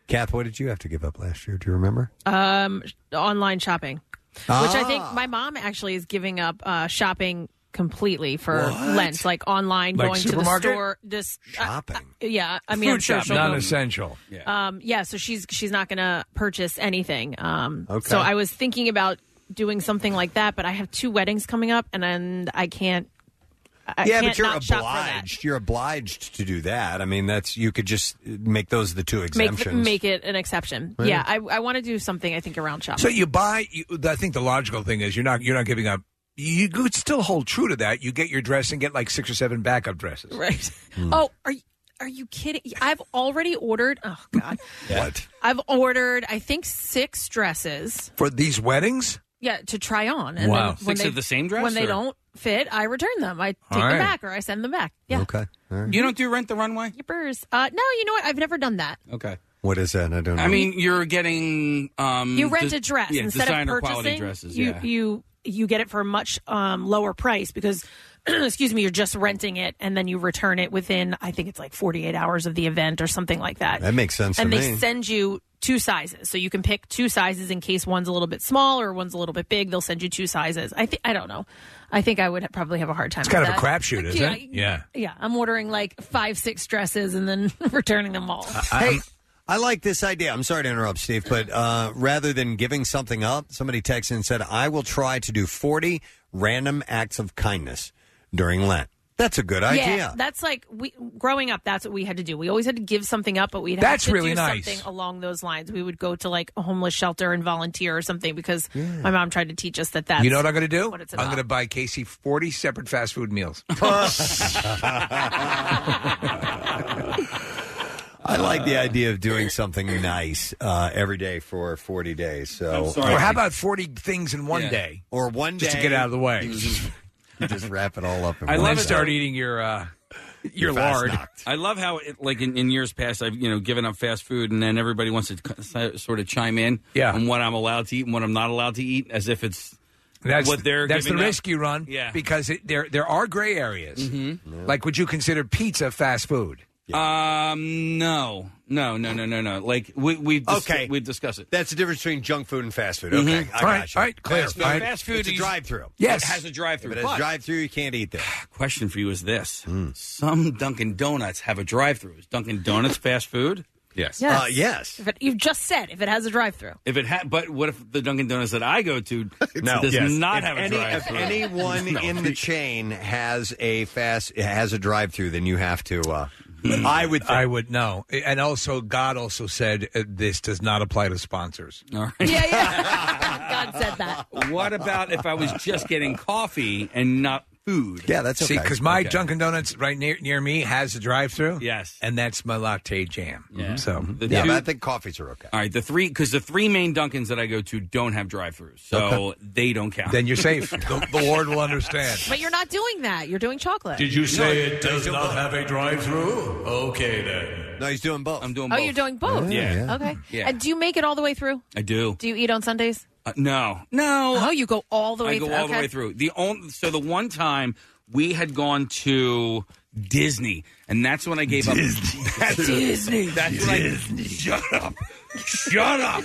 S2: Kath, what did you have to give up last year? Do you remember?
S3: Um, sh- online shopping, which I think
S2: Ah.
S3: my mom actually is giving up uh, shopping completely for
S4: What?
S3: Lent, like online,
S4: Like
S3: going to
S4: supermarket?
S3: the store, just
S2: shopping.
S3: yeah, I mean,
S4: Food
S3: I'm sure
S4: shop,
S3: she'll go-
S4: non-essential.
S3: Um, yeah, so she's she's not going to purchase anything. Um,
S4: Okay.
S3: so I was thinking about doing something like that, but I have two weddings coming up, and, and I can't. I
S2: yeah,
S3: can't
S2: but you're
S3: not shop for that.
S2: obliged. You're obliged to do that. I mean, that's you could just make those the two
S3: Make, th-
S2: exemptions.
S3: make it an exception.
S2: Yeah.
S3: Yeah, I, I want to do something. I think around shopping.
S4: So you buy. You, I think the logical thing is you're not you're not giving up. You could still hold true to that. You get your dress and get like six or seven backup dresses.
S3: Right.
S8: Hmm.
S3: Oh, are you, are you kidding? I've already ordered. Oh God,
S4: What
S3: I've ordered. I think six dresses.
S4: for these weddings?
S3: Yeah, to try on. And
S4: Wow.
S3: then when
S8: Six
S3: they-
S8: of the same dress,
S3: When they
S8: or-
S3: don't fit, I return them. I take
S8: All
S3: them
S8: right.
S3: back or I send them back. Yeah.
S2: Okay. All right.
S8: You don't do rent the runway.
S3: Yippers. Uh, no, you know what? I've never done that.
S8: Okay.
S2: What is that? I don't know.
S8: I mean, you're getting um,
S3: You rent
S8: de-
S3: a dress
S8: yeah,
S3: instead of
S8: designer
S3: purchasing.
S8: quality dresses.
S3: you,
S8: yeah.
S3: you you get it for a much um, lower price because. Excuse me, you're just renting it and then you return it within, I think it's like 48 hours of the event or something like that.
S2: that makes sense
S3: and
S2: to
S3: they
S2: me.
S3: send you two sizes so you can pick two sizes in case one's a little bit small or one's a little bit big they'll send you two sizes i think i don't know i think i would probably have a hard time
S4: It's
S3: with
S4: kind of a
S3: that.
S4: crapshoot, isn't
S3: yeah,
S4: it? Yeah.
S3: yeah i'm ordering like five six dresses and then returning them all
S2: hey, I like this idea. I'm sorry to interrupt, Steve, but uh, rather than giving something up, somebody texted and said, I will try to do 40 random acts of kindness during Lent. That's a good idea.
S3: Yeah, that's like we growing up. That's what we had to do. We always had to give something up, but we'd have
S2: That's
S3: to
S2: really
S3: do
S2: nice.
S3: something along those lines. We would go to like a homeless shelter and volunteer or something because my mom tried to teach us that. That's
S4: you know what I'm going to do?
S3: What it's
S4: I'm
S3: about.
S4: going to buy Casey 40 separate fast food meals.
S2: I like the idea of doing something nice uh, every day for 40 days. So,
S4: Or how about 40 things in one day?
S2: Or one
S4: Just to
S2: day.
S4: get out of the way.
S2: You just- you just wrap it all up. in
S4: I
S2: one
S4: love
S2: day.
S4: start eating your uh, your,
S8: Your fast
S4: lard.
S8: knock. I love how, it, like in, in years past, I've you know given up fast food, and then everybody wants to c- uh, sort of chime in
S4: Yeah.
S8: on what I'm allowed to eat and what I'm not allowed to eat, as if it's
S4: That's
S8: what they're
S4: that's the
S8: giving up.
S4: risk you run.
S8: Yeah.
S4: because it, there there are gray areas. Like, would you consider pizza fast food?
S8: Um, no, no, no, no, no, no. Like we we dis-
S2: Okay.
S8: we discuss it.
S2: That's the difference between junk food and fast food.
S8: Mhm.
S2: Okay, I
S8: All right,
S2: got you.
S8: all right, clear.
S2: Fast food,
S8: All right. Fast food
S2: it's a
S8: is-
S2: drive-through.
S8: Yes. It has a drive-thru.
S2: If it has
S8: But-
S2: drive-through, you can't eat there. Hmm.
S8: Question for you is this: Some Dunkin' Donuts have a drive-through. Is Dunkin' Donuts fast food? Uh, Yes.
S2: Uh,
S3: Yes. If it, you've just said if it has a drive-through.
S8: If it had, but what if the Dunkin' Donuts that I go to
S2: No.
S8: does
S2: Yes.
S8: not
S2: If
S8: have a
S2: any- if
S8: drive-through?
S2: anyone in the chain has a fast has a drive-through, then you have to. Uh, I would. Think.
S4: I would know. And also, God also said uh, this does not apply to sponsors.
S8: All
S3: right. Yeah, yeah. God said that.
S8: What about if I was just getting coffee and not food?
S2: Yeah, that's
S4: See,
S8: okay.
S4: because my
S8: Okay.
S4: Dunkin' Donuts right near near me has a drive-through.
S8: Yes,
S4: and that's my latte jam.
S8: Yeah.
S4: So
S8: The Yeah, two- but I think
S2: coffees are okay.
S8: All right, the three because the three main Dunkins that I go to don't have drive-throughs, so
S4: Okay.
S8: they don't count.
S4: Then you're safe. the, the Lord will understand.
S3: But you're not doing that. You're doing chocolate.
S4: it does not have a drive-through? Okay then.
S2: No, he's doing both.
S8: I'm doing.
S3: Oh,
S8: both.
S3: you're doing both.
S8: Yeah. yeah.
S3: Okay.
S8: Yeah.
S3: And do you make it all the way through?
S8: I do.
S3: Do you eat on Sundays?
S8: Uh, no, No.
S3: Oh, you go all the way.
S8: I go
S3: through.
S8: all the
S3: Okay.
S8: way through. The only so the one time we had gone to Disney, and that's when I gave up. That's
S10: Disney.
S8: That's Disney. shut up. Shut up.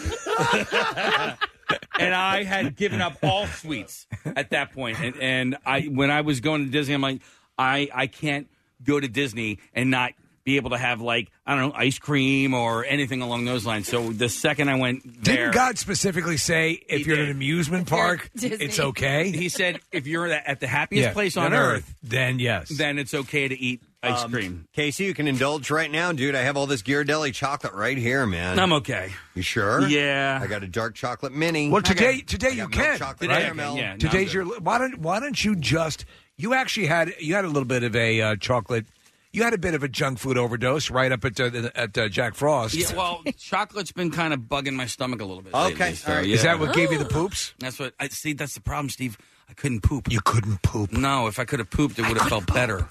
S8: and I had given up all sweets at that point. And, and I, when I was going to Disney, I'm like, I, I can't go to Disney and not be able to have like I don't know ice cream or anything along those lines. So the second I went there,
S4: Didn't God specifically say if you're at an amusement park,
S8: Disney.
S4: it's okay?
S8: He said if you're at the happiest
S4: Yeah,
S8: place on earth,
S4: then yes.
S8: then it's okay to eat um, ice cream.
S2: Casey, you can indulge right now, dude. I have all this Ghirardelli chocolate right here, man.
S8: I'm okay.
S2: You sure?
S8: Yeah.
S2: I got a dark chocolate mini.
S4: Well, today today you can.
S2: chocolate
S4: right?
S2: caramel. Yeah, no,
S4: Today's
S2: I'm
S4: your. Why don't Why don't you just? You actually had you had a little bit of a uh, chocolate. You had a bit of a junk food overdose right up at uh, the- at uh, Jack Frost.
S8: Yeah, well, chocolate's been kind of bugging my stomach a little bit.
S4: Okay,
S8: lately, so,
S4: all right.
S8: yeah. Oh.
S4: Is that what gave you the poops?
S8: That's what I see. That's the problem, Steve. I couldn't poop.
S4: You couldn't poop.
S8: No, if I could have pooped, it would have felt better.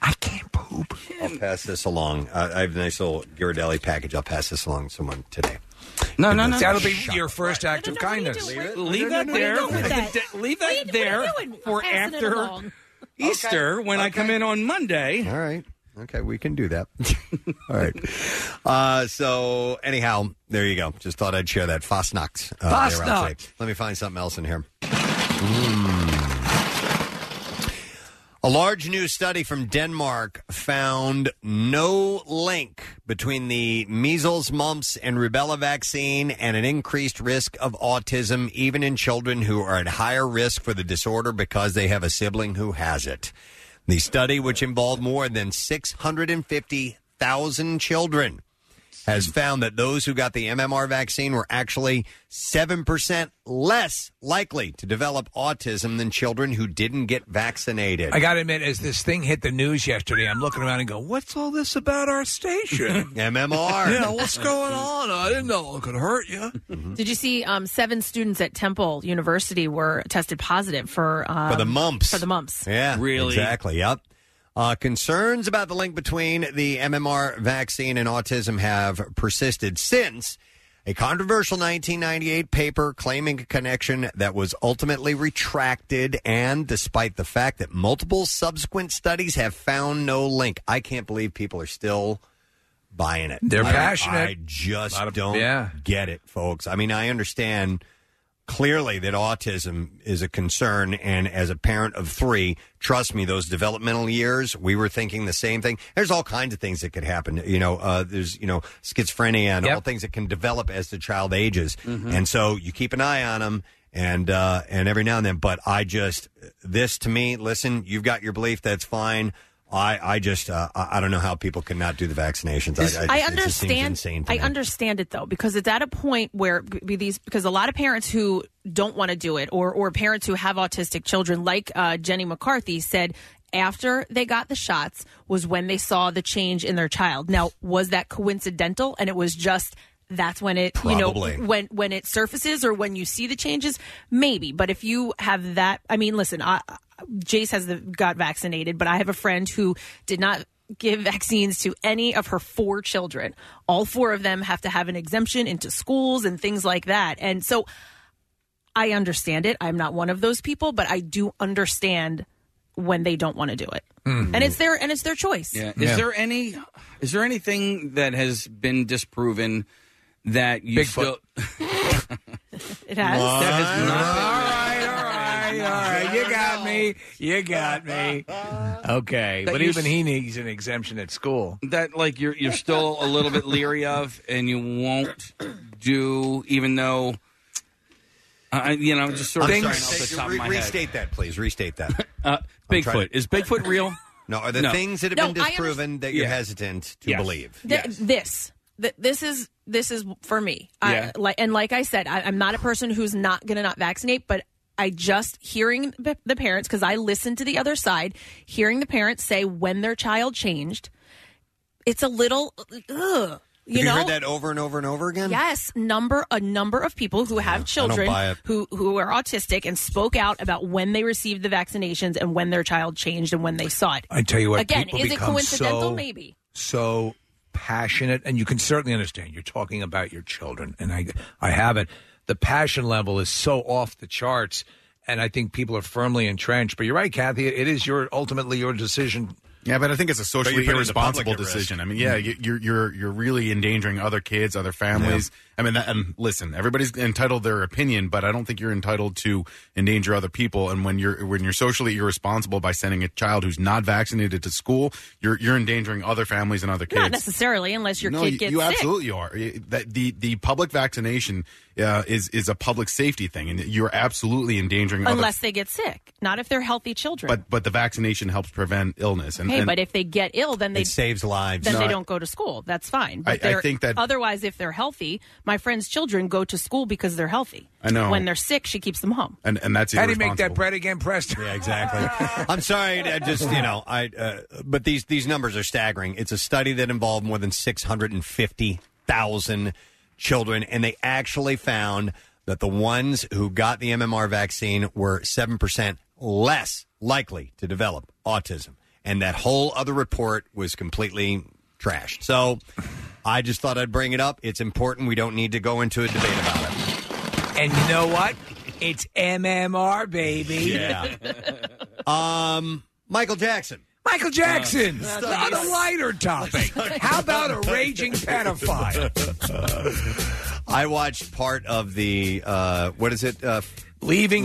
S2: I'll pass this along. Uh, I have a nice little Ghirardelli package. I'll pass this along to someone today.
S8: No, no, no.
S4: That'll be
S2: Shut
S4: your first act of kindness.
S8: Leave that there. Leave that there for
S10: Passing it
S8: after
S10: along.
S8: Easter when I come in on Monday.
S2: All right. Okay, we can do that. All right. Uh, so, anyhow, there you go. Just thought I'd share that. Fastnacht. Uh, there
S10: Fastnacht.
S2: outside. Let me find something else in here. Mmm. Mm. A large new study from Denmark found no link between the measles, mumps, and rubella vaccine and an increased risk of autism, even in children who are at higher risk for the disorder because they have a sibling who has it. The study, which involved more than 650,000 children, has found that those who got the MMR vaccine were actually 7% less likely to develop autism than children who didn't get vaccinated.
S4: I got to admit, as this thing hit the news yesterday, I'm looking around and go, "What's all this about our station?
S2: MMR.
S4: yeah, what's going on? I didn't know it could hurt you."
S3: Did you see um, seven students at Temple University were tested positive for um,
S2: For the mumps.
S3: For the mumps.
S2: Yeah. Exactly. Yep. Uh, concerns about the link between the MMR vaccine and autism have persisted since a controversial 1998 paper claiming a connection that was ultimately retracted, and despite the fact that multiple subsequent studies have found no link. I can't believe people are still buying it.
S4: They're
S2: I-
S4: passionate.
S2: I just
S4: Lot of-
S2: don't
S4: yeah.
S2: get it, folks. I mean, I understand clearly that autism is a concern. And as a parent of three, trust me, those developmental years, we were thinking the same thing. There's all kinds of things that could happen. You know, uh, there's, you know, schizophrenia and all things that can develop as the child ages.
S4: Mm-hmm.
S2: And so you keep an eye on them. And uh, and every now and then, but I just this to me. Listen, you've got your belief. That's fine. I I just uh, I I don't know how people can not do the vaccinations. I, I, just-
S3: I
S2: it just seems
S3: understand.
S2: insane to
S3: I
S2: me.
S3: understand it though, because it's at a point where b- b- these because a lot of parents who don't want to do it, or or parents who have autistic children, like uh, Jenny McCarthy said. After they got the shots was when they saw the change in their child. Now, was that coincidental? And it was just that's when it
S2: Probably.
S3: you know when when it surfaces or when you see the changes, maybe. But if you have that, I mean, listen, I, I- Jace has the, got vaccinated, but I have a friend who did not give vaccines to any of her four children. All four of them have to have an exemption into schools and things like that. And so I understand it. I'm not one of those people, but I do understand when they don't want to do it.
S4: Hmm.
S3: And it's their and it's their choice.
S8: Mm-hmm. Yeah. Is there any is there anything that has been disproven that you feel
S3: It has.
S8: that has not
S4: All right, you got me. You got me. Okay,
S8: That
S4: but
S8: you
S4: even
S8: s-
S4: he needs an exemption at school.
S8: been that like you're you're still a little bit leery of and you won't do even though I you know just sort of
S2: I'm
S8: trying
S2: sorry,
S8: off the
S2: say-
S8: top
S2: re-
S8: of my head.
S2: restate that, please. Restate that.
S8: Uh,
S2: I'm trying-
S8: Bigfoot is Bigfoot real?
S2: No, are the
S8: No.
S2: things that have
S3: No,
S2: been
S3: I
S2: disproven that you're
S8: Yeah.
S2: hesitant to
S8: Yes.
S2: believe?
S3: Th- This. Th- this is this is for me. I-
S2: Yeah.
S3: like and like I said, I, I'm not a person who's not going to not vaccinate, but I just hearing the the parents because I listen to the other side, hearing the parents say when their child changed, it's a little ugh.
S2: Have
S3: You
S2: you
S3: know,
S2: heard that over and over and over again?
S3: Yes, number a number of people who have
S2: buy
S3: children
S2: it.
S3: who who are autistic and spoke out about when they received the vaccinations and when their child changed and when they saw it.
S4: I tell you what,
S3: again,
S4: people
S3: is it
S4: become
S3: coincidental?
S4: so-
S3: Maybe.
S4: so passionate, and you can certainly understand. You're talking about your children, and I, I have it. The passion level is so off the charts, and I think people are firmly entrenched. But you're right, Kathy. It is your ultimately your decision
S11: Yeah, but I think it's a
S24: you're
S11: socially
S24: putting the
S11: irresponsible
S24: public at risk.
S11: decision. I mean, yeah, you- you're you're you're really endangering other kids, other families. I mean, that, and listen, everybody's entitled their opinion, but I don't think you're entitled to endanger other people. And when you're when you're socially irresponsible by sending a child who's not vaccinated to school, you're you're endangering other families and other kids.
S3: Not necessarily, unless your
S11: no,
S3: kid
S11: you,
S3: gets
S11: you
S3: sick.
S11: absolutely are. It- That the the public vaccination uh, is is a public safety thing, and you're absolutely endangering other-
S3: Unless they get sick, not if they're healthy children.
S11: But but the vaccination helps prevent illness, and,
S3: hey,
S11: and
S3: but if they get ill, then they
S2: saves lives.
S3: Then
S11: No,
S3: they
S11: I-
S3: don't go to school. That's fine.
S11: I-
S3: But
S11: I
S3: they're-
S11: think that-
S3: otherwise, if they're healthy, my friend's children go to school because they're healthy.
S11: I know.
S3: When they're sick, she keeps them home.
S11: and and that's
S4: How do you make that
S11: irresponsible.
S4: bread again, Preston?
S2: Yeah, exactly. I'm sorry. I just you know I uh, but these these numbers are staggering. It's a study that involved more than 650,000 children, and they actually found that the ones who got the MMR vaccine were seven percent less likely to develop autism, and that whole other report was completely trashed. So. I just thought I'd bring it up. It's important. We don't need to go into a debate about it.
S4: And you know what? It's MMR, baby.
S2: Yeah. um, Michael Jackson.
S4: Michael Jackson.
S2: Uh,
S4: on a lighter topic. How about a raging pedophile?
S2: I watched part of the uh, what is it? Uh,
S4: Leaving,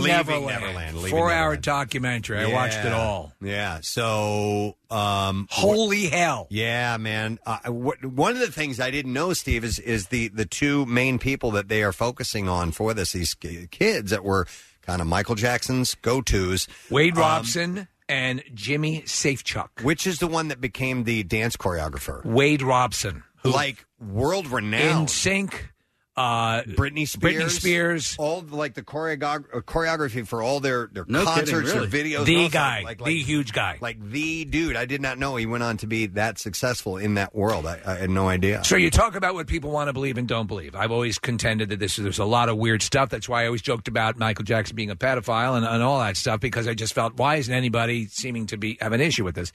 S2: Leaving
S4: Neverland.
S2: Neverland. Leaving
S4: Four hour
S2: Neverland.
S4: documentary. I watched it
S2: Yeah.
S4: all.
S2: Yeah. So, um,
S4: Holy hell!
S2: Yeah, man. Uh, what, one of the things I didn't know, Steve, is is the the two main people that they are focusing on for this these ki- kids that were kind of Michael Jackson's go tos.
S4: Wade Robson and Jimmy Safechuck.
S2: Um, Which is the one that became the dance choreographer?
S4: Wade Robson, who-
S2: like world renowned.
S4: In Sync, uh,
S2: Britney Spears,
S4: Britney Spears,
S2: all like the choreog- uh, choreography for all their their
S4: No kidding,
S2: concerts, their
S4: really.
S2: videos,
S4: The
S2: and all that.
S4: guy, the huge guy,
S2: like the dude. I did not know he went on to be that successful in that world. I, I had no idea.
S4: So you talk about what people want to believe and don't believe. I've always contended that this is there's a lot of weird stuff. That's why I always joked about Michael Jackson being a pedophile and, and all that stuff because I just felt why isn't anybody seeming to be have an issue with this,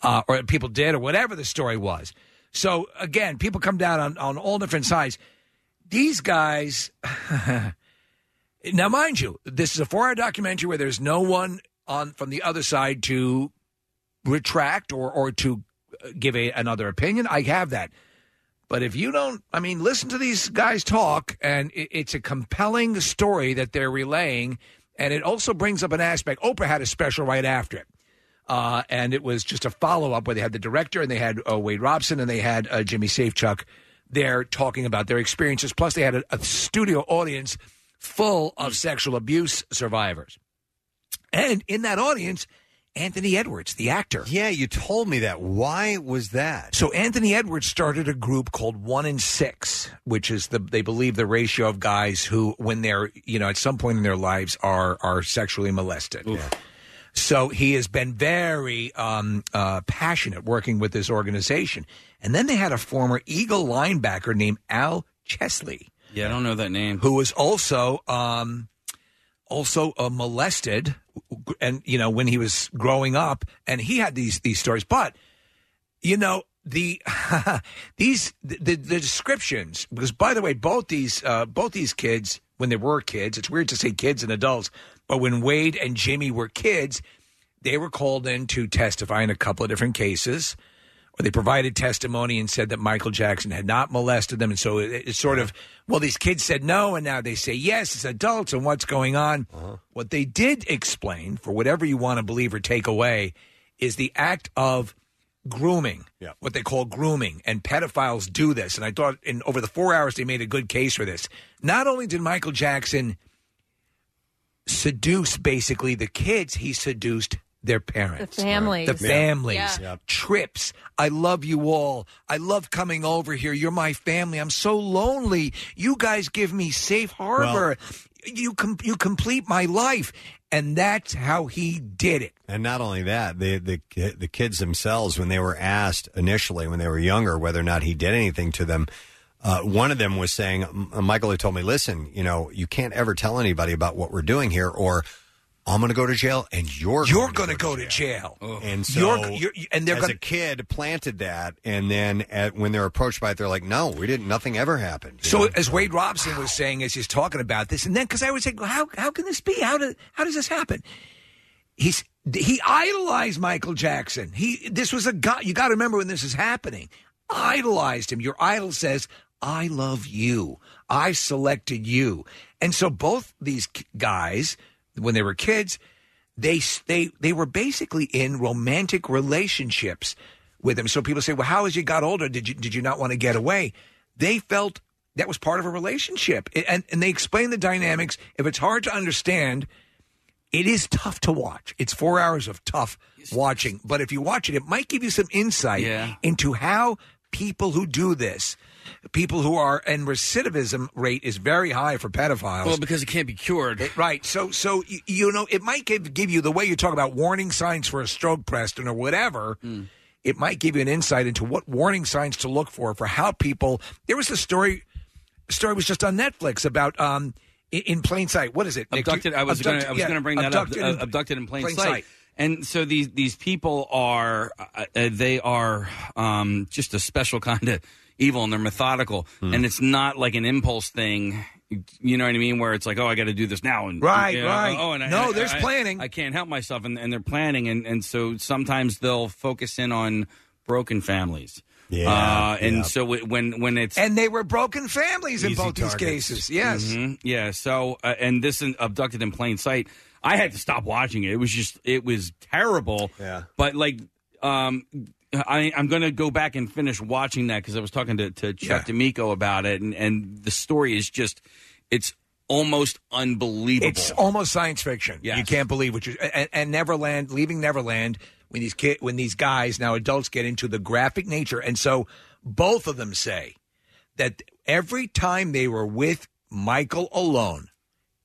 S4: uh, or people did, or whatever the story was. So again, people come down on on all different sides. These guys. Now, mind you, this is a four-hour documentary where there's no one on from the other side to retract or or to uh, give a, another opinion. I have that, but if you don't, I mean, listen to these guys talk, and it, it's a compelling story that they're relaying, and it also brings up an aspect. Oprah had a special right after it. Uh, and it was just a follow up where they had the director and they had uh, Wade Robson and they had uh, Jimmy Safechuck there talking about their experiences. Plus, they had a, a studio audience full of sexual abuse survivors. And in that audience, Anthony Edwards, the actor.
S2: Yeah, you told me that. Why was that?
S4: So Anthony Edwards started a group called One in Six, which is the they believe the ratio of guys who, when they're you know at some point in their lives, are are sexually molested. So he has been very um, uh, passionate working with this organization. And then they had a former Eagle linebacker named Al Chesley,
S8: Yeah, I don't know that name.
S4: who was also um, also uh, molested, and you know when he was growing up, and he had these these stories. But you know the these the, the, the descriptions because by the way both these uh, both these kids when they were kids it's weird to say kids and adults but when Wade and Jimmy were kids they were called in to testify in a couple of different cases or they provided testimony and said that Michael Jackson had not molested them and so it, it's sort of well these kids said no and now they say yes as adults and what's going on what they did explain for whatever you want to believe or take away is the act of grooming, what they call grooming, and pedophiles do this. And I thought in over the four hours they made a good case for this. Not only did Michael Jackson seduce basically the kids, he seduced their parents,
S3: The families.
S4: the
S3: Yeah.
S4: families,
S3: Yeah.
S4: trips. I love you all. I love coming over here. You're my family. I'm so lonely. You guys give me safe harbor. you com- you complete my life, and that's how he did it.
S2: And not only that, the the ki- the kids themselves, when they were asked initially when they were younger whether or not he did anything to them, uh, one of them was saying, M- uh, "Michael had told me, listen, you know, you can't ever tell anybody about what we're doing here, or I'm going to go to jail, and you're
S4: You're
S2: going
S4: going to go to jail,
S2: And so,
S4: You're- you're- and they're
S2: as
S4: gonna-
S2: a kid, planted that, and then at, when they're approached by it, they're like, "No, we didn't. Nothing ever happened."
S4: So as Wade Robson was saying as he's talking about this, and then because I would say, well, how how can this be? How do, how does this happen? He's he idolized Michael Jackson. He this was a guy. You got to remember when this is happening. Idolized him. Your idol says, "I love you. I selected you." And so both these k- guys, when they were kids, they s- they they were basically in romantic relationships with him. So people say, "Well, how as you got older, did you did you not want to get away?" They felt that was part of a relationship, A- and and they explain the dynamics. If it's hard to understand, it is tough to watch. It's four hours of tough watching. But if you watch it, it might give you some insight into how people who do this, people who are, and recidivism rate is very high for pedophiles. Well,
S8: because it can't be cured.
S4: right. So, so you, you know, it might give, give you the way you talk about warning signs for a stroke, Preston, or whatever.
S8: Hmm.
S4: It might give you an insight into what warning signs to look for for how people. There was a story. Story was just on Netflix about um, in, in plain sight. What is it? Nick? Do you-
S8: abducted. I was going
S4: Abducted-
S8: I was
S4: yeah,
S8: going to bring that
S4: abducted
S8: up.
S4: in-
S8: uh, abducted in plain,
S4: plain
S8: sight.
S4: sight.
S8: And so these these people are uh, uh, they are um, just a special kind of evil, and they're methodical,
S4: Hmm.
S8: and it's not like an impulse thing. You know what I mean? Where it's like, oh, I got to do this now, and
S4: Right,
S8: you know,
S4: right.
S8: Oh, and I-
S4: No,
S8: and I-
S4: there's
S8: I-
S4: planning.
S8: I can't help myself, and, and they're planning, and and so sometimes they'll focus in on broken families.
S4: Yeah,
S8: uh, and
S4: yeah.
S8: so it- when when it's
S4: and they were broken families in
S8: Easy
S4: both these
S8: targets.
S4: cases. Yes.
S8: Mhm. Yeah. So, uh, and this in, abducted in plain sight. I had to stop watching it. It was just, it was terrible. Yeah. But like, um, I, I'm going to go back and finish watching that because I was talking to, to Chuck D'Amico about it, and, and the story is just, it's almost unbelievable. Um,
S4: It's almost science fiction. You can't believe what you and, and Neverland, leaving Neverland when these kid when these guys now adults get into the graphic nature, and so both of them say that every time they were with Michael alone,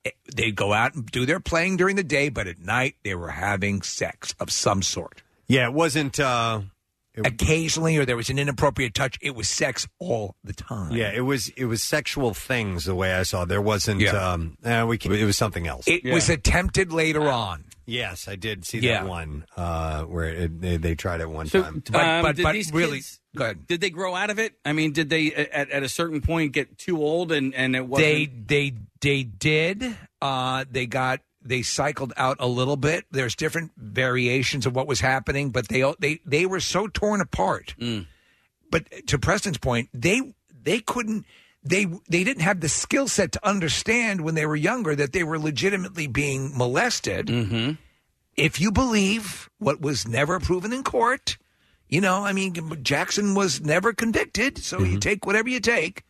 S4: eh, they'd go out and do their playing during the day, but at night they were having sex of some sort.
S2: Yeah, it wasn't. Uh,
S4: Occasionally, or there was an inappropriate touch. It was sex all the time.
S2: Yeah, it was it was sexual things the way I saw. it. There wasn't.
S4: Yeah.
S2: Um, uh, we can, it was something else.
S4: It was attempted later on.
S2: Yes, I did see
S4: Yeah.
S2: that one uh, where it, they, they tried it one time.
S8: Um, did these kids- Did they grow out of it? I mean, did they a- at, at a certain point get too old and, and it wasn't?
S4: They they they did. Uh, they got they cycled out a little bit. There's different variations of what was happening, but they they they were so torn apart. But to Preston's point, they they couldn't they they didn't have the skill set to understand when they were younger that they were legitimately being molested. Mm-hmm. If you believe what was never proven in court, you know, I mean, Jackson was never convicted, so you take whatever you take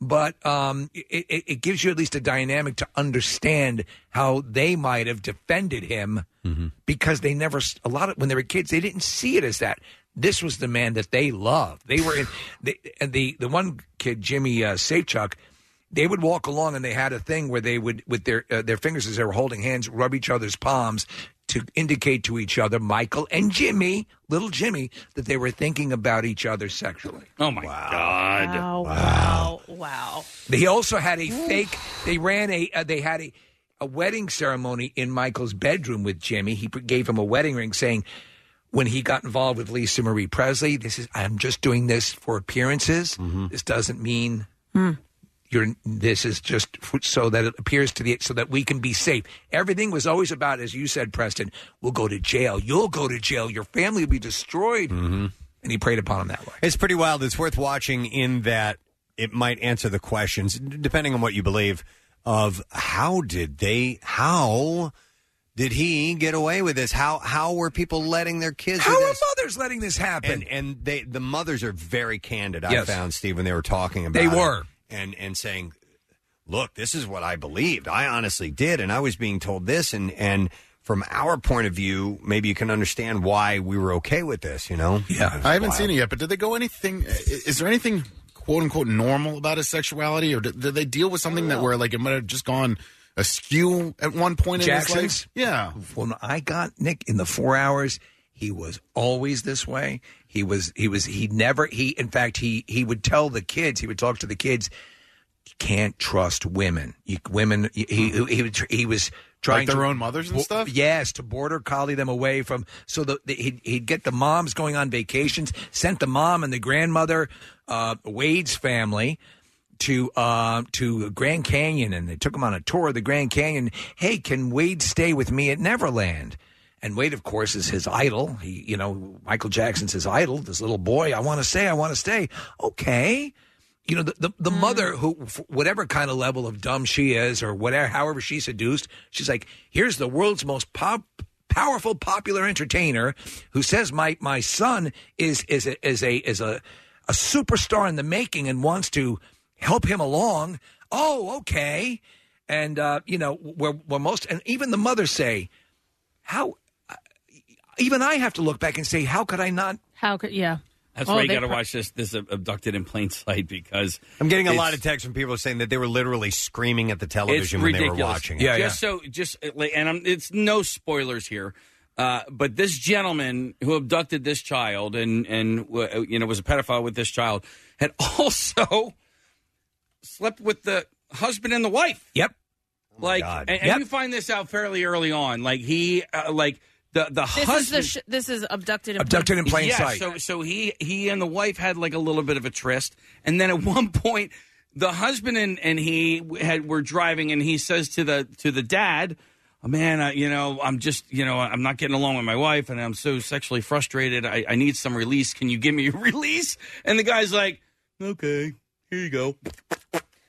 S4: but um, it, it, it gives you at least a dynamic to understand how they might have defended him because they never a lot of when they were kids they didn't see it as that this was the man that they loved they were in the and the the one kid jimmy uh, safechuck they would walk along and they had a thing where they would with their uh, their fingers as they were holding hands rub each other's palms to indicate to each other michael and jimmy little jimmy that they were thinking about each other sexually
S8: oh my god
S3: Wow,
S8: Oh,
S3: wow, wow.
S4: they also had a fake. They ran a. Uh, they had a, a wedding ceremony in Michael's bedroom with Jimmy. He put- gave him a wedding ring, saying, "When he got involved with Lisa Marie Presley, this is. I'm just doing this for appearances.
S23: Mm-hmm.
S4: This doesn't mean you're. This is just f- so that it appears to the so that we can be safe. Everything was always about, as you said, Preston. We'll go to jail. You'll go to jail. Your family will be destroyed. And he preyed upon him that way.
S2: It's pretty wild. It's worth watching in that it might answer the questions, d- depending on what you believe, of how did they, how did he get away with this? How how were people letting their kids? do
S4: How are
S2: this?
S4: mothers letting this happen?
S2: And and they the mothers are very candid. I
S4: Yes.
S2: found Steve when they were talking about
S4: They
S2: it
S4: were.
S2: and and saying, look, this is what I believed. I honestly did, and I was being told this, and and from our point of view, maybe you can understand why we were okay with this. You know? Yeah,
S11: I haven't seen it yet, but did they go anything? i- Is there anything quote unquote normal about his sexuality, or did, did they deal with something that where like it might have just gone askew at one point in his
S4: Jackson's?
S11: life? Yeah.
S4: When I got Nick in the four hours, he was always this way. He was he was he never he in fact he he would tell the kids he would talk to the kids. You can't trust women. You, women. He he, he, would- he was trying
S11: their
S4: to-
S11: own mothers and
S4: Wo-
S11: stuff?
S4: Yes, to border collie them away from so the, the he'd, he'd get the moms going on vacations. Sent the mom and the grandmother, uh, Wade's family to uh, to Grand Canyon, and they took him on a tour of the Grand Canyon. Hey, can Wade stay with me at Neverland? And Wade, of course, is his idol. He, you know, Michael Jackson's his idol. This little boy, I want to stay, I want to stay. Okay. You know, the, the, the mother who, f- whatever kind of level of dumb she is or whatever, however she's seduced, she's like, here's the world's most pop, powerful, popular entertainer who says my, my son is, is a, is a, is a, a superstar in the making and wants to help him along. Oh, okay. And, uh, you know, where, where most, and even the mothers say, how, uh, even I have to look back and say, how could I not?
S3: How could, yeah.
S8: That's
S3: Oh,
S8: why you
S3: they
S8: got to
S3: pro-
S8: watch this this abducted in plain sight because
S2: I'm getting a lot
S8: it's-
S2: of texts from people saying that they were literally screaming at the television
S8: it's
S2: when they
S8: ridiculous.
S2: were watching it.
S8: just so just uh, like, and I'm, it's no spoilers here. Uh, but this gentleman who abducted this child and and uh, you know was a pedophile with this child had also slept with the husband and the wife.
S4: Yep.
S8: Like and, and
S3: Yep.
S8: you find this out fairly early on. Like he uh, like the the
S3: This
S8: husband
S3: is the sh- this is abducted in
S4: Abducted in plain
S8: yeah,
S4: sight.
S8: So so he he and the wife had like a little bit of a tryst, and then at one point the husband and and he w- had were driving, and he says to the to the dad. "Oh, Man, I, you know, I'm just, you know, I'm not getting along with my wife, and I'm so sexually frustrated. I, I need some release. Can you give me a release? And the guy's like, "Okay, here you go."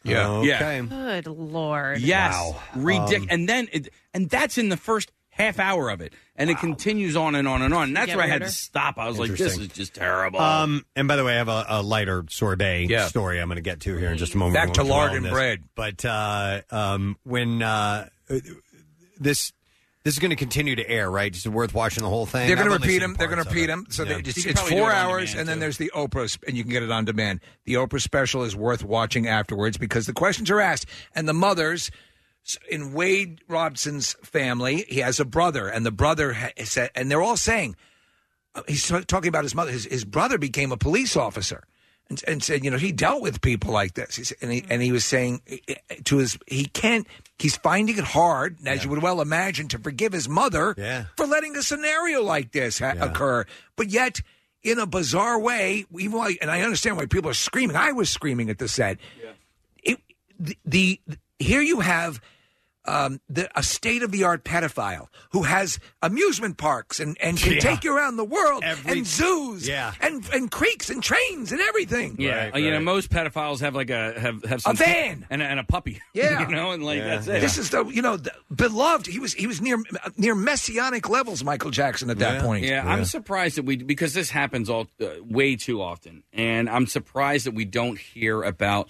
S4: Yeah,
S8: yeah.
S3: Good lord.
S8: Yes,
S11: Um,
S4: Um,
S8: ridiculous. and then, it, and that's in the first half hour of it, and it continues on and on and on. And that's
S3: Get
S8: where I had
S3: weirder.
S8: to stop. I was like, "This
S2: Interesting.
S8: is just terrible."
S4: Uh,
S2: Um, and by the way, I have a, a lighter sorbet
S8: Yeah.
S2: story I'm going to get to here in just a moment.
S4: Back
S2: We're
S4: to
S2: gonna dwell
S4: lard
S2: on
S4: and
S2: this.
S4: bread.
S2: But uh, um, when uh, this this is going to continue to air, right? Is it worth watching the whole thing?
S4: They're
S2: I've
S4: going to
S2: only seen
S4: repeat them. They're going
S2: parts
S4: to
S2: of
S4: repeat
S2: it.
S4: them. So
S2: Yeah.
S4: they, it's, it's four hours, and then there's the Oprah's, and you can get it on demand. The Oprah special is worth watching afterwards because the questions are asked, and the mothers s- in Wade Robson's family, he has a brother, and the brother ha- said, and they're all saying, uh, he's t- talking about his mother. His, his brother became a police officer. And, and said, you know, he dealt with people like this, He said- and
S2: Mm-hmm.
S4: he and he was saying eh, eh, to his, he can't, he's finding it hard, as you would well imagine, to forgive his mother for letting a scenario like this ha- occur. But yet, in a bizarre way, even like, and I understand why people are screaming. I was screaming at the set. It, the, the here you have um, the, a state of the art pedophile who has amusement parks and, and can
S2: Yeah.
S4: take you around the world
S2: Every-
S4: and zoos
S2: Yeah.
S4: and, and creeks and trains and everything.
S8: Yeah, Uh, you know, most pedophiles have like a have have some
S4: van.
S8: and a, and a puppy.
S4: Yeah,
S8: you know, and like that's it.
S4: This is the you know the beloved. He was he was near near messianic levels. Michael Jackson at that point.
S8: Yeah, I'm surprised that we because this happens all uh, way too often, and I'm surprised that we don't hear about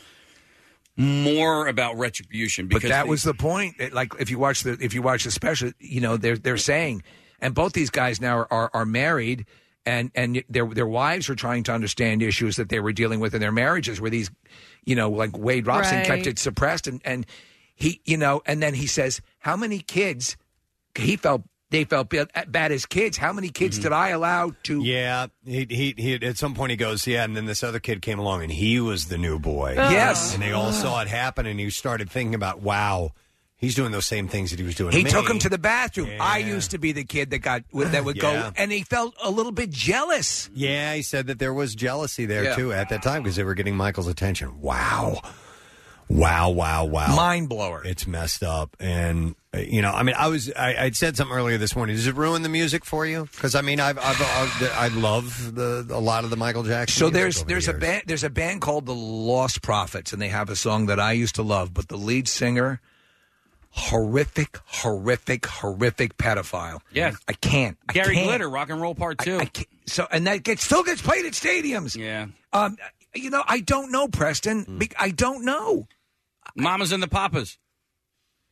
S8: more about retribution.
S4: But
S8: Because
S4: that
S8: the-
S4: was the point. It- Like if you watch the if you watch the special, you know they're they're saying, and both these guys now are are, are married, and and their their wives are trying to understand issues that they were dealing with in their marriages, where these, you know, like Wade Robson
S9: Right.
S4: kept it suppressed, and and he you know, and then he says, how many kids he felt they felt bad, bad as kids. How many kids
S8: Mm-hmm.
S4: did I allow to?
S2: Yeah, he, he he at some point he goes, yeah, and then this other kid came along and he was the new boy.
S4: Ugh. Yes.
S2: and they all saw it happen, and he started thinking about, wow, he's doing those same things that he was doing.
S4: He
S2: to
S4: took
S2: me.
S4: him to the bathroom. I used to be the kid that got that would
S2: Yeah.
S4: go, and he felt a little bit jealous.
S2: Yeah, he said that there was jealousy there
S4: Yeah.
S2: too at that time because they were getting Michael's attention. Wow. Wow, wow, wow.
S4: Mind blower.
S2: It's messed up. And, uh, you know, I mean, I was, I, I said something earlier this morning. Does it ruin the music for you? Because, I mean, I've, I've, I've, I love the, a lot of the Michael Jackson.
S4: So
S2: music over
S4: there's
S2: the
S4: there's a
S2: years.
S4: band there's a band called the Lost Prophets, and they have a song that I used to love, but the lead singer, horrific, horrific, horrific pedophile.
S8: yeah,
S4: I can't. I
S8: Gary
S4: can't.
S8: Glitter, Rock and Roll Part Two.
S4: So and that gets still gets played at stadiums.
S8: yeah,
S4: Um, you know, I don't know, Preston. Be- I don't know.
S8: Mamas and the Papas.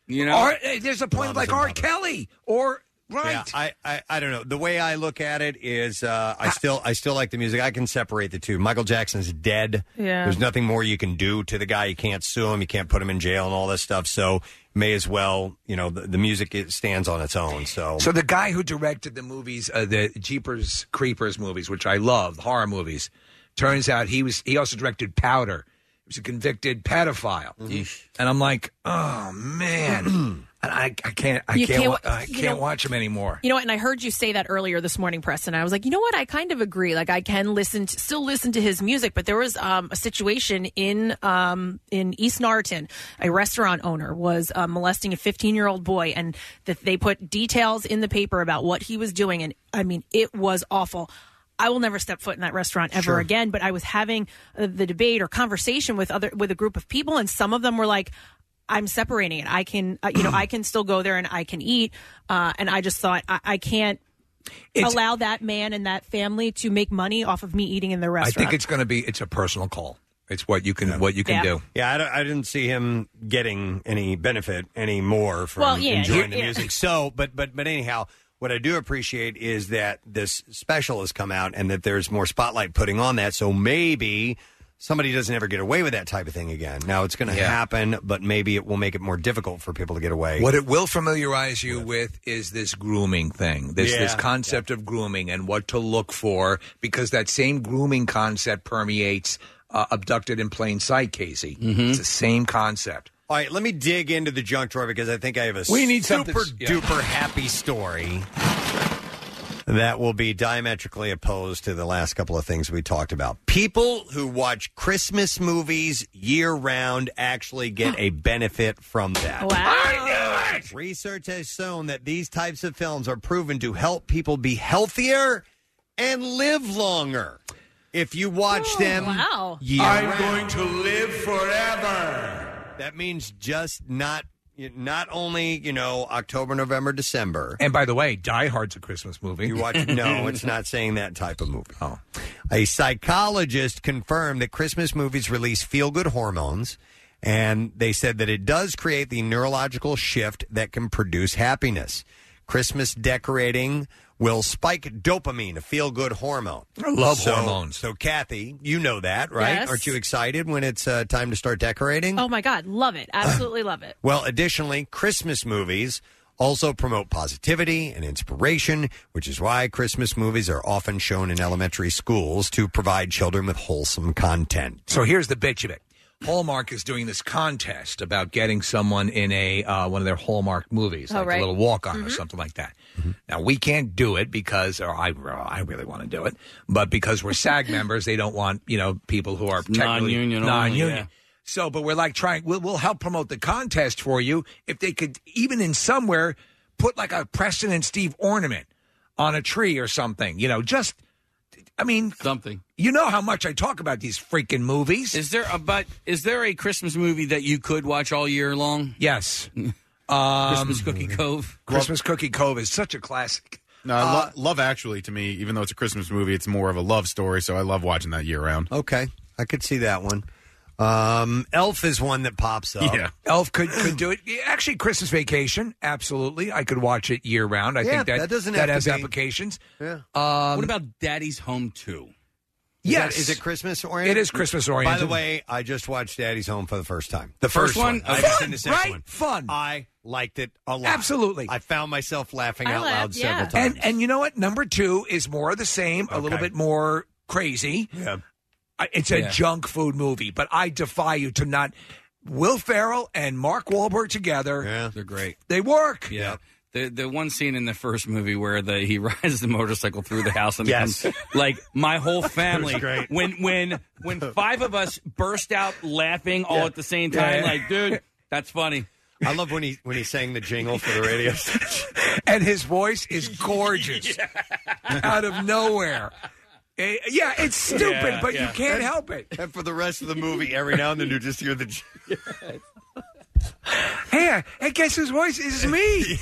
S8: You know,
S4: Or, uh, there's a point
S2: Mamas
S4: like
S2: and
S4: R. Kelly or right.
S2: eh, Yeah, I, I, I don't know. The way I look at it is, uh, I still, I still like the music. I can separate the two. Michael Jackson's dead.
S4: Yeah.
S2: There's nothing more you can do to the guy. You can't sue him. You can't put him in jail and all this stuff. So may as well, you know, the, the music it stands on its own. So,
S4: So the guy who directed the movies, uh, the Jeepers Creepers movies, which I love, horror movies, turns out he was he also directed Mm-hmm. Powder. He was a convicted pedophile, and I'm like, oh man, and I, I can't, I
S3: You
S4: can't,
S3: can't
S4: wa-
S3: wa-
S4: I
S3: you
S4: can't
S3: know-
S4: watch him anymore.
S3: You know what? And I heard you say that earlier this morning, Preston. I was like, you know what? I kind of agree. Like, I can listen, to, still listen to his music. But there was um, a situation in um, in East Norriton. A restaurant owner was uh, molesting a 15 year old boy, and that they put details in the paper about what he was doing. And I mean, it was awful. I will never step foot in that restaurant ever
S9: Sure.
S3: again. But I was having uh, the debate or conversation with other with a group of people, and some of them were like. I'm separating it. I can, uh, you know, I can still go there and I can eat. Uh, and I just thought I, I can't
S4: It's-
S3: allow that man and that family to make money off of me eating in their
S4: I
S3: restaurant.
S4: think it's going to be, it's a personal call. It's what you can, what you can
S3: Yeah.
S4: do.
S2: Yeah, I, don't- I didn't see him getting any benefit any more from
S3: Well, yeah,
S2: enjoying the
S3: yeah.
S2: music. So, but but but anyhow, what I do appreciate is that this special has come out and that there's more spotlight putting on that. So maybe somebody doesn't ever get away with that type of thing again. Now it's going to happen, but maybe it will make it more difficult for people to get away.
S4: What it will familiarize you with is this grooming thing, this this
S2: Yeah.
S4: concept of grooming and what to look for, because that same grooming concept permeates uh, abducted in plain sight, Casey. It's the same concept.
S2: All right, let me dig into the junk drawer because I think I have a
S4: We need
S2: super
S4: something- yeah.
S2: duper happy story that will be diametrically opposed to the last couple of things we talked about. People who watch Christmas movies year round actually get a benefit from that.
S10: I
S2: knew it! Research has shown that these types of films are proven to help people be healthier and live longer. If you watch them
S10: wow.
S2: year
S10: I'm
S2: round.
S10: going
S2: to live forever. That means just not not only you know October, November, December.
S4: And by the way, Die Hard's a Christmas movie.
S2: You watch? No, it's not saying that type of movie. Oh, a psychologist confirmed that Christmas movies release feel good hormones, and they said that it does create the neurological shift that can produce happiness. Christmas decorating will spike dopamine, a feel good hormone.
S4: I love
S2: So-
S4: hormones.
S2: So, Kathy, you know that, right?
S3: Yes.
S2: Aren't you excited when it's uh, time to start decorating?
S3: oh my god, love it! Absolutely love it.
S2: Well, additionally, Christmas movies also promote positivity and inspiration, which is why Christmas movies are often shown in elementary schools to provide children with wholesome content.
S4: So here's the bitch of it. Hallmark is doing this contest about getting someone in a uh, one of their Hallmark movies,
S27: Oh,
S4: like
S27: right.
S4: a little walk on or something like that.
S2: Mm-hmm.
S4: Now we can't do it because, or I, well, I really want to do it, but because we're SAG members, they don't want you know people who are technically
S8: non-union only,
S4: non-union.
S8: yeah.
S4: So, but we're like trying. We'll, we'll help promote the contest for you if they could, even in somewhere, put like a Preston and Steve ornament on a tree or something. You know, just I mean
S8: something.
S4: You know how much I talk about these freaking movies.
S8: Is there a but? Is there a Christmas movie that you could watch all year long?
S4: Yes. Um,
S8: Christmas Cookie Cove.
S4: Christmas Cookie Cove is such a classic.
S11: No, I
S2: Uh,
S11: lo- Love Actually to me, even though it's a Christmas movie, it's more of a love story, so I love watching that year round.
S2: Okay, I could see that one. Um, Elf is one that pops up.
S4: Yeah. Elf could could do it. Yeah, Actually, Christmas Vacation, absolutely. I could watch it year round. I
S2: Yeah,
S4: think that
S2: that doesn't have
S4: that
S2: to
S4: has
S2: be-
S4: applications.
S2: Yeah.
S4: Um,
S8: what about Daddy's Home Two?
S2: Is
S4: Yes.
S2: that- is it Christmas oriented?
S4: It is Christmas
S2: By
S4: oriented.
S2: the way, I just watched Daddy's Home for the first time.
S4: The first one?
S2: I
S4: Fun,
S2: haven't seen the second
S4: right?
S2: one.
S4: Fun.
S2: I liked it a lot.
S4: Absolutely.
S2: I found myself laughing out loud several times.
S4: And and you know what? Number two is more of the same, a little bit more crazy.
S2: Yeah.
S4: It's a
S2: Yeah.
S4: junk food movie, but I defy you to not. Will Farrell and Mark Wahlberg together.
S2: Yeah,
S8: they're great.
S4: They work.
S8: Yeah. The, the one scene in the first movie where the he rides the motorcycle through the house and
S4: Yes.
S8: becomes, like my whole family
S4: was great.
S8: when when when five of us burst out laughing all
S2: Yeah.
S8: at the same
S2: Yeah,
S8: time
S2: yeah.
S8: like dude that's funny
S2: I love when he when he sang the jingle for the radio station.
S4: and his voice is gorgeous out of nowhere. Eh, yeah, it's stupid,
S2: Yeah,
S4: but
S2: yeah.
S4: you can't
S2: And-
S4: help it.
S2: And for the rest of the movie, every now and then you just hear the.
S4: hey, I- I guess whose voice is me.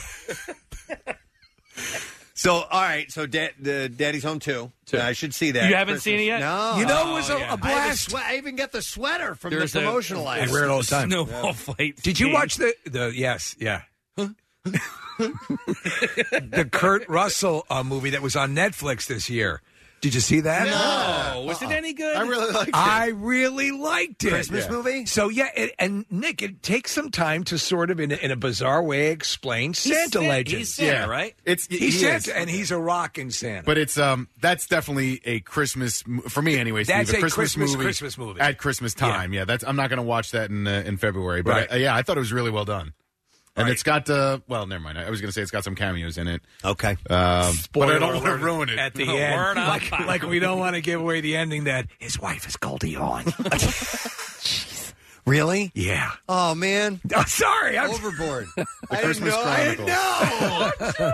S2: So all right, so da- the Daddy's Home Two. I should see that.
S8: You haven't seen it yet?
S2: No, Oh,
S8: You know it was a- a
S2: I, have
S8: blast.
S2: swe- I even got the sweater from
S8: There's
S2: the
S8: a-
S2: promotional item.
S4: I wear it all the time.
S8: Snowball fight.
S4: Did you
S8: scene.
S4: watch the the yes, yeah. the Kurt Russell uh, movie that was on Netflix this year. Did you see that?
S8: No. Was
S2: Uh-uh.
S8: it any good? I really liked it.
S4: I really liked it.
S8: Christmas Yeah.
S4: movie? So yeah, it, and Nick, it takes some time to sort of in a, in a bizarre way explain
S11: He's
S4: Santa
S11: Sa- he's
S4: legends.
S11: Santa, Yeah. right? It's-
S4: he's
S11: he
S4: Santa
S11: is.
S4: and he's a rockin' Santa.
S11: But it's um that's definitely a Christmas m- for me anyway. Steve,
S4: That's a
S11: Christmas
S4: Christmas-
S11: movie
S4: Christmas movie.
S11: at Christmas time. Yeah, that's I'm not going to watch that in uh, in February. But
S4: Right.
S11: I- yeah, I thought it was really well done. And it's got, uh, well, never mind. I was going to say it's got some cameos in it.
S2: Okay.
S11: Um, but I don't want to
S4: alert
S11: ruin it.
S4: at the end. like, like we don't want to give away the ending that his wife is Goldie Hawn.
S2: Really?
S4: Yeah.
S2: Oh man.
S4: Oh, sorry, I'm
S2: overboard.
S4: I
S2: didn't
S4: Christmas
S2: know- I didn't
S4: Chronicles.
S2: know.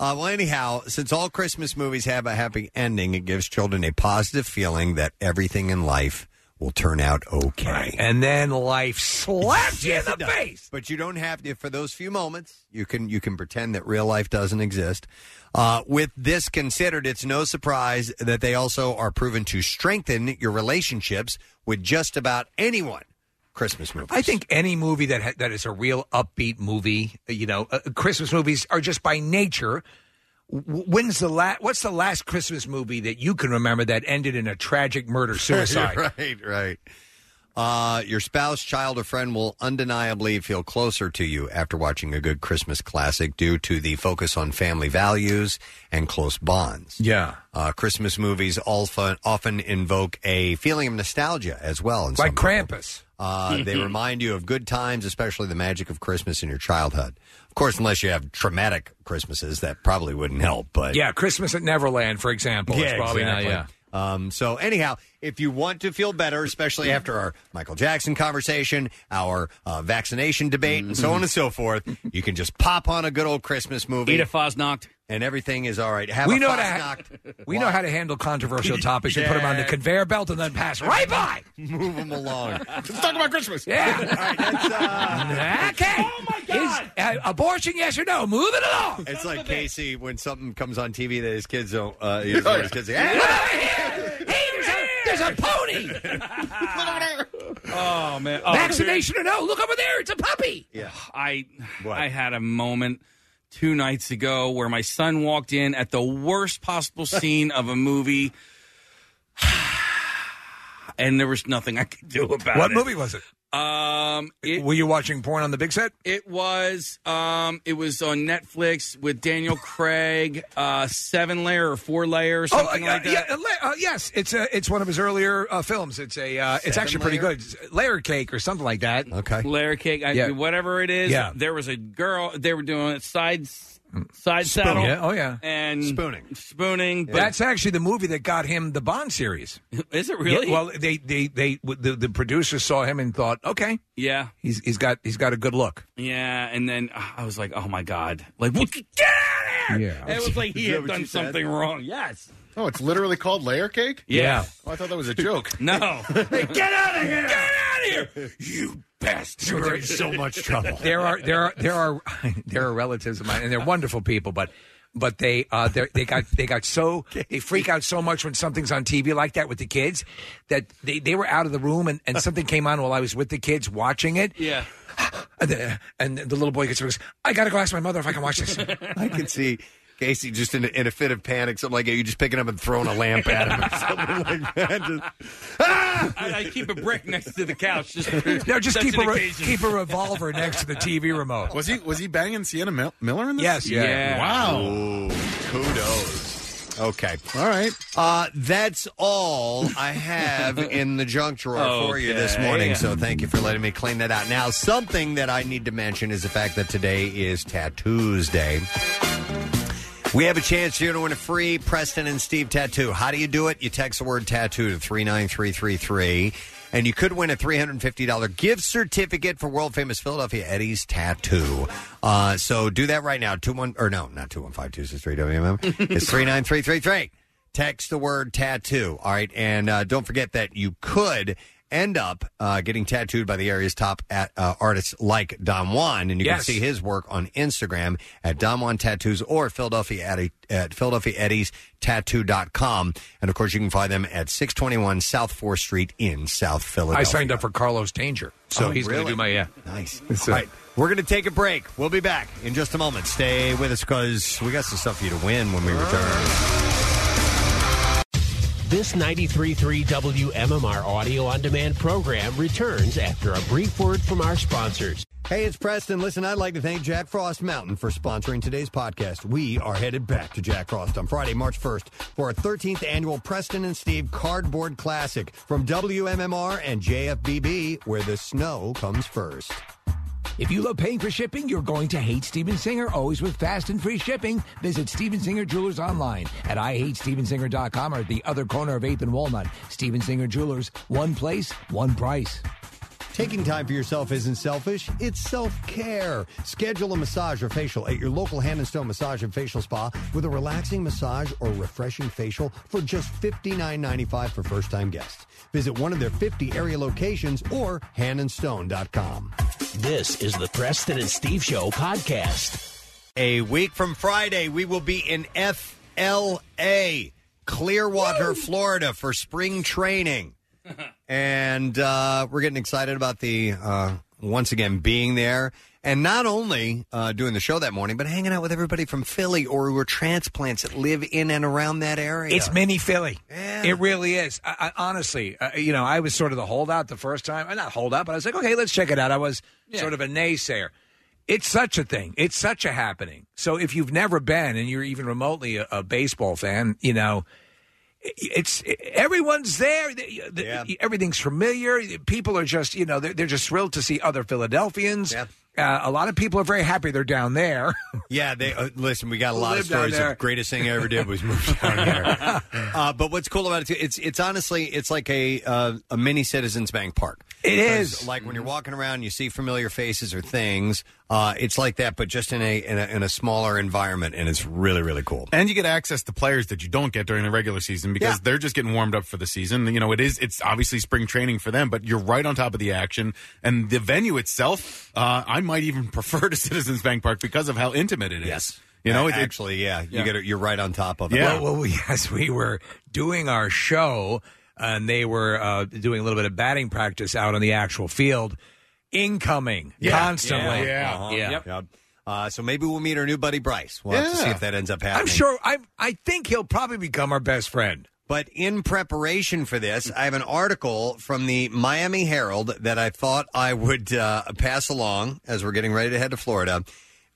S2: Uh, well, anyhow, since all Christmas movies have a happy ending, it gives children a positive feeling that everything in life will turn out okay.
S4: And then life slapped you in
S2: Yes, it
S4: the
S2: does.
S4: face.
S2: But you don't have to for those few moments. You can you can pretend that real life doesn't exist. Uh, with this considered, it's no surprise that they also are proven to strengthen your relationships with just about anyone. Christmas movie.
S4: I think any movie that ha- that is a real upbeat movie, you know, uh, Christmas movies are just by nature. W- When's the last? What's the last Christmas movie that you can remember that ended in a tragic murder suicide?
S2: right, right. Uh, your spouse, child, or friend will undeniably feel closer to you after watching a good Christmas classic due to the focus on family values and close bonds.
S4: Yeah.
S2: Uh, Christmas movies often, often invoke a feeling of nostalgia as well. in some
S4: Like
S2: people.
S4: Krampus.
S2: Uh, they remind you of good times, especially the magic of Christmas in your childhood. Of course, unless you have traumatic Christmases, that probably wouldn't help. But
S4: yeah, Christmas at Neverland, for example. is probably not-
S2: exactly. Um, so anyhow, if you want to feel better, especially after our Michael Jackson conversation, our uh, vaccination debate, and so on and so forth, you can just pop on a good old Christmas movie.
S8: Eat a Fosnocked.
S2: And everything is all right. Have
S4: we
S2: a
S4: know how to
S2: Fosnocked.
S4: ha- we know how to handle controversial topics. You put them on the
S2: Yeah.
S4: conveyor belt and then pass right by.
S2: Move them along.
S11: Let's talk about Christmas.
S4: Yeah.
S11: uh,
S4: okay. Oh my God. Is, uh, abortion? Yes or no? Move it along.
S2: It's like Casey when something comes on TV that his kids don't. Uh, his
S4: Oh,
S2: his kids say, "Hey,
S4: Hey, there's a, there's a pony.
S8: Oh man! Oh,
S4: Vaccination or no? Look over there. It's a puppy.
S2: Yeah.
S8: I I had a moment two nights ago where my son walked in at the worst possible scene of a movie. And there was nothing I could do about
S4: What
S8: it.
S4: movie was it?
S8: Um, it,
S4: Were you watching porn on the big set?
S8: it was um, it was on Netflix with Daniel Craig, uh, seven layer or four layer or something
S4: uh,
S8: like that.
S4: yeah, uh, la- uh, yes, it's a, it's one of his earlier uh, films. It's a uh, it's
S8: Seven
S4: actually pretty
S8: layer?
S4: good. It's Layer cake or something like that.
S2: Okay.
S8: layer cake, I,
S4: Yeah.
S8: whatever it is.
S4: Yeah.
S8: There was a girl. They were doing it side side
S4: Spoon.
S8: saddle.
S4: Yeah, oh, yeah.
S8: and spooning, spooning. But
S4: That's actually the movie that got him the Bond series.
S8: Is it really?
S4: Yeah, well, they they they the, the producer saw him and thought, okay,
S8: yeah,
S4: he's he's got he's got a good look.
S8: yeah. And then uh, I was like, oh my god, like what? Get out of here!
S4: Yeah.
S8: It was like
S11: Is
S8: he
S11: that
S8: had
S11: what
S8: done
S11: you said?
S8: something wrong. Yes.
S11: Oh, it's literally called layer cake?
S8: Yeah.
S11: Oh, I thought that was a joke.
S8: no.
S11: Get out of here!
S4: Best,
S11: You're in so much trouble.
S4: There are there are there are there are relatives of mine, and they're wonderful people, but. But they uh, they're- they got they got so they freak out so much when something's on TV like that with the kids that they, they were out of the room and, and something came on while I was with the kids watching it
S8: Yeah.
S4: and the, and the little boy gets goes I gotta go ask my mother if I can watch this
S2: "Ah, I can see Casey just in a, in a fit of panic, something like that. You just picking up and throwing a lamp at him or something like that. Just-
S8: I, I keep a brick next to the couch. Just
S4: ah! no just
S8: such
S4: keep
S8: an
S4: a re-
S8: occasion.
S4: keep a revolver next to the TV remote
S11: Was he was he banging Sienna Mil- Miller in this?
S4: Yes, yeah. Yeah.
S11: Wow.
S2: kudos. Okay.
S11: All right.
S2: Uh, that's all I have in the junk drawer for you this
S11: Okay.
S2: morning. So thank you for letting me clean that out. Now, something that I need to mention is the fact that today is Tattoos Day. We have a chance here to win a free Preston and Steve tattoo. How do you do it? You text the word tattoo to 39333, and you could win a $350 gift certificate for world famous Philadelphia Eddie's Tattoo. Uh, so do that right now. 21 or no, not 215 263 WMM. It's 39333. Text the word tattoo. All right. And uh, don't forget that you could end up uh, getting tattooed by the area's top at, uh, artists like Don Juan. And you
S4: Yes.
S2: can see his work on Instagram at Don Juan Tattoos or Philadelphia Eddie, at Philadelphia Eddie's Tattoo.com. And of course, you can find them at 621 South 4th Street in South Philadelphia.
S4: I signed up for Carlos Danger so
S2: Oh,
S4: he's
S2: really?
S4: gonna do my yeah
S2: nice
S4: It's,
S2: All
S4: uh,
S2: right, we're going to take a break. We'll be back in just a moment. Stay with us because we got some stuff for you to win when we return.
S9: This 93.3 WMMR audio on demand program returns after a brief word from our sponsors.
S2: Hey, it's Preston. Listen, I'd like to thank Jack Frost Mountain for sponsoring today's podcast. We are headed back to Jack Frost on Friday, March 1st for our 13th annual Preston and Steve Cardboard Classic from WMMR and JFBB, where the snow comes first.
S6: If you love paying for shipping, you're going to hate Steven Singer, always with fast and free shipping. Visit Steven Singer Jewelers online at IHateStevenSinger.com or at the other corner of 8th and Walnut. Steven Singer Jewelers, one place, one price.
S7: Taking time for yourself isn't selfish, it's self care. Schedule a massage or facial at your local Hand and Stone Massage and Facial Spa with a relaxing massage or refreshing facial for just $59.95 for first time guests. Visit one of their 50 area locations or handandstone.com.
S9: This is the Preston and Steve Show podcast.
S2: A week from Friday, we will be in FLA, Clearwater, Florida, for spring training. and uh, we're getting excited about the uh, once again being there and not only uh, doing the show that morning, but hanging out with everybody from Philly or who are transplants that live in and around that area.
S4: It's mini Philly. It really is. I, I, honestly, uh, you know, I was sort of the holdout the first time. uh, Not holdout, but I was like, okay, let's check it out. I was sort of a naysayer. It's such a thing. It's such a happening. So if you've never been and you're even remotely a, a baseball fan, you know, i- it's everyone's there. The- the- Everything's familiar. People are just, you know, they're, they're just thrilled to see other Philadelphians. Uh, a lot of people are very happy they're down there.
S2: Yeah, they uh, listen. We got a lot of
S4: Live down
S2: stories.
S4: there.
S2: of greatest thing I ever did was move down here. Uh, but what's cool about it too? It's it's honestly it's like a uh, a mini Citizens Bank Park.
S4: It
S2: Because,
S4: is.
S2: like when you're walking around, you see familiar faces or things. Uh, it's like that, but just in a, in a in a smaller environment, and it's really really cool.
S11: And you get access to players that you don't get during the regular season because they're just getting warmed up for the season. You know, it is it's obviously spring training for them, but you're right on top of the action. And the venue itself, uh, I might even prefer to Citizens Bank Park because of how intimate it is. Yes. You know,
S2: Uh,
S11: it, it-
S2: actually, yeah, you get it. You're right on top of it.
S4: Yeah. Well, well, yes, we were doing our show, and they were uh, doing a little bit of batting practice out on the actual field, incoming constantly. Uh-huh. Yep.
S2: Yep. Uh, so maybe we'll meet our new buddy Bryce. We'll have to
S4: Yeah.
S2: see if that ends up happening.
S4: I'm sure. I I think he'll probably become our best friend.
S2: But in preparation for this, I have an article from the Miami Herald that I thought I would uh, pass along as we're getting ready to head to Florida.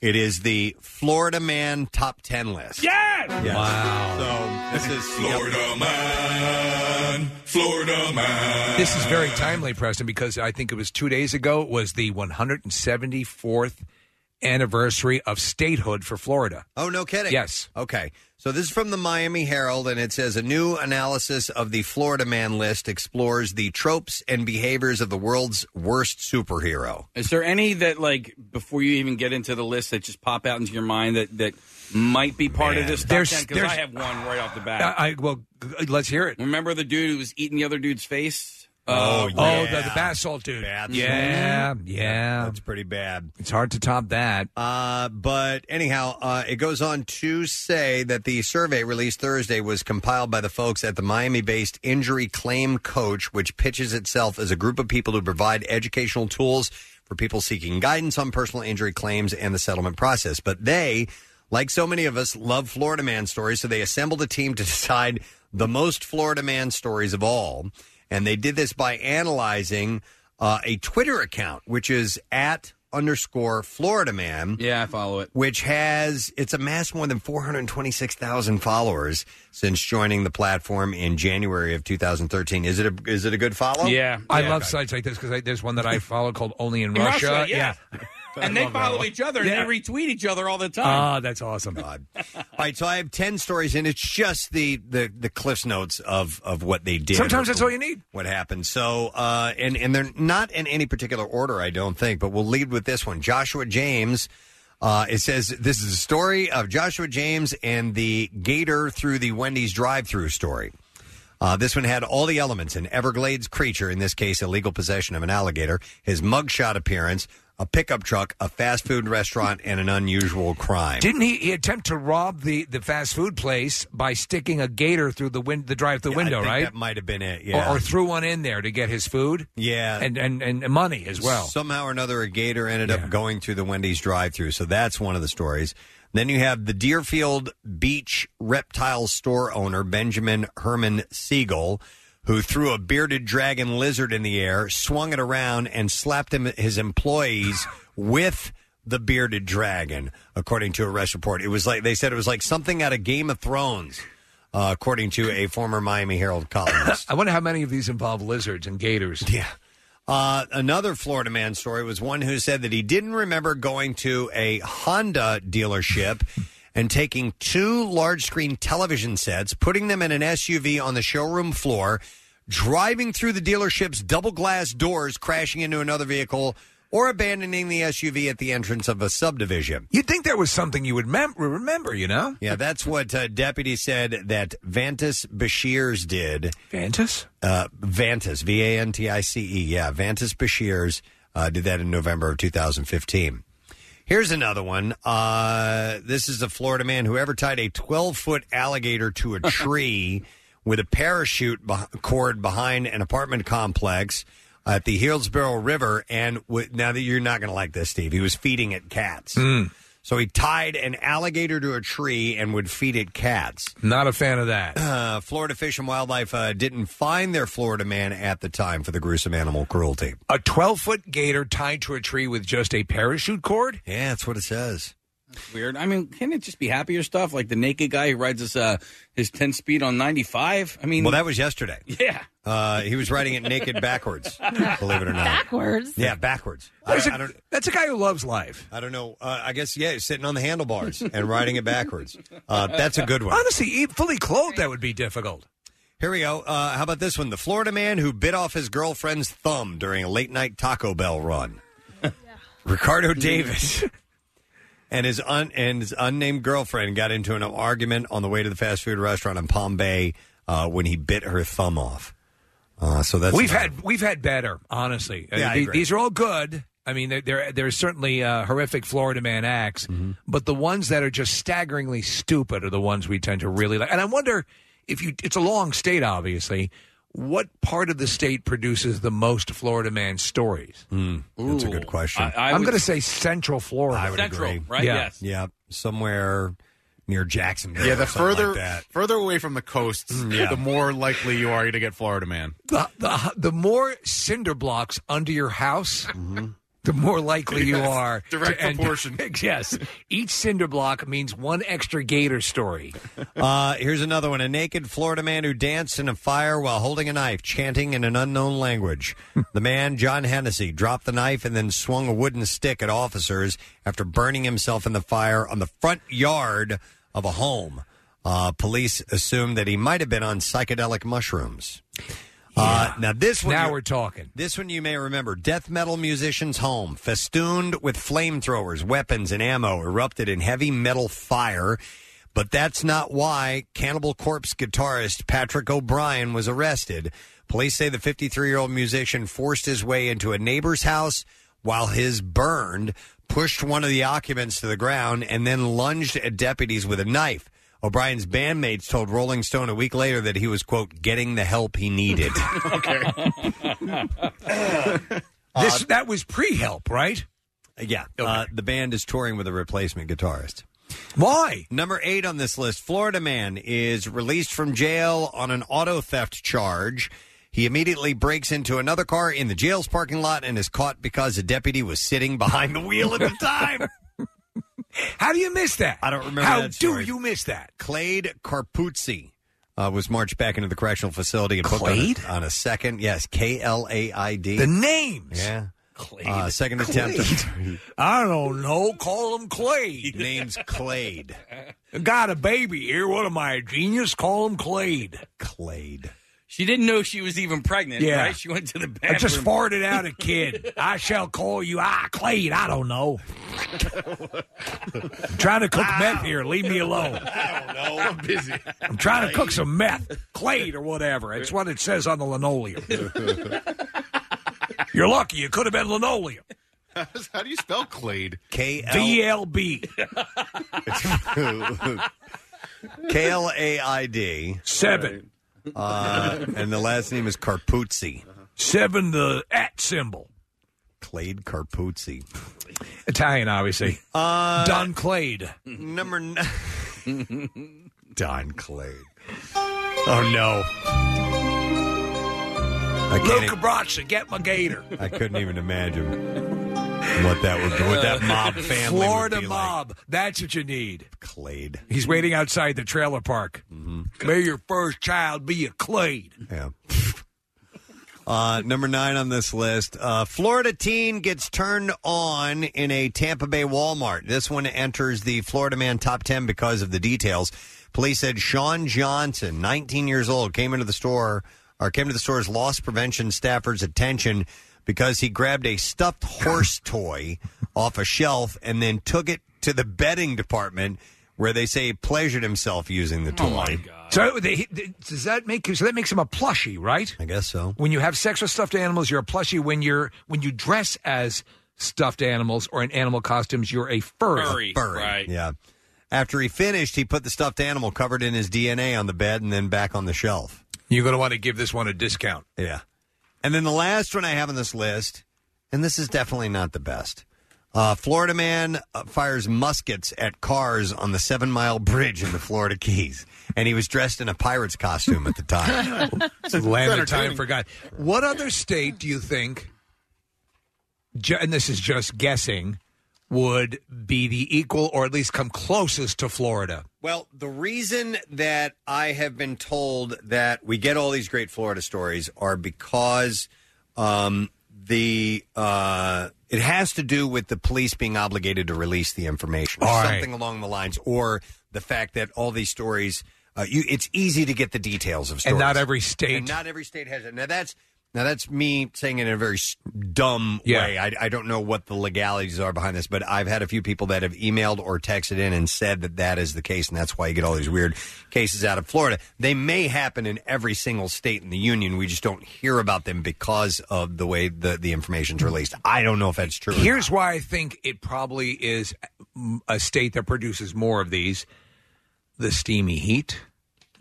S2: It is the Florida Man Top 10 list.
S10: Yes!
S2: Wow. So this is Florida Man.
S4: Florida man. This is very timely, Preston, because I think it was two days ago was the 174th anniversary of statehood for Florida.
S2: Oh, no kidding.
S4: Yes.
S2: Okay. So this is from the Miami Herald, and it says a new analysis of the Florida Man list explores the tropes and behaviors of the world's worst superhero.
S8: Is there any that like before you even get into the list that just pop out into your mind that that might be part
S4: Man.
S8: of this top
S4: There's-
S8: 10? 'Cause
S4: there's-
S8: I have one right off the bat.
S4: I, I- well, g- let's hear it.
S8: Remember the dude who was eating the other dude's face?
S4: Oh,
S8: Uh,
S4: oh, the, the basalt dude. yeah, yeah.
S2: That's pretty bad.
S4: It's hard to top that.
S2: Uh, but anyhow, uh, it goes on to say that the survey released Thursday was compiled by the folks at the Miami based Injury Claim Coach, which pitches itself as a group of people who provide educational tools for people seeking guidance on personal injury claims and the settlement process. But they, like so many of us, love Florida man stories, so they assembled a team to decide the most Florida man stories of all. And they did this by analyzing uh, a Twitter account, which is at underscore Florida man.
S8: Yeah, I follow it.
S2: Which has, it's amassed more than 426,000 followers since joining the platform in January of 2013. Is it a, is it a good follow?
S4: I love sites like this because there's one that I follow called Only in
S8: In
S4: Russia.
S8: Russia, yeah. and they
S4: love that
S8: follow
S4: one.
S8: each other
S4: Yeah.
S8: and they retweet each other all the time.
S4: Ah,
S2: Oh,
S4: that's awesome.
S2: All right, so I have 10 stories, and it's just the, the, the cliffs notes of, of what they did.
S4: Sometimes that's all you need.
S2: What happened. So, uh, and, and they're not in any particular order, I don't think, but we'll lead with this one. Joshua James. Uh, it says this is a story of Joshua James and the gator through the Wendy's drive through story. Uh, this one had all the elements an Everglades creature, in this case, illegal possession of an alligator, his mugshot appearance, a pickup truck, a fast food restaurant, and an unusual crime.
S4: Didn't he, he attempt to rob the, the fast food place by sticking a gator through the win- the drive through
S2: Yeah, I
S4: window?
S2: think
S4: right,
S2: that might have been it, yeah.
S4: or, or threw one in there to get his food.
S2: Yeah.
S4: and and, and money as well.
S2: Somehow or another, a gator ended up going through the Wendy's drive through. So that's one of the stories. Then you have the Deerfield Beach reptile store owner, Benjamin Herman Siegel, who threw a bearded dragon lizard in the air, swung it around, and slapped him, his employees with the bearded dragon, according to a arrest report. It was like, they said it was like something out of Game of Thrones, uh, according to a former Miami Herald columnist.
S4: I wonder how many of these involve lizards and gators.
S2: Yeah. Uh, another Florida man story was one who said that he didn't remember going to a Honda dealership and taking two large screen television sets, putting them in an SUV on the showroom floor, driving through the dealership's double glass doors, crashing into another vehicle, or abandoning the SUV at the entrance of a subdivision.
S4: You'd think there was something you would mem- remember, you know?
S2: Yeah, that's what uh, deputy said that Vantis Bashirs did.
S4: Vantis?
S2: Uh, Vantis, V A N T I C E. Yeah, Vantis Bashirs uh, did that in November of 2015. Here's another one. Uh, this is a Florida man who ever tied a 12 foot alligator to a tree with a parachute beh cord behind an apartment complex at the Hillsborough River. And w- now that you're not going to like this, Steve, he was feeding it cats.
S4: Hmm.
S2: So he tied an alligator to a tree and would feed it cats.
S4: Not a fan of that.
S2: Uh, Florida Fish and Wildlife uh, didn't find their Florida man at the time for the gruesome animal cruelty.
S4: A 12 foot gator tied to a tree with just a parachute cord?
S2: Yeah, that's what it says.
S8: Weird. I mean, can it just be happier stuff like the naked guy who rides his uh, his ten speed on ninety five? I mean,
S2: Well, that was yesterday.
S8: yeah.
S2: Uh, he was riding it naked backwards, believe it or not.
S3: Backwards?
S2: Yeah, backwards.
S4: That's a- that's a guy who loves life.
S2: I don't know. Uh, I guess, yeah, he's sitting on the handlebars and riding it backwards. Uh, that's a good one.
S8: Oh,
S4: Honestly, e- fully clothed, that would be difficult.
S2: Here we go. Uh, how about this one? The Florida man who bit off his girlfriend's thumb during a late night Taco Bell run. Ricardo Davis and his un- and his unnamed girlfriend got into an argument on the way to the fast food restaurant in Palm Bay uh, when he bit her thumb off. Uh, so that's
S4: we've had we've had better, honestly. Uh,
S2: Yeah, I
S4: the-
S2: agree.
S4: these are all good. I mean, there there there's certainly uh, horrific Florida man acts,
S2: Mm-hmm.
S4: but the ones that are just staggeringly stupid are the ones we tend to really like. And I wonder if you it's a long state, obviously. What part of the state produces the most Florida man stories?
S2: Hmm. that's a good question.
S4: I, am going to say Central Florida.
S2: I would agree.
S4: Yeah.
S2: Yeah. Somewhere near Jacksonville.
S11: Yeah,
S2: or
S11: the
S2: something like
S11: further
S2: that.
S11: further away from the coast,
S2: Mm, yeah.
S11: the more likely you are to get Florida man.
S4: The, the, the more cinder blocks under your house, the more likely you
S11: Mm-hmm. Yes,
S4: are.
S11: direct
S4: to end-
S11: proportion.
S4: yes. Each cinder block means one extra gator story.
S2: Uh, here's another one. A naked Florida man who danced in a fire while holding a knife, chanting in an unknown language. the man, John Hennessy, dropped the knife and then swung a wooden stick at officers after burning himself in the fire on the front yard of a home. Uh, police assumed that he might have been on psychedelic mushrooms. Uh, now this one
S4: Now
S2: you-
S4: we're talking.
S2: This one you may remember: death metal musician's home, festooned with flamethrowers, weapons, and ammo, erupted in heavy metal fire. But that's not why Cannibal Corpse guitarist Patrick O'Brien was arrested. Police say the 53 year old musician forced his way into a neighbor's house while his burned, pushed one of the occupants to the ground, and then lunged at deputies with a knife. O'Brien's bandmates told Rolling Stone a week later that he was, quote, getting the help he needed.
S4: This that was pre-help, right?
S2: Yeah. Uh, the band is touring with a replacement guitarist.
S4: Why?
S2: Number eight on this list Florida man is released from jail on an auto theft charge. He immediately breaks into another car in the jail's parking lot and is caught because a deputy was sitting behind the wheel at the time.
S4: How do you miss that?
S2: I don't remember.
S4: How
S2: that
S4: do
S2: story.
S4: you miss that?
S2: Clade Carpuzzi uh, was marched back into the correctional facility and booked on a-
S4: Clade?
S2: on, a second, yes, K L A I D.
S4: The names.
S2: yeah. Uh, second attempt.
S4: I don't know. Call him Clade.
S2: Name's Clade.
S4: Got a baby here. What am I, a genius? Call him Clade.
S2: Clade.
S8: She didn't know she was even pregnant,
S4: Yeah.
S8: right? She went to the bathroom.
S4: I just farted out a kid. I shall call you. Ah, Clade. I don't know. I'm trying to cook meth here. Leave me alone.
S11: I'm busy.
S4: I'm trying to cook some meth, Clade or whatever. It's what it says on the linoleum. You're lucky. It could have been linoleum.
S11: How do you spell Clade?
S2: K
S4: DLB.
S2: K L A I D.
S4: Seven.
S2: Uh, and the last name is Carpuzzi.
S4: Seven, the at symbol.
S2: Clade Carpuzzi.
S4: Italian, obviously.
S2: Uh,
S4: Don Clade.
S2: Number nine. Don Clade. Oh, no. I
S4: Luke
S2: can't.
S4: Cabracha, get my gator.
S2: I couldn't even imagine what that would be. What that mob family would
S4: Uh, Florida
S2: be like.
S4: mob. That's what you need.
S2: Clade.
S4: He's waiting outside the
S2: Mm-hmm.
S4: trailer park. May your first child be a Clade.
S2: Yeah. Uh, number nine on this list uh, Florida teen gets turned on in a Tampa Bay Walmart. This one enters the Florida Man top 10 because of the details. Police said Sean Johnson, 19 years old, came into the store or came to the store's loss prevention staffer's attention because he grabbed a stuffed horse toy off a shelf and then took it to the bedding department where they say he pleasured himself using the toy.
S4: Oh, So they, they- does that make so that makes him a plushie, right?
S2: I guess so.
S4: When you have sex with stuffed animals, you're a plushie. When you're when you dress as stuffed animals or in animal costumes, you're a furry.
S2: A furry, Yeah. After he finished, he put the stuffed animal covered in his DNA on the bed and then back on the shelf.
S4: You're going to want to give this one a discount.
S2: Yeah. And then the last one I have on this list, and this is definitely not the best. Uh, Florida man uh, fires muskets at cars on the Seven Mile Bridge in the Florida Keys, and he was dressed in a pirate's costume at the time.
S4: It's the land of time forgotten. What other state do you think? ju- And this is just guessing. Would be the equal, or at least come closest to Florida.
S2: Well, the reason that I have been told that we get all these great Florida stories are because um, the uh, it has to do with the police being obligated to release the information,
S4: All
S2: or
S4: right.
S2: something along the lines, or the fact that all these stories, uh, you, it's easy to get the details of stories,
S4: And not every state.
S2: And not every state has it. Now that's now that's me saying it in a very s- dumb way. I, I don't know what the legalities are behind this, but I've had a few people that have emailed or texted in and said that that is the case, and that's why you get all these weird cases out of Florida. They may happen in every single state in the union. We just don't hear about them because of the way the the information's released. I don't know if that's true. or
S4: Here's why I think it probably is mm, a state that produces more of these: the steamy heat,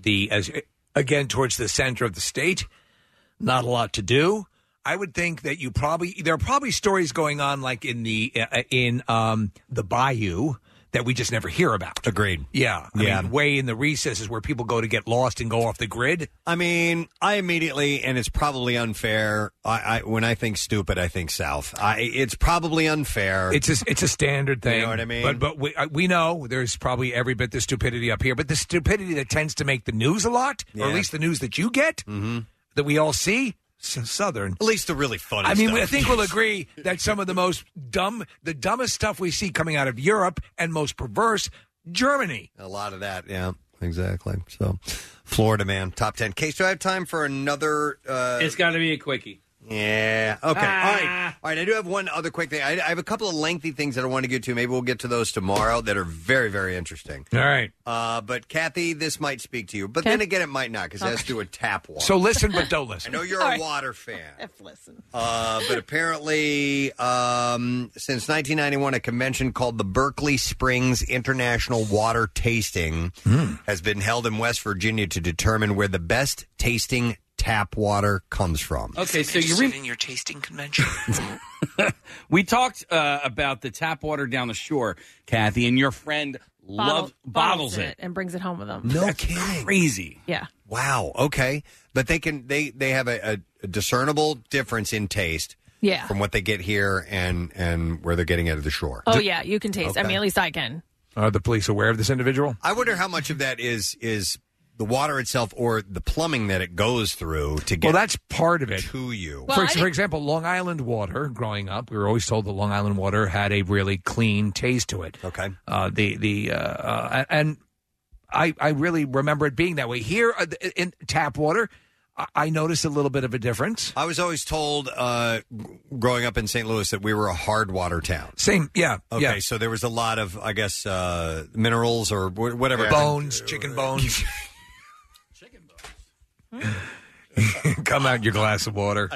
S4: the as again towards the center of the state, not a lot to do. I would think that you probably there are probably stories going on like in the uh, in um, the bayou that we just never hear about.
S2: Agreed.
S4: Yeah, I
S2: Yeah.
S4: Mean, way in the recesses where people go to get lost and go off the grid.
S2: I mean, I immediately, and it's probably unfair. I, I when I think stupid, I think South. I, it's probably unfair.
S4: It's a, it's a standard
S2: You
S4: thing.
S2: know what I mean?
S4: But but we, uh, we know there's probably every bit the stupidity up here, but the stupidity that tends to make the news a lot, or
S2: Yeah. Mm-hmm.
S4: at least the news that you get that we all see. s- Southern,
S2: at least the really funny.
S4: I mean,
S2: stuff.
S4: I think we'll agree that some of the most dumb, the dumbest stuff we see coming out of Europe and most perverse, Germany.
S2: A lot of that, yeah. Exactly. So, Florida man, top ten. Case, do I have time for another? Uh,
S8: It's got to be a quickie.
S2: yeah. Okay. All
S4: Ah.
S2: right. All right. I do have one other quick thing. I, I have a couple of lengthy things that I want to get to. Maybe we'll get to those tomorrow that are very, very interesting.
S4: All right.
S2: Uh, but Kathy, this might speak to you, but then again, it might not because it has to do with tap water.
S4: So listen, but don't listen.
S2: I know you're
S4: All
S2: a
S4: right.
S2: water fan. Uh, but apparently, um, since 1991, a convention called the Berkeley Springs International Water Tasting has been held in West Virginia to determine where the best tasting tap water comes from.
S8: Okay, so you re-
S4: in your tasting convention.
S8: we talked uh, about the tap water down the shore, Kathy, and your friend loves bottles, it.
S3: and brings it home with him.
S2: No kidding.
S8: Crazy.
S3: Yeah.
S2: Wow. Okay. But they can they they have a, a- a discernible difference in taste
S3: Yeah.
S2: from what they get here and and where they're getting it at the shore.
S3: Oh yeah, you can taste. I
S2: Okay.
S3: mean, at least I can.
S4: Are Uh, the police aware of this individual?
S2: I wonder how much of that is is the water itself or the plumbing that it goes through to get.
S4: Well, that's part of it.
S2: To you,
S4: for, ex- for example, Long Island water. Growing up, we were always told that Long Island water had a really clean taste to it.
S2: Okay.
S4: Uh, the the uh, uh, and I I really remember it being that way. Here uh, th- in tap water, I, I noticed a little bit of a difference.
S2: I was always told uh, g- growing up in St. Louis that we were a hard water town.
S4: Same, yeah,
S2: Okay,
S4: yeah.
S2: so there was a lot of, I guess, uh, minerals or wh- whatever.
S4: Bones, chicken bones. Come out your glass of water.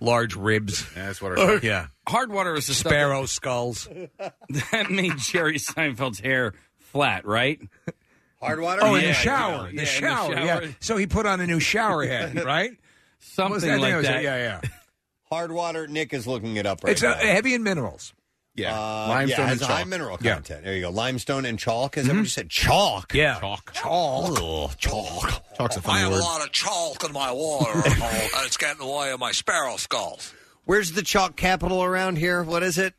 S4: Large ribs.
S11: that's
S8: what I-
S4: yeah.
S8: Hard water is the stuff
S4: sparrow skulls.
S8: that made Jerry Seinfeld's hair flat, right?
S2: Hard
S4: Oh, in the shower. The shower. Yeah. So he put on a new shower head, right?
S8: Something
S4: What was that
S8: like
S4: thing I was-
S8: that.
S4: Yeah, yeah.
S2: Hard water. Nick is looking it up right
S4: it's uh
S2: now.
S4: heavy in minerals.
S2: Yeah, Uh,
S4: Limestone
S2: yeah, it has
S4: and
S2: a high
S4: chalk.
S2: mineral
S4: Yeah. Mm-hmm.
S2: content. There you go. Limestone and chalk. Is that what you said? Chalk.
S4: Yeah.
S2: Chalk.
S4: Chalk.
S2: chalk. Chalk's a
S4: I have a lot of chalk in my water, and it's getting in the way of my sparrow skulls.
S2: Where's the chalk capital around here? What is it?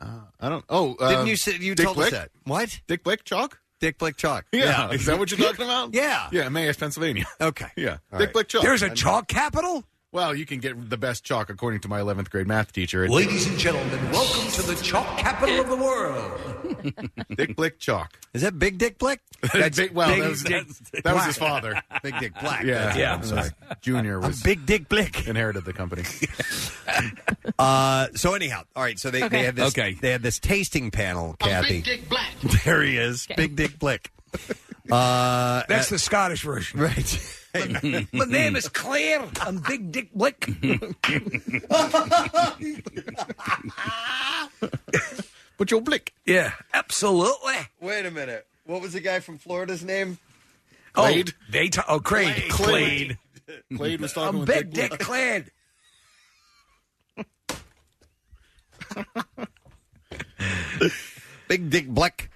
S11: I don't. Oh, uh,
S2: didn't you say you
S11: Dick
S2: told
S11: Blick?
S2: us that? What?
S11: Dick Blick chalk?
S2: Dick Blick chalk.
S11: Yeah. Is that what you're talking about?
S2: yeah.
S11: Yeah, Mayash, Pennsylvania.
S2: Okay.
S11: Yeah.
S2: All
S11: Dick
S2: right.
S11: Blick chalk.
S4: There's a chalk capital?
S11: Well, you can get the best chalk according to my 11th grade math teacher.
S6: Ladies and gentlemen, welcome to the chalk capital of the world.
S11: Dick Blick Chalk.
S2: Is that Big Dick Blick?
S11: That's big, well,
S2: Big
S11: that was,
S2: Dick
S11: that was
S2: Black.
S11: his father.
S2: Big Dick Black.
S11: Yeah,
S2: That's
S11: yeah.
S2: what
S11: I'm
S2: it
S11: sorry. Junior was
S2: Big Dick Blick
S11: inherited the company.
S2: Uh, so anyhow, all right. So they,
S11: Okay.
S2: they had this.
S11: Okay.
S2: They had this tasting panel, Kathy.
S11: Dick Black.
S2: There he is, Big Dick Blick. Uh,
S4: That's
S2: uh,
S4: the Scottish version.
S2: Right.
S4: My name is Claire. I'm Big Dick Blick.
S11: But your blick.
S4: Yeah, absolutely.
S2: Wait a minute. What was the guy from Florida's name?
S4: Oh, they ta- oh, Craig. Clade.
S11: Clade was
S4: I'm
S11: talking with
S4: Big
S11: Dick
S4: Dick, Clade.
S2: Big Dick Blick.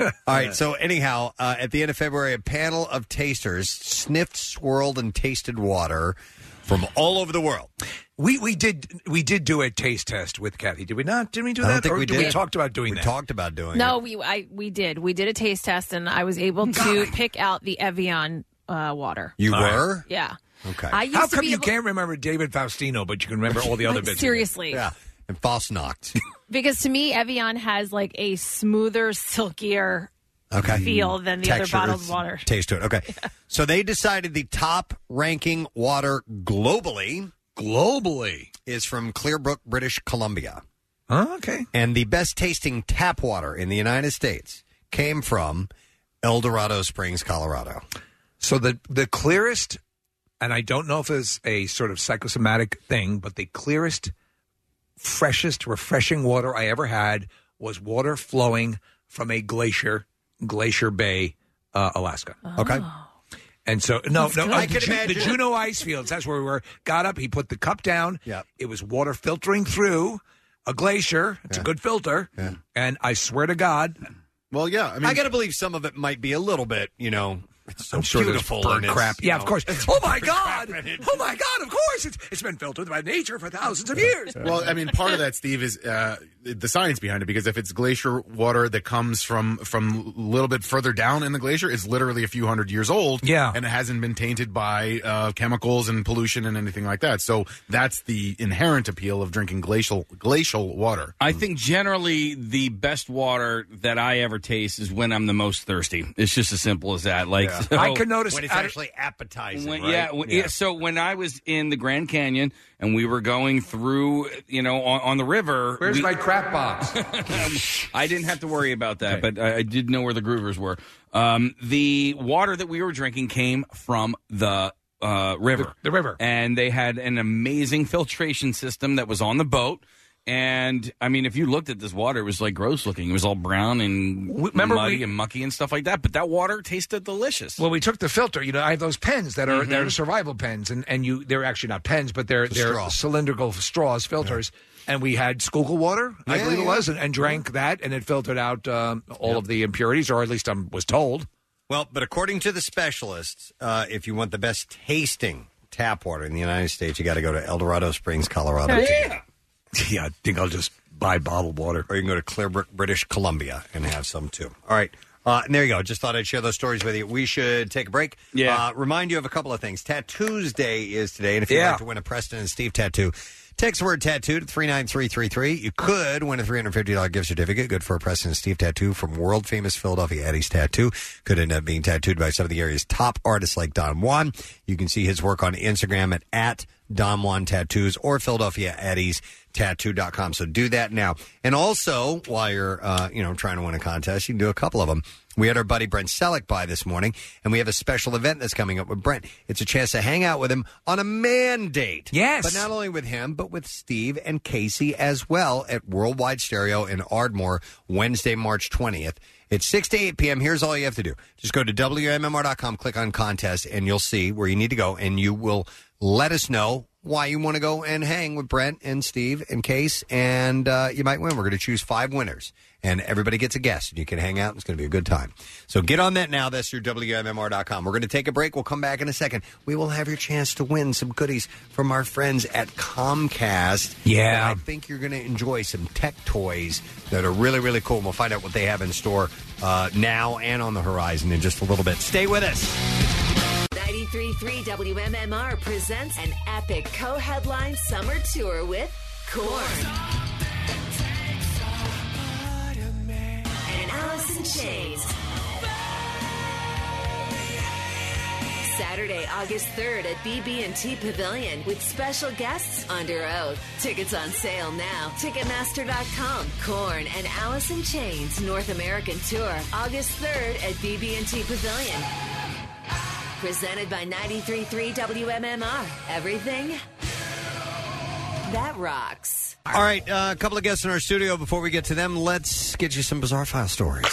S2: All right. So anyhow, uh, at the end of February, a panel of tasters sniffed, swirled, and tasted water from all over the world.
S4: We we did we did do a taste test with Kathy. Did we not? Did we do
S2: I don't
S4: that?
S2: think
S4: or
S2: we
S4: did.
S2: did.
S4: We talked about doing
S2: We
S4: that.
S2: talked about doing
S3: No, we I we did. We did a taste test, and I was able to pick out the Evian uh, water.
S2: You
S4: All right.
S2: were?
S3: Yeah.
S2: Okay.
S3: I used
S4: How
S3: to
S4: come
S3: be
S4: you
S3: able-
S4: can't remember David Faustino, but you can remember all the other
S3: Like,
S4: bits?
S3: seriously. Yeah.
S2: And Fosnocked.
S3: Because to me, Evian has like a smoother, silkier
S2: Okay.
S3: feel than the other
S2: Texture,
S3: bottled water.
S2: Taste to it. Okay. So they decided the top ranking water globally.
S4: Globally.
S2: Is from Clearbrook, British Columbia.
S4: okay.
S2: And the best tasting tap water in the United States came from El Dorado Springs, Colorado.
S4: So the the clearest, and I don't know if it's a sort of psychosomatic thing, but the clearest, freshest, refreshing water I ever had was water flowing from a glacier, Glacier Bay, uh, Alaska.
S2: Okay.
S4: And so no,
S2: That's
S4: no,
S2: good.
S4: uh,
S2: I
S4: the,
S2: can
S4: Ju-
S2: imagine.
S4: the Juno ice fields. That's where we were. Got up. He put the cup down.
S2: Yeah.
S4: It was water filtering through a glacier. It's a good filter. And I swear to God.
S11: Well, yeah. I mean,
S2: I got to believe some of it might be a little bit, you know, it's so
S4: I'm sure there's
S2: beautiful.
S4: bird
S2: and it's,
S4: crap.
S2: you
S4: Yeah,
S2: know,
S4: of course.
S2: it's
S4: Oh my
S2: bird crap
S4: God.
S2: and it-
S4: Oh my God. Of course, it's it's been filtered by nature for thousands of years.
S11: Well, I mean, part of that, Steve, is uh, the science behind it because if it's glacier water that comes from from a little bit further down in the glacier, it's literally a few hundred years old,
S4: Yeah.
S11: and it hasn't been tainted by uh, chemicals and pollution and anything like that. So that's the inherent appeal of drinking glacial glacial water.
S8: I think generally the best water that I ever taste is when I'm the most thirsty. It's just as simple as that. Like so-
S4: I can notice
S2: when it's
S4: I don't-
S2: actually appetizing.
S8: When-
S2: right?
S8: yeah, when- yeah. So when I was in the Grand Canyon and we were going through, you know, on, on the river,
S4: Where's
S8: we-
S4: my crap box?
S8: I didn't have to worry about that, but I, I did know where the groovers were. Um, the water that we were drinking came from the uh, river.
S4: The river.
S8: And they had an amazing filtration system that was on the boat. And I mean, if you looked at this water, it was like gross looking. It was all brown and
S4: We- remember
S8: muddy
S4: we-
S8: and mucky and stuff like that. But that water tasted delicious.
S4: Well, we took the filter. You know, I have those pens that are they're survival pens, and and you they're actually not pens, but they're
S2: The
S4: they're
S2: Mm-hmm. straw.
S4: cylindrical straws filters. And we had Schuylkill water, I
S2: Yeah,
S4: believe it
S2: yeah.
S4: was, and, and drank that, and it filtered out um, all of the impurities, or at least I um, was told.
S2: Well, but according to the specialists, uh, if you want the best tasting tap water in the United States, you got to go to El Dorado Springs, Colorado.
S4: Yeah. yeah, I think I'll just buy bottled water.
S2: Or you can go to Clearbrook, British Columbia, and have some too. All right. Uh, and there you go. Just thought I'd share those stories with you. We should take a break.
S8: Yeah.
S2: Uh, remind you of a couple of things. Tattoos Day is today, and if you'd
S4: Yeah.
S2: like to win a Preston and Steve tattoo, text the word tattoo to 39333. You could win a $350 gift certificate, good for a Preston and Steve tattoo from world famous Philadelphia Eddie's Tattoo. Could end up being tattooed by some of the area's top artists like Don Juan. You can see his work on Instagram at, at Don Juan Tattoos or Philadelphia Eddie's tattoo.com so do that now and also while you're uh, you know trying to win a contest you can do a couple of them we had our buddy Brent Selleck by this morning, and we have a special event that's coming up with Brent. It's a chance to hang out with him on a man date.
S4: Yes.
S2: But not only with him, but with Steve and Casey as well at Worldwide Stereo in Ardmore Wednesday, March 20th. It's 6 to 8 p.m. Here's all you have to do just go to WMMR.com, click on contest, and you'll see where you need to go, and you will let us know why you want to go and hang with Brent and Steve and Case, and uh, you might win. We're going to choose five winners, and everybody gets a guest, and you can hang out. It's going to be a good time. So get on that now. That's your WMMR.com. We're going to take a break. We'll come back in a second. We will have your chance to win some goodies from our friends at Comcast.
S4: Yeah.
S2: And I think you're going to enjoy some tech toys that are really, really cool, and we'll find out what they have in store uh, now and on the horizon in just a little bit. Stay with us.
S21: 93.3 933 WMMR presents an epic co headline summer tour with Corn. And Allison Chains. Saturday, August 3rd at BB&T Pavilion with special guests under oath. Tickets on sale now. Ticketmaster.com. Corn and Allison Chains North American Tour, August 3rd at BB&T Pavilion. Presented by 93.3 WMMR. Everything that rocks.
S2: All right, uh, a couple of guests in our studio. Before we get to them, let's get you some bizarre file stories.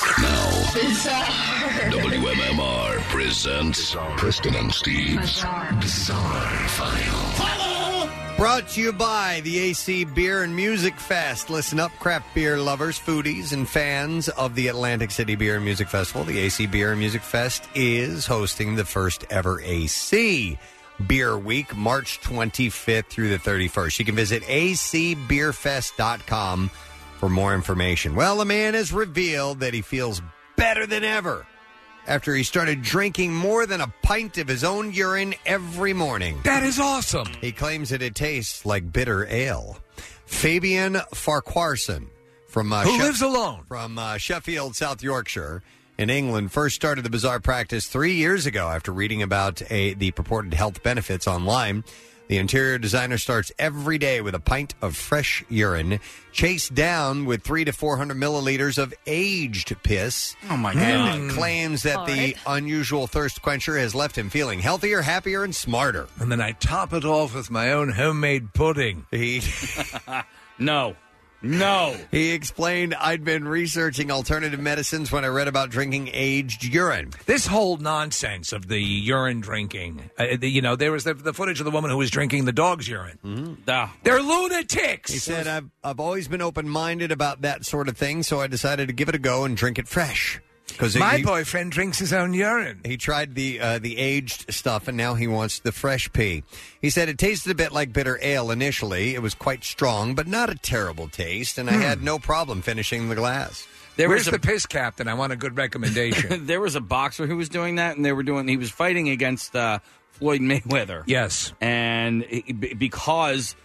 S1: WMMR presents Preston and Steve's Bizarre, File.
S2: Brought to you by the AC Beer and Music Fest. Listen up, craft beer lovers, foodies, and fans of the Atlantic City Beer and Music Festival. The AC Beer and Music Fest is hosting the first ever AC Beer Week, March 25th through the 31st. You can visit acbeerfest.com for more information. Well, a man has revealed that he feels better than ever after he started drinking more than a pint of his own urine every morning.
S4: That is awesome.
S2: He claims that it tastes like bitter ale. Fabian Farquharson from uh,
S4: Who lives alone
S2: from uh, Sheffield, South Yorkshire. In England, first started the bizarre practice three years ago after reading about a, the purported health benefits online. The interior designer starts every day with a pint of fresh urine, chased down with three to four hundred milliliters of aged piss.
S8: Oh my
S2: And
S8: God.
S2: claims that
S8: All
S2: the
S8: right.
S2: unusual thirst quencher has left him feeling healthier, happier, and smarter.
S4: And then I top it off with my own homemade pudding.
S2: He
S8: no. No.
S2: He explained, I'd been researching alternative medicines when I read about drinking aged urine.
S4: This whole nonsense of the urine drinking, uh, the- you know, there was the, the footage of the woman who was drinking the dog's urine.
S8: Mm-hmm.
S4: They're lunatics.
S2: He said, I've, I've always been open minded about that sort of thing, so I decided to give it a go and drink it fresh. Because
S4: My
S2: he,
S4: boyfriend drinks his own urine.
S2: He tried the uh, the aged stuff, and now he wants the fresh pee. He said it tasted a bit like bitter ale initially. It was quite strong, but not a terrible taste,
S4: Hmm.
S2: and I had no problem finishing the glass.
S8: There was a-
S4: piss captain? I want a good recommendation.
S8: there was a boxer who was doing that, and they were doing. He was fighting against uh, Floyd Mayweather.
S4: Yes,
S8: and he- be- because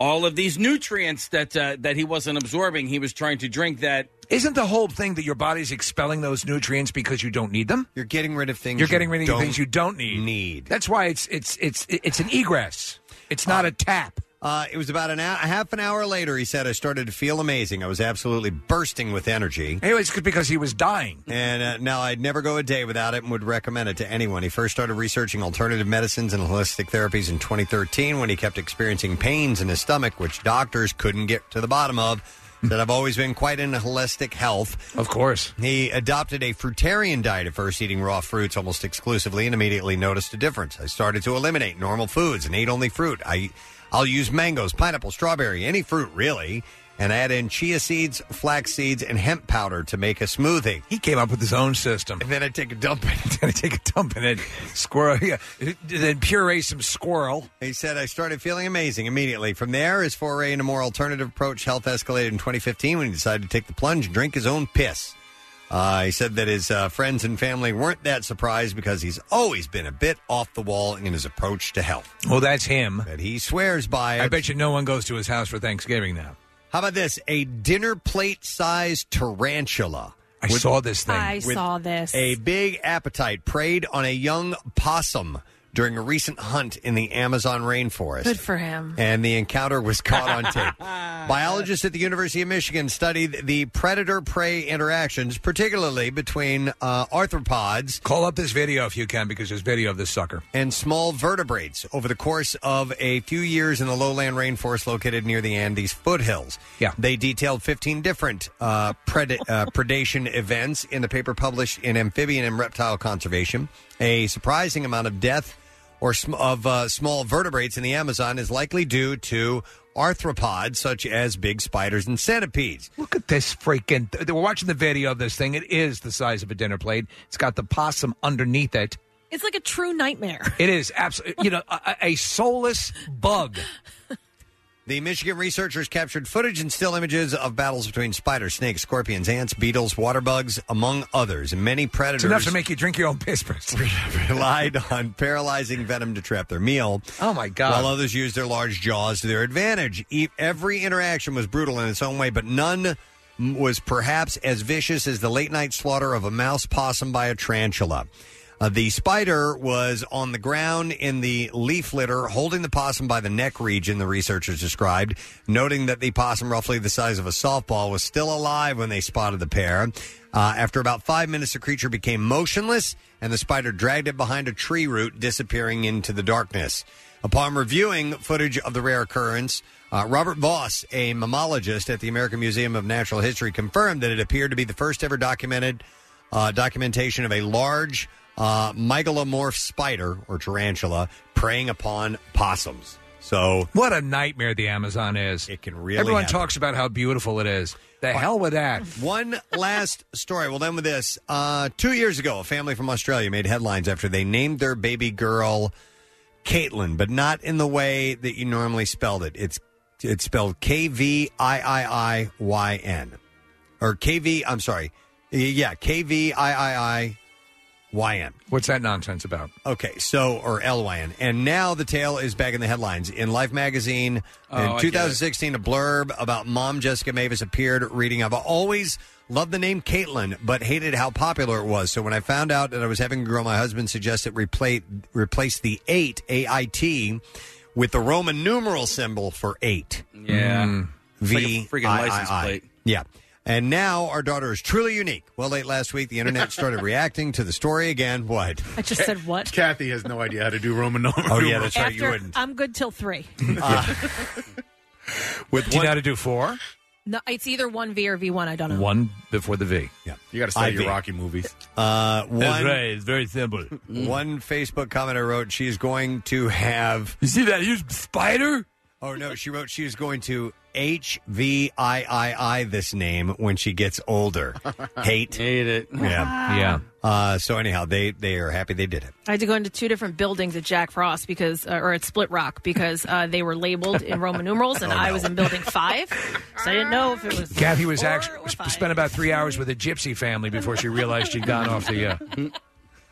S8: all of these nutrients that uh, that he wasn't absorbing, he was trying to drink that.
S4: Isn't the whole thing that your body's expelling those nutrients because you don't need them?
S2: You're getting rid of things
S4: You're getting
S2: you
S4: rid of
S2: don't
S4: things you don't need.
S2: Need.
S4: That's why it's it's it's it's an egress. It's not a tap.
S2: Uh, it was about an hour, half an hour later. He said, "I started to feel amazing. I was absolutely bursting with energy."
S4: Anyways, because he was dying,
S2: and uh, now I'd never go a day without it, and would recommend it to anyone. He first started researching alternative medicines and holistic therapies in 2013 when he kept experiencing pains in his stomach, which doctors couldn't get to the bottom of. That I've always been quite into holistic health.
S4: Of course.
S2: He adopted a fruitarian diet at first, eating raw fruits almost exclusively, and immediately noticed a difference. I started to eliminate normal foods and ate only fruit. I, I'll use mangoes, pineapple, strawberry, any fruit really, and add in chia seeds, flax seeds, and hemp powder to make a smoothie.
S4: He came up with his own system.
S2: And then I take a dump in it.
S4: then I take a dump in it. Squirrel, yeah. Then puree some squirrel.
S2: He said, I started feeling amazing immediately. From there, his foray into more alternative approach health escalated in 2015 when he decided to take the plunge and drink his own piss. Uh, he said that his uh, friends and family weren't that surprised because he's always been a bit off the wall in his approach to health.
S4: Well, that's him.
S2: That he swears by it.
S4: I bet you no one goes to his house for Thanksgiving now.
S2: How about this? A dinner plate sized tarantula.
S4: I saw this thing.
S3: I saw this.
S2: A big appetite preyed on a young possum during a recent hunt in the Amazon rainforest.
S3: Good for him.
S2: and the encounter was caught on tape. Biologists at the University of Michigan studied the predator prey interactions, particularly between uh, arthropods
S4: Call up this video if you can, because there's video of this sucker.
S2: and small vertebrates over the course of a few years in the lowland rainforest located near the Andes foothills. Yeah. They detailed 15 different uh, pred- uh, predation events in the paper published in Amphibian and Reptile Conservation. A surprising amount of death or sm- of uh, small vertebrates in the Amazon is likely due to arthropods such as big spiders and centipedes.
S4: Look at this freaking. th- We're watching the video of this thing. It is the size of a dinner plate. It's got the possum underneath it.
S3: It's like a true nightmare.
S4: It is absolutely, you know, a, a a soulless bug.
S2: The Michigan researchers captured footage and still images of battles between spiders, snakes, scorpions, ants, beetles, water bugs, among others. Many predators
S4: It's enough to make you drink your own piss, Prince.
S2: relied on paralyzing venom to trap their meal.
S4: Oh my God!
S2: While others used their large jaws to their advantage. E- every interaction was brutal in its own way, but none m- was perhaps as vicious as the late night slaughter of a mouse possum by a tarantula. Uh, the spider was on the ground in the leaf litter, holding the possum by the neck region, the researchers described, noting that the possum, roughly the size of a softball, was still alive when they spotted the pair. Uh, after about five minutes, the creature became motionless, and the spider dragged it behind a tree root, disappearing into the darkness. Upon reviewing footage of the rare occurrence, uh, Robert Voss, a mammalogist at the American Museum of Natural History, confirmed that it appeared to be the first ever documented uh, documentation of a large uh, megalomorph spider or tarantula preying upon possums. So,
S4: what a nightmare the Amazon is. It
S2: can really
S4: Everyone
S2: happen.
S4: talks about how beautiful it is. The hell with that.
S2: One last story. We'll end with this. Uh, two years ago, a family from Australia made headlines after they named their baby girl Caitlin, but not in the way that you normally spelled it. It's it's spelled K V I I I Y N, or K V. I'm sorry, yeah, K V I I I YN.
S4: What's that nonsense about?
S2: Okay, so or LYN. And now the tale is back in the headlines. In Life magazine
S4: Oh, I
S2: in
S4: get
S2: 2016, a blurb about mom Jessica Mavis appeared reading, I've always loved the name Caitlin, but hated how popular it was. So when I found out that I was having a girl, my husband suggested replace, replace the eight, A I T, with the Roman numeral symbol for eight.
S8: Yeah.
S4: Mm.
S8: It's like a
S2: V.
S8: Mm. freaking license
S2: I, I, I.
S8: plate.
S2: Yeah. And now our daughter is truly unique. Well, late last week, the internet started reacting to the story again. What?
S3: I just said what?
S11: Kathy has no idea how to do Roman numerals.
S2: Oh, yeah, that's right. You
S3: After-
S2: wouldn't.
S3: I'm good till three.
S2: With
S4: do you know how to do four?
S3: No, it's either one V or V one. I don't know.
S4: One before the V.
S2: Yeah.
S11: You got to
S2: study your
S11: Rocky movies.
S2: Uh, one,
S4: It's very simple.
S2: One Facebook commenter wrote she's going to have.
S4: You see that huge spider?
S2: Oh, no. She wrote she was going to H V I I I this name when she gets older. Hate.
S8: Hate it.
S2: Yeah.
S4: Yeah.
S2: Uh, so, anyhow, they, they are happy they did it.
S3: I had to go into two different buildings at Jack Frost because, uh, or at Split Rock because uh, they were labeled in Roman numerals,
S4: Oh,
S3: and I was in building five, so I didn't know if it was.
S4: Kathy was actually spent about three hours with a gypsy family before she realized she'd gone off the uh,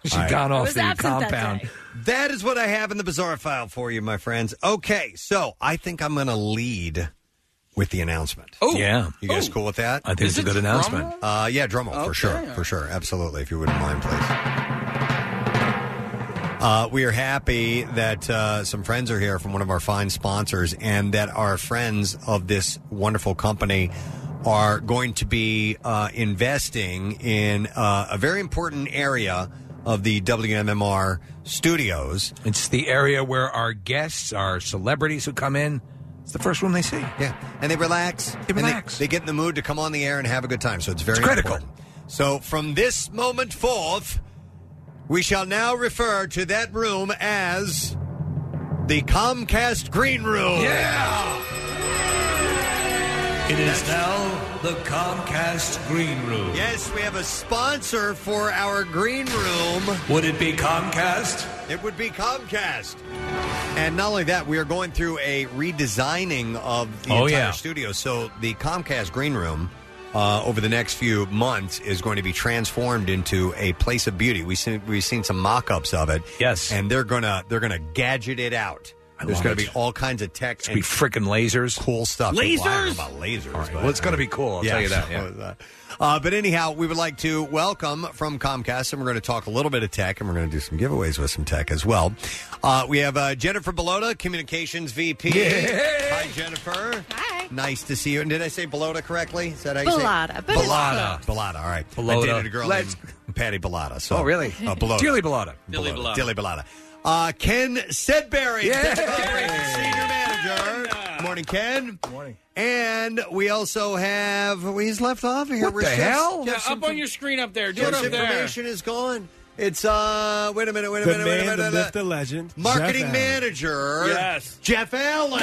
S4: she'd
S2: All right.
S4: gone off the compound.
S2: that is what I have in the bizarre file for you, my friends. Okay, so I think I'm going to lead with the announcement.
S4: Oh. Yeah.
S2: you guys
S4: Oh.
S2: cool with that?
S4: I think Is it's a it good drum announcement.
S2: Uh, yeah, drum roll for sure, for sure, absolutely. If you wouldn't mind, please. Uh, we are happy that uh, some friends are here from one of our fine sponsors, and that our friends of this wonderful company are going to be uh, investing in uh, a very important area of the WMMR studios.
S4: It's the area where our guests, our celebrities who come in, it's the first room they see.
S2: Yeah, and they relax. They
S4: relax.
S2: They, get in the mood to come on the air and have a good time. So it's very
S4: It's critical.
S2: important. So from this moment forth, we shall now refer to that room as the Comcast Green Room.
S4: Yeah. It is now the Comcast Green Room.
S2: Yes, we have a sponsor for our green room.
S4: Would it be Comcast?
S2: It would be Comcast. And not only that, we are going through a redesigning of the
S4: Oh,
S2: entire
S4: yeah.
S2: studio. So the Comcast Green Room uh, over the next few months is going to be transformed into a place of beauty. We've seen, we've seen some mock-ups of it. Yes, and they're gonna they're gonna gadget it out. There's
S4: love
S2: going
S4: it.
S2: to be all kinds of tech
S4: It's
S2: and
S4: be freaking lasers.
S2: Cool stuff.
S4: Lasers?
S2: Well, I don't know about lasers. but-
S4: well, it's gonna be cool, I'll tell you that,
S2: so
S4: yeah.
S2: is Uh, but anyhow, we would like to welcome from Comcast, and we're going to talk a little bit of tech, and we're going to do some giveaways with some tech as well. Uh, we have uh, Jennifer Belota, Communications VP.
S4: Yay!
S2: Hi, Jennifer. Hi. Nice to see you. And did I say Belota correctly? Is that how you say
S4: Bellotta,
S2: it?
S4: but it's
S2: Bellotta.
S4: close.
S2: Bellotta, all right.
S4: Bellotta.
S2: I dated a girl
S4: Let's-
S2: named Patty Bellotta. So,
S4: Oh, really?
S2: Uh, Bellotta.
S4: Dilly Bellotta.
S2: Dilly
S4: Dilly
S2: Bellotta.
S4: Bellotta.
S2: Dilly Bellotta. Uh, Ken Sedberry, Executive Operations Senior Manager. Morning, Ken. Morning. And we also have well, he's left off here.
S8: What
S2: We're
S8: the
S2: just-
S8: hell? Yeah,
S2: just
S8: up on your screen up there. Do it
S2: Jeff's
S8: up there.
S2: information is gone. It's uh, wait a minute, wait a minute, wait a minute. wait a minute.
S28: legend.
S2: Marketing manager,
S28: Yes.
S2: Jeff Allen.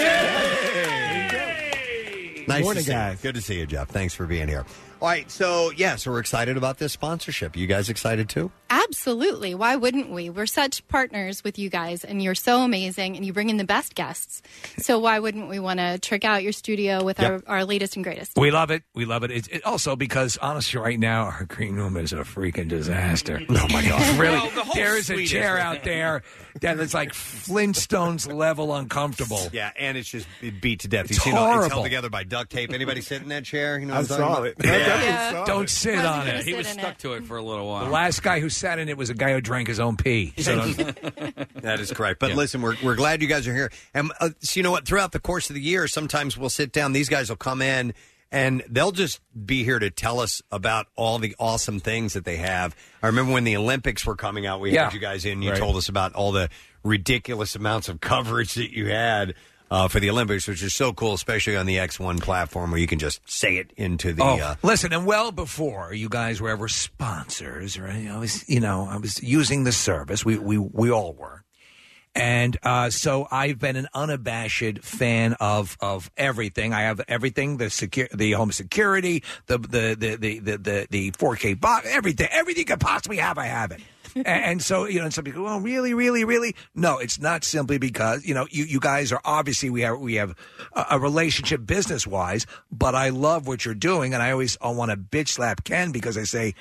S2: Nice
S28: Morning,
S2: to see
S28: guys.
S2: You. Good to see you, Jeff. Thanks for being here. All right, so yeah, so we're excited about this sponsorship. You guys excited too?
S28: Absolutely. Why wouldn't we? We're such partners with you guys, and you're so amazing, and you bring in the best guests. So why wouldn't we want to trick out your studio with
S4: Yep.
S28: our, our latest and greatest?
S4: We love it. We love it. It's it also because honestly, right now our green room is a freaking disaster. Oh my
S5: God.
S4: really?
S5: Well, the whole
S4: there is a
S5: suite
S4: chair
S5: is-
S4: out there that is like Flintstones level uncomfortable.
S2: Yeah, and it's just beat to death.
S4: It's
S2: you know, it's
S4: horrible.
S2: held together by duct tape. Anybody sit in that chair? You know,
S4: I
S2: what I'm talking
S4: saw
S2: about?
S4: it. I definitely Yeah. saw Don't it. sit Wasn't on gonna it.
S8: He
S4: sit
S8: was
S4: in
S8: stuck to it for a little while.
S4: The last guy who sat in it was a guy who drank his own pee. So don't-
S2: That is correct. But listen, we're, we're glad you guys are here. And uh, so you know what? Throughout the course of the year, sometimes we'll sit down. These guys will come in and they'll just be here to tell us about all the awesome things that they have. I remember when the Olympics were coming out, we
S4: Yeah.
S2: had you guys in. You
S4: Right.
S2: told us about all the ridiculous amounts of coverage that you had. Uh, for the Olympics, which is so cool, especially on the X1 platform where you can just say it into the.
S4: oh,
S2: uh,
S4: listen, and well before you guys were ever sponsors, right? I was, you know, I was using the service. We we we all were, and uh, so I've been an unabashed fan of of everything. I have everything the secure, the home security, the the the the the the, the 4K box, everything, everything you could possibly have. I have it. and, and so you know, and some people, well, really, really, really, no, it's not simply because you know you, you guys are obviously we have we have a, a relationship business wise, but I love what you're doing, and I always I want to bitch slap Ken because I say,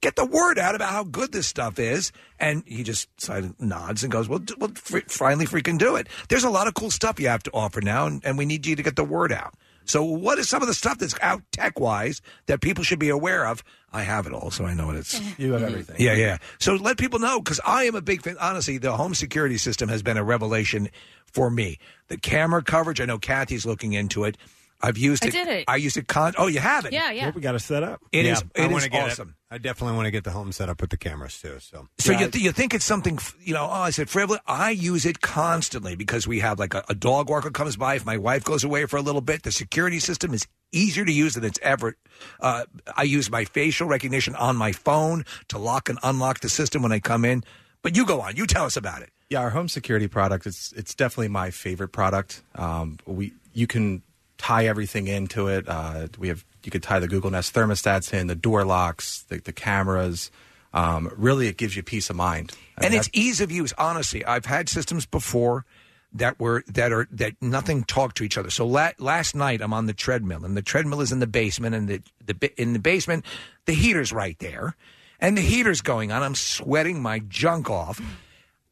S4: get the word out about how good this stuff is, and he just silent nods and goes, well, d- well, fr- finally, freaking do it. There's a lot of cool stuff you have to offer now, and, and we need you to get the word out. So, what is some of the stuff that's out tech wise that people should be aware of? I have it all, so I know what it's.
S6: You have everything.
S4: Yeah, yeah. So let people know because I am a big fan. Honestly, the home security system has been a revelation for me. The camera coverage, I know Kathy's looking into it. I've used
S3: I
S4: it.
S3: did it.
S4: I used it. Con- oh, you have it.
S3: Yeah, yeah. Yep, we
S4: got to set up. It
S2: Yeah,
S4: is.
S2: I
S4: It
S2: wanna
S4: is
S2: get
S4: awesome.
S2: I definitely want to get the home set up with the cameras too. So,
S4: So you, th- you think it's something, f- you know, oh, I said frivolous. I use it constantly because we have like a, a dog walker comes by. If my wife goes away for a little bit, the security system is easier to use than it's ever. Uh, I use my facial recognition on my phone to lock and unlock the system when I come in. But you go on. You tell us about it.
S29: Yeah, our home security product. It's it's definitely my favorite product. Um, we you can tie everything into it. Uh, we have you could tie the Google Nest thermostats in, the door locks, the, the cameras. Um, really, it gives you peace of mind. I
S4: and
S29: mean,
S4: it's ease of use. Honestly, I've had systems before that were that are that nothing talked to each other. So la- last night I'm on the treadmill, and the treadmill is in the basement, and the the ba- in the basement the heater's right there, and the heater's going on. I'm sweating my junk off.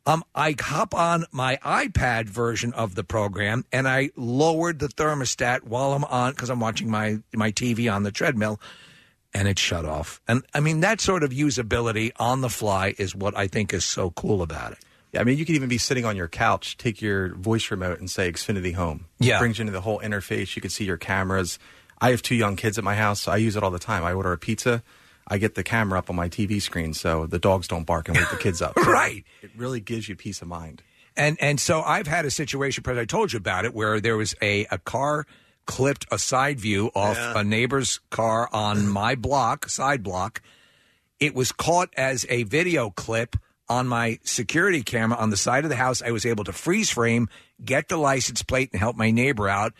S4: Um, I hop on my iPad version of the program, and I lowered the thermostat while I'm on because I'm watching my my TV on the treadmill and it shut off. And I mean, that sort of usability on the fly is what I think is so cool about it.
S29: yeah, I mean, you could even be sitting on your couch, take your voice remote, and say Xfinity Home.
S4: Yeah.
S29: it brings you into the whole interface. You can see your cameras. I have two young kids at my house, so I use it all the time. I order a pizza. I get the camera up on my TV screen so the dogs don't bark and wake the kids up.
S4: right.
S29: It really gives you peace of mind.
S4: And and so I've had a situation, Pres, I told you about it, where there was a, a car clipped a side view off
S29: Yeah.
S4: a neighbor's car on my block, side block. It was caught as a video clip on my security camera on the side of the house. I was able to freeze frame, get the license plate, and help my neighbor out.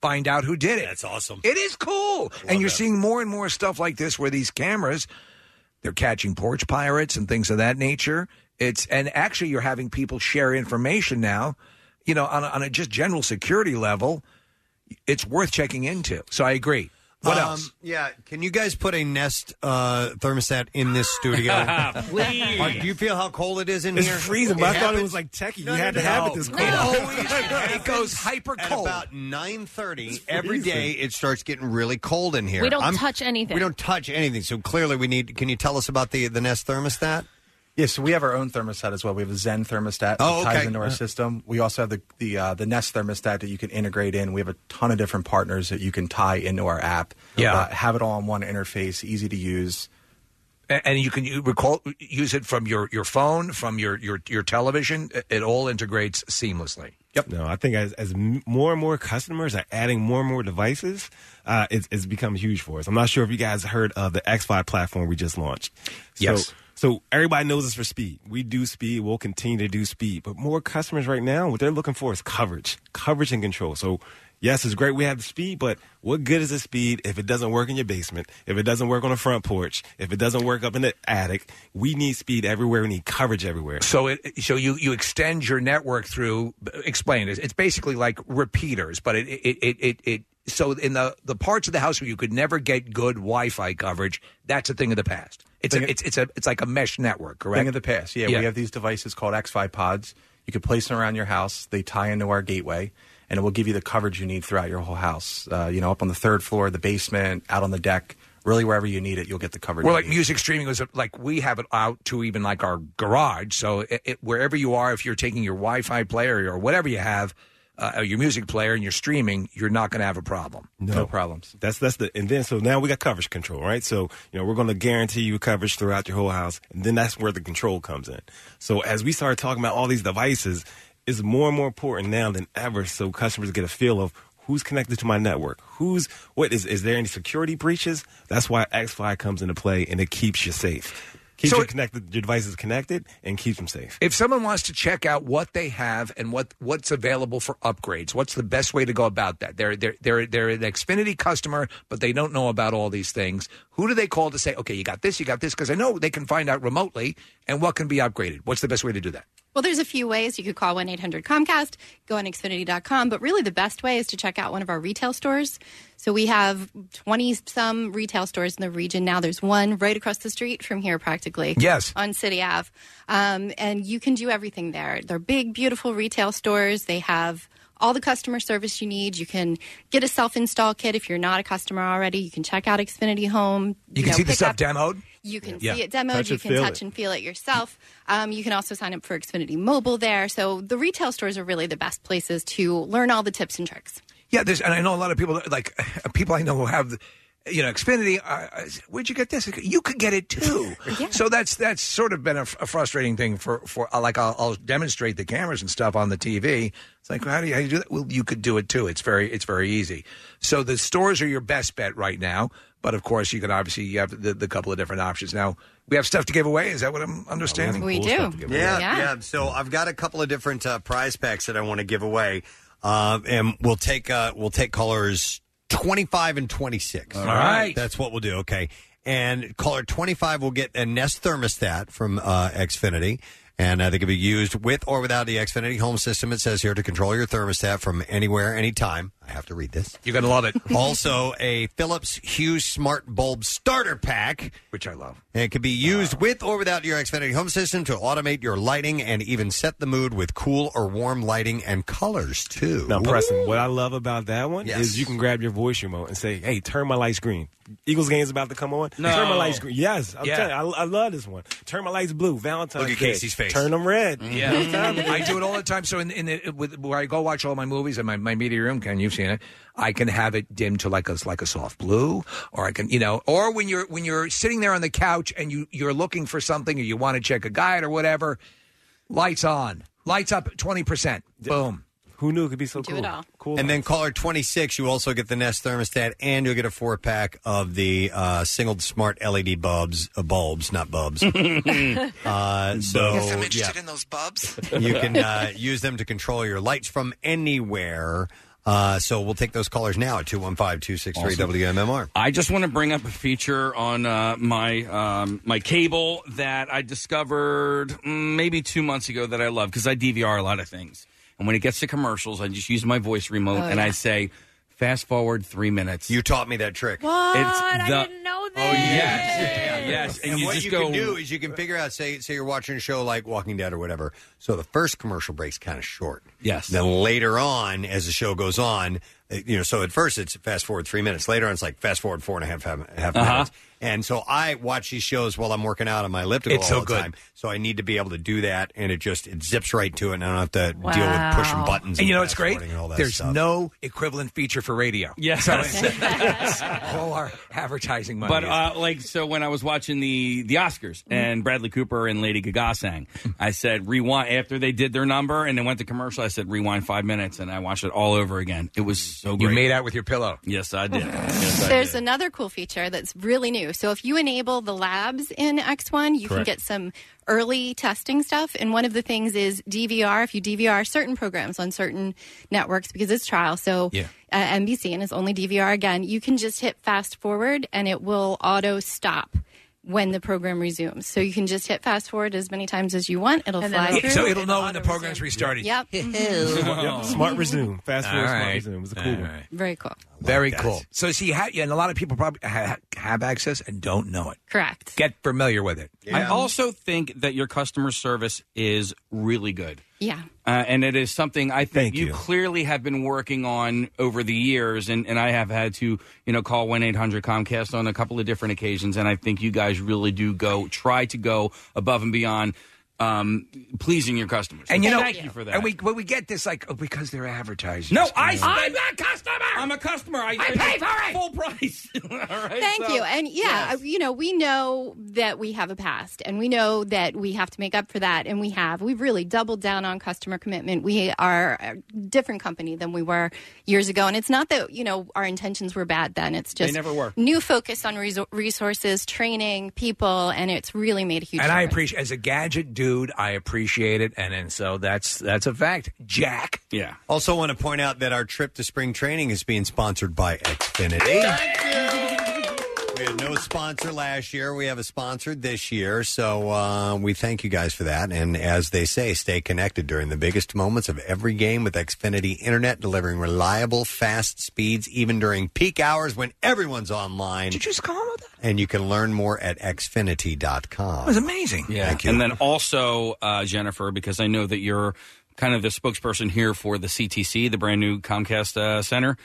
S4: Find out who did it. That's
S2: awesome.
S4: It is cool, and you're seeing more and more stuff like this where these cameras they're catching porch pirates and things of that nature. It's and actually you're having people share information now, you know, on a, on a just general security level. It's worth checking into. So I agree. What
S2: Um,
S4: else?
S2: Yeah, can you guys put a Nest uh, thermostat in this studio?
S4: Please.
S2: Like, do you feel how cold it is in
S4: It's
S2: here?
S4: freezing, but I thought it
S2: happens-
S4: was, like, techie.
S2: No,
S4: You
S2: no,
S4: had
S2: no,
S4: to have
S2: no.
S4: it this
S2: No,
S4: cold.
S2: It always
S4: It
S2: happens
S4: goes hyper cold.
S2: At about nine thirty every day, it starts getting really cold in here.
S3: We don't
S2: I'm-
S3: touch anything.
S2: We don't touch anything. So clearly, we need. Can you tell us about the the Nest thermostat?
S29: Yeah, so we have our own thermostat as well. We have a Zen thermostat
S2: Oh,
S29: that ties
S2: okay.
S29: into our
S2: Yeah.
S29: system. We also have the the uh, the Nest thermostat that you can integrate in. We have a ton of different partners that you can tie into our app.
S4: Yeah.
S29: uh, have it all on one interface, easy to use.
S4: A- and you can u- recall use it from your your phone, from your your your television. It- It all integrates seamlessly.
S30: Yep. No, I think as, as m- more and more customers are adding more and more devices, uh, it's, it's become huge for us. I'm not sure if you guys heard of the X5 platform we just launched. Yes. So, so everybody knows us for speed. We do speed. We'll continue to do speed. But more customers right now, what they're looking for is coverage, coverage and control. So
S23: yes, it's great we have the speed, but what good is the speed if it doesn't work in your basement, if it doesn't work on the front porch, if it doesn't work up in the attic? We need speed everywhere. We need coverage everywhere.
S4: So it so you you extend your network through. Explain it. It's basically like repeaters, but it it it it. it so in the, the parts of the house where you could never get good Wi-Fi coverage, that's a thing of the past. It's a, it's it's a it's like a mesh network, correct?
S29: Thing of the past. Yeah, we have these devices called X5 pods. You can place them around your house. They tie into our gateway, and it will give you the coverage you need throughout your whole house. Uh, you know, up on the third floor, the basement, out on the deck, really wherever you need it, you'll get the coverage.
S4: Well,
S29: you
S4: like
S29: need.
S4: music streaming was like we have it out to even like our garage. So it, it, wherever you are, if you're taking your Wi-Fi player or whatever you have, uh, or your music player, and you're streaming, you're not going to have a problem.
S23: No
S29: problems.
S23: That's that's the and then so now we got coverage control, right? So you know we're going to guarantee you coverage throughout your whole house, and then that's where the control comes in. So as we start talking about all these devices, it's more and more important now than ever. So customers get a feel of who's connected to my network, who's what is is there any security breaches? That's why XFi comes into play, and it keeps you safe, keeps
S4: So
S23: you
S4: it-
S23: connected, your devices connected, and keeps them safe.
S4: If someone wants to check out what they have and what what's available for upgrades, what's the best way to go about that? They're they're they're they're an Xfinity customer, but they don't know about all these things. Who do they call to say, okay, you got this, you got this? Because I know they can find out remotely and what can be upgraded. What's the best way to do that?
S28: Well, there's a few ways. You could call 1 800 Comcast, go on Xfinity.com, but really the best way is to check out one of our retail stores. So we have 20 some retail stores in the region now. There's one right across the street from here, practically.
S18: Yes.
S28: On City Ave. Um, and you can do everything there. They're big, beautiful retail stores. They have all the customer service you need. You can get a self install kit if you're not a customer already. You can check out Xfinity Home.
S4: You can
S28: know,
S4: see the
S28: pick
S4: stuff
S28: up-
S4: demoed.
S28: you can
S4: Yeah.
S28: see it demoed.
S4: Touch
S28: you
S4: and
S28: can
S4: feel
S28: touch
S4: it.
S28: and feel it yourself. Um, you can also sign up for Xfinity Mobile there. So the retail stores are really the best places to learn all the tips and tricks.
S4: Yeah, there's, and I know a lot of people that- like people I know who have, the, you know, Xfinity. Uh, uh, where'd you get this? You could get it too. So that's that's sort of been a, fr- a frustrating thing for for uh, like I'll, I'll demonstrate the cameras and stuff on the TV. It's like how do you, how do you do that? Well, you could do it too. It's very it's very easy. So the stores are your best bet right now. But of course, you can obviously you have the, the couple of different options now. We have stuff to give away. Is that what I'm understanding?
S2: Yeah, yeah, So I've got a couple of different uh, prize packs that I want to give away, um, and we'll take uh, we'll take callers twenty five and twenty six.
S4: All right.
S2: that's what we'll do. Okay, and caller twenty five will get a Nest thermostat from uh, Xfinity. And uh, they can be used with or without the Xfinity home system. It says here to control your thermostat from anywhere, anytime. I have to read this.
S4: You're gonna love it.
S2: also, a Philips Hue Smart Bulb Starter Pack,
S4: which I love.
S2: And it can be used with or without your Xfinity home system to automate your lighting and even set the mood with cool or warm lighting and colors too.
S23: Now, Preston, what I love about that one
S2: Yes.
S23: is you can grab your voice remote and say, "Hey, turn my lights green. Eagles game's about to come on.
S2: No.
S23: Turn my lights green. Yes, I'm
S2: Yeah.
S23: telling you, I, I love this one. Turn my lights blue. Valentine's
S2: Look at
S23: Day.
S2: Casey's face.
S23: Turn them red.
S2: Mm-hmm.
S4: Yeah,
S23: Every time.
S4: I do it all the time. So in, in the, with, where I go watch all my movies in my, my media room, Ken, you've seen it. I can have it dimmed to like a like a soft blue, or I can you know, or when you're when you're sitting there on the couch and you you're looking for something or you want to check a guide or whatever, lights on, lights up twenty percent, boom.
S23: Who knew it could be so
S28: Do it all.
S23: Cool.
S2: And then caller 26, you also get the Nest thermostat and you'll get a four pack of the uh, singled smart LED bulbs, uh, bulbs, not bulbs. uh, so
S19: Yes, I'm interested
S2: yeah.
S19: in those bubs.
S2: you can uh, use them to control your lights from anywhere. Uh, so we'll take those callers now at 215-263-WMMR.
S8: I just want to bring up a feature on uh, my um, my cable that I discovered mm, maybe two months ago that I love because I DVR a lot of things. And when it gets to commercials, I just use my voice remote
S3: Oh,
S8: and I
S3: yeah.
S8: say, "Fast forward three minutes."
S2: You taught me that trick.
S3: What?
S8: It's the- Oh,
S3: I didn't know this.
S8: yes, and
S2: And,
S8: you
S2: what
S8: just
S2: you
S8: go-
S2: can do is you can figure out, say, say you're watching a show like Walking Dead or whatever. So the first commercial break's kind of short.
S8: Yes.
S2: Then later on, as the show goes on, uh, you know, so at first it's fast forward three minutes. Later on, it's like fast forward four and a half, half, half
S8: Uh-huh.
S2: minutes. And so I watch these shows while I'm working out on my elliptical
S8: It's
S2: all
S8: so
S2: the
S8: good.
S2: time. So I need to be able to do that, and it just it zips right to it, and I don't have to deal with pushing
S4: Wow.
S2: buttons.
S4: And, you know what's great?
S2: fast-forwarding and all that
S4: There's
S2: stuff.
S4: no equivalent feature for radio.
S8: Yes.
S4: so it's- all our advertising money.
S8: But
S4: is-
S8: uh, like, so when I was watching the the Oscars
S5: Mm-hmm.
S8: and Bradley Cooper and Lady Gaga sang, I said rewind after they did their number and they went to commercial. I said rewind five minutes, and I watched it all over again. It was So
S5: You made out with your pillow.
S8: Yes, I did. Yes, I did.
S28: There's another cool feature that's really new. So if you enable the labs in X1, you can
S8: Correct.
S28: get some early testing stuff. And one of the things is DVR. If you DVR certain programs on certain networks because it's trial, so
S10: Yeah.
S28: uh, NBC and it's only DVR again, you can just hit fast forward and it will auto stop when the program resumes. So you can just hit fast forward as many times as you want. It'll fly
S5: Yeah,
S28: through.
S5: so it'll know when the program's restarted.
S28: Yep.
S5: Yep.
S23: Smart resume. Fast forward,
S5: All
S23: smart
S5: right.
S23: resume. It was a cool
S5: All
S23: one.
S5: right.
S28: Very cool.
S5: Very cool. So see how, and a lot of people probably ha- have access and don't know it.
S28: Correct.
S5: Get familiar with it.
S8: I also think that your customer service is really good.
S28: Yeah.
S8: Uh, and it is something I think you, clearly have been working on over the years, and, and I have had to, you know, call one eight hundred Comcast on a couple of different occasions, and I think you guys really do go try to go above and beyond um, pleasing your customers.
S5: And you know,
S8: thank you for that.
S5: And we well, we get this like oh, because they're advertising.
S8: no, I spend, I'm a customer. I'm a customer. I,
S28: pay for it.
S8: full price. All right,
S28: Thank
S8: so-
S28: you. And yeah,
S8: Yes.
S28: you know, we know that we have a past and we know that we have to make up for that. And we have. We've really doubled down on customer commitment. We are a different company than we were years ago. And it's not that, you know, our intentions were bad then. It's
S5: They
S28: just
S5: never were.
S28: new focus on resor- resources, training, people. And it's really made a huge
S5: and I
S28: difference.
S5: appreciate as a gadget dude, I appreciate it, and and so that's that's a fact. Jack.
S8: Yeah.
S2: Also, want to point out that our trip to spring training is being sponsored by Xfinity. We had no sponsor last year. We have a sponsor this year. So uh, we thank you guys for that. And as they say, stay connected during the biggest moments of every game with Xfinity Internet, delivering reliable, fast speeds even during peak hours when everyone's online. Did you
S5: just call that?
S2: And you can learn more at xfinity.com. It
S5: was amazing.
S8: Yeah.
S2: Thank you.
S8: And then also, uh, Jennifer, because I know that you're kind of the spokesperson here for the CTC, the brand new Comcast uh, Center.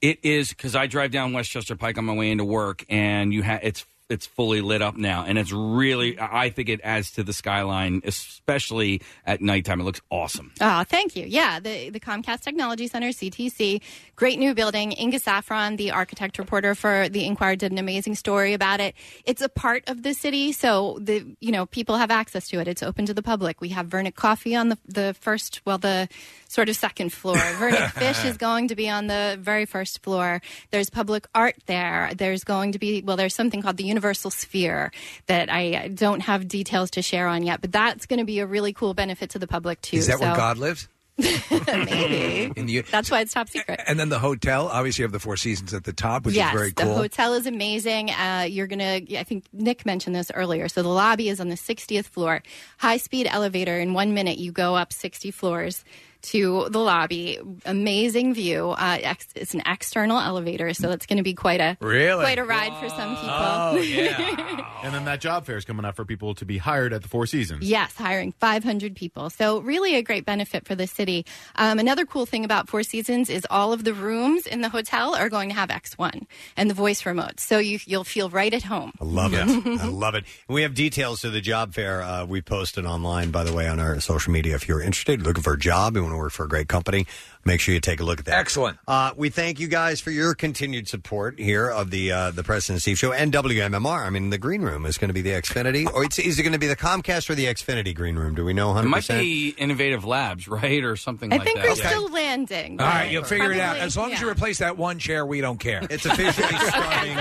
S8: It is because I drive down Westchester Pike on my way into work, and you ha- it's it's fully lit up now, and it's really I I think it adds to the skyline, especially at nighttime. It looks awesome.
S28: Oh, thank you. Yeah, the, the Comcast Technology Center, CTC, great new building. Inga Saffron, the architect reporter for the Inquirer, did an amazing story about it. It's a part of the city, so the you know people have access to it. It's open to the public. We have Vernick Coffee on the the first, well, the sort of second floor. Vernick Fish is going to be on the very first floor. There's public art there. There's going to be well, there's something called the Universal Sphere that I don't have details to share on yet, but that's going to be a really cool benefit to the public too.
S5: Is that where
S28: So-
S5: God lives?
S28: Maybe.
S5: And you,
S28: That's why it's top secret.
S5: and then the hotel. Obviously, you have the Four Seasons at the top, which
S28: yes,
S5: is very cool.
S28: the hotel is amazing. Uh, you're gonna, I think Nick mentioned this earlier. So the lobby is on the 60th floor, high speed elevator. In one minute, you go up 60 floors to the lobby. Amazing view. Uh, ex- it's an external elevator, so it's going to be quite a
S11: Really?
S28: quite a ride for some people.
S11: and then that job fair is coming up for people to be hired at the Four Seasons.
S28: Yes, hiring 500 people. So, really a great benefit for the city. Um, another cool thing about Four Seasons is all of the rooms in the hotel are going to have X1 and the voice remote. So, you, you'll feel right at home.
S2: I love it. I
S5: Mm-hmm.
S2: love it. And we have details to the job fair. Uh, we posted online, by the way, on our social media. If you're interested, looking for a job, you want to work for a great company, make sure you take a look at that.
S5: Excellent.
S2: Uh, we thank you guys for your continued support here of the uh, the President and Steve Show and WMMR. I mean, the green room is going to be the Xfinity, or it's, is it going to be the Comcast or the Xfinity green room? Do we know?
S8: It
S2: Hundred
S8: might
S2: percent.
S8: be Innovative Labs, right, or something
S28: I
S8: like
S28: think
S8: that.
S28: we're still landing.
S5: All right, you'll
S28: but
S5: figure it out.
S28: probably-
S5: As long as
S28: yeah.
S5: you replace that one chair, we don't care.
S2: It's officially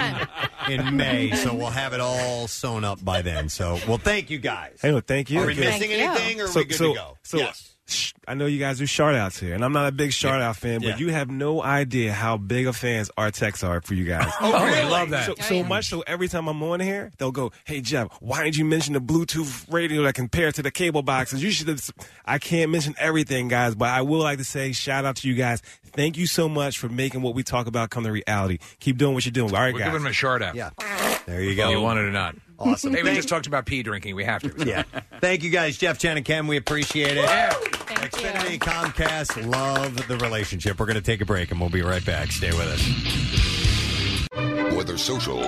S2: in May, so we'll have it all sewn up by then. So, well, thank you guys.
S23: Hey, look, thank you.
S2: Are we missing
S23: Thank you.
S2: anything, or are
S23: so,
S2: we good
S23: so,
S2: to go?
S23: So sh- I know you guys do shout outs here, and I'm not a big shout out fan, but
S2: Yeah.
S23: you have no idea how big of fans our techs are for you guys.
S5: Oh, Oh, really? I love that.
S23: So,
S5: Oh,
S23: so
S5: yeah.
S23: much so, every time I'm on here, they'll go, "Hey Jeff, why didn't you mention the Bluetooth radio that can pair to the cable boxes? You should." have s- I can't mention everything, guys, but I will like to say shout out to you guys. Thank you so much for making what we talk about come to reality. Keep doing what you're doing. All right,
S5: We're
S23: guys.
S5: giving them a short out. Yeah.
S2: There you
S5: Whether
S4: Oh.
S2: go.
S5: you want it or not.
S2: Awesome.
S5: Hey, we
S2: Thank-
S5: just talked about pee drinking. We have to.
S2: Yeah. Thank you guys, Jeff, Jen, and Ken. We appreciate it. Xfinity Comcast love the relationship. We're going to take a break and we'll be right back. Stay with us.
S1: Whether social.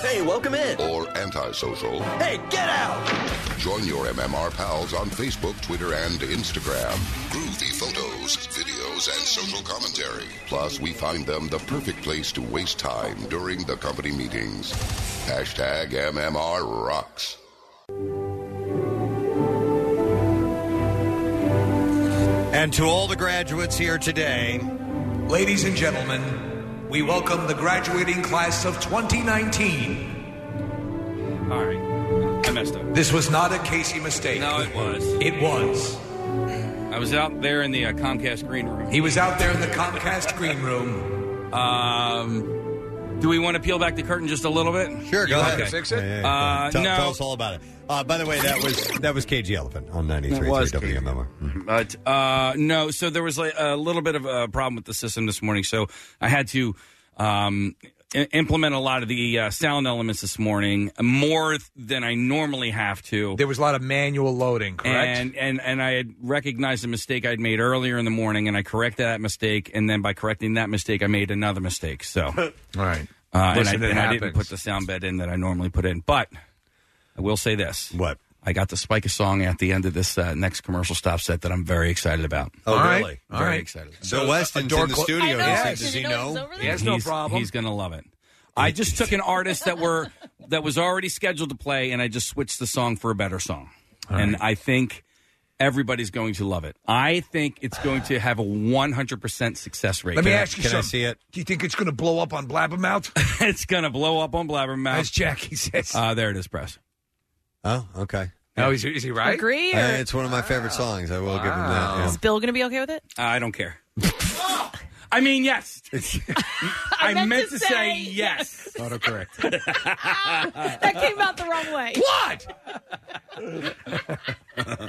S1: Hey, welcome in. Or antisocial.
S18: Hey, get out!
S1: Join your MMR pals on Facebook, Twitter, and Instagram. Groovy photos, videos, and social commentary. Plus, we find them the perfect place to waste time during the company meetings. Hashtag MMR rocks.
S2: And to all the graduates here today,
S4: Ladies and gentlemen, we welcome the graduating class of 2019.
S8: All right. I messed up.
S4: This was not a Casey mistake. No, it was. It was.
S8: I was out there in the uh, Comcast green room.
S4: He was out there in the Comcast green room.
S8: Um, do we want to peel back the curtain just a little bit?
S2: Sure,
S8: You
S2: go
S8: want
S2: ahead.
S8: me to fix it?
S2: Yeah, yeah, yeah.
S8: Uh,
S2: tell,
S8: no.
S2: tell us all about it. Uh, by the way, that was that was KG Elephant on ninety three
S8: That was
S2: WMMR.
S8: But uh, no, so there was like, a little bit of a problem with the system this morning, so I had to um, i- implement a lot of the uh, sound elements this morning more th- than I normally have to.
S4: There was a lot of manual loading, correct?
S8: And and and I had recognized a mistake I'd made earlier in the morning, and I corrected that mistake, and then by correcting that mistake, I made another mistake. So, uh,
S4: right.
S8: and, I,
S4: Listen, it
S8: and I didn't
S4: happens.
S8: put the sound bed in that I normally put in, but I will say this:
S2: what
S8: I got to spike a song at the end of this uh, next commercial stop set that I'm very excited about.
S2: Oh,
S8: All right.
S2: really?
S8: Very excited.
S2: So Weston's in the studio. Does he- does he know?
S8: Yes, no problem. He's going to love it. I just took an artist that were that was already scheduled to play, and I just switched the song for a better song, and I think everybody's going to love it. I think it's going to have a 100 percent success rate.
S4: Let me ask you something. Do you think it's going to blow up on Blabbermouth?
S8: it's going to blow up on Blabbermouth.
S4: As Jackie says.
S8: Uh, there it is, press.
S2: Oh, okay.
S4: Oh, is he, is he right?
S3: Agree? Or,
S2: Uh, it's one of my favorite songs. I will give him that. yeah.
S3: is Bill going to be okay with it?
S8: I don't care. I mean, yes. I, meant, to, say, yes.
S4: Autocorrect.
S3: that came out the wrong way.
S10: What?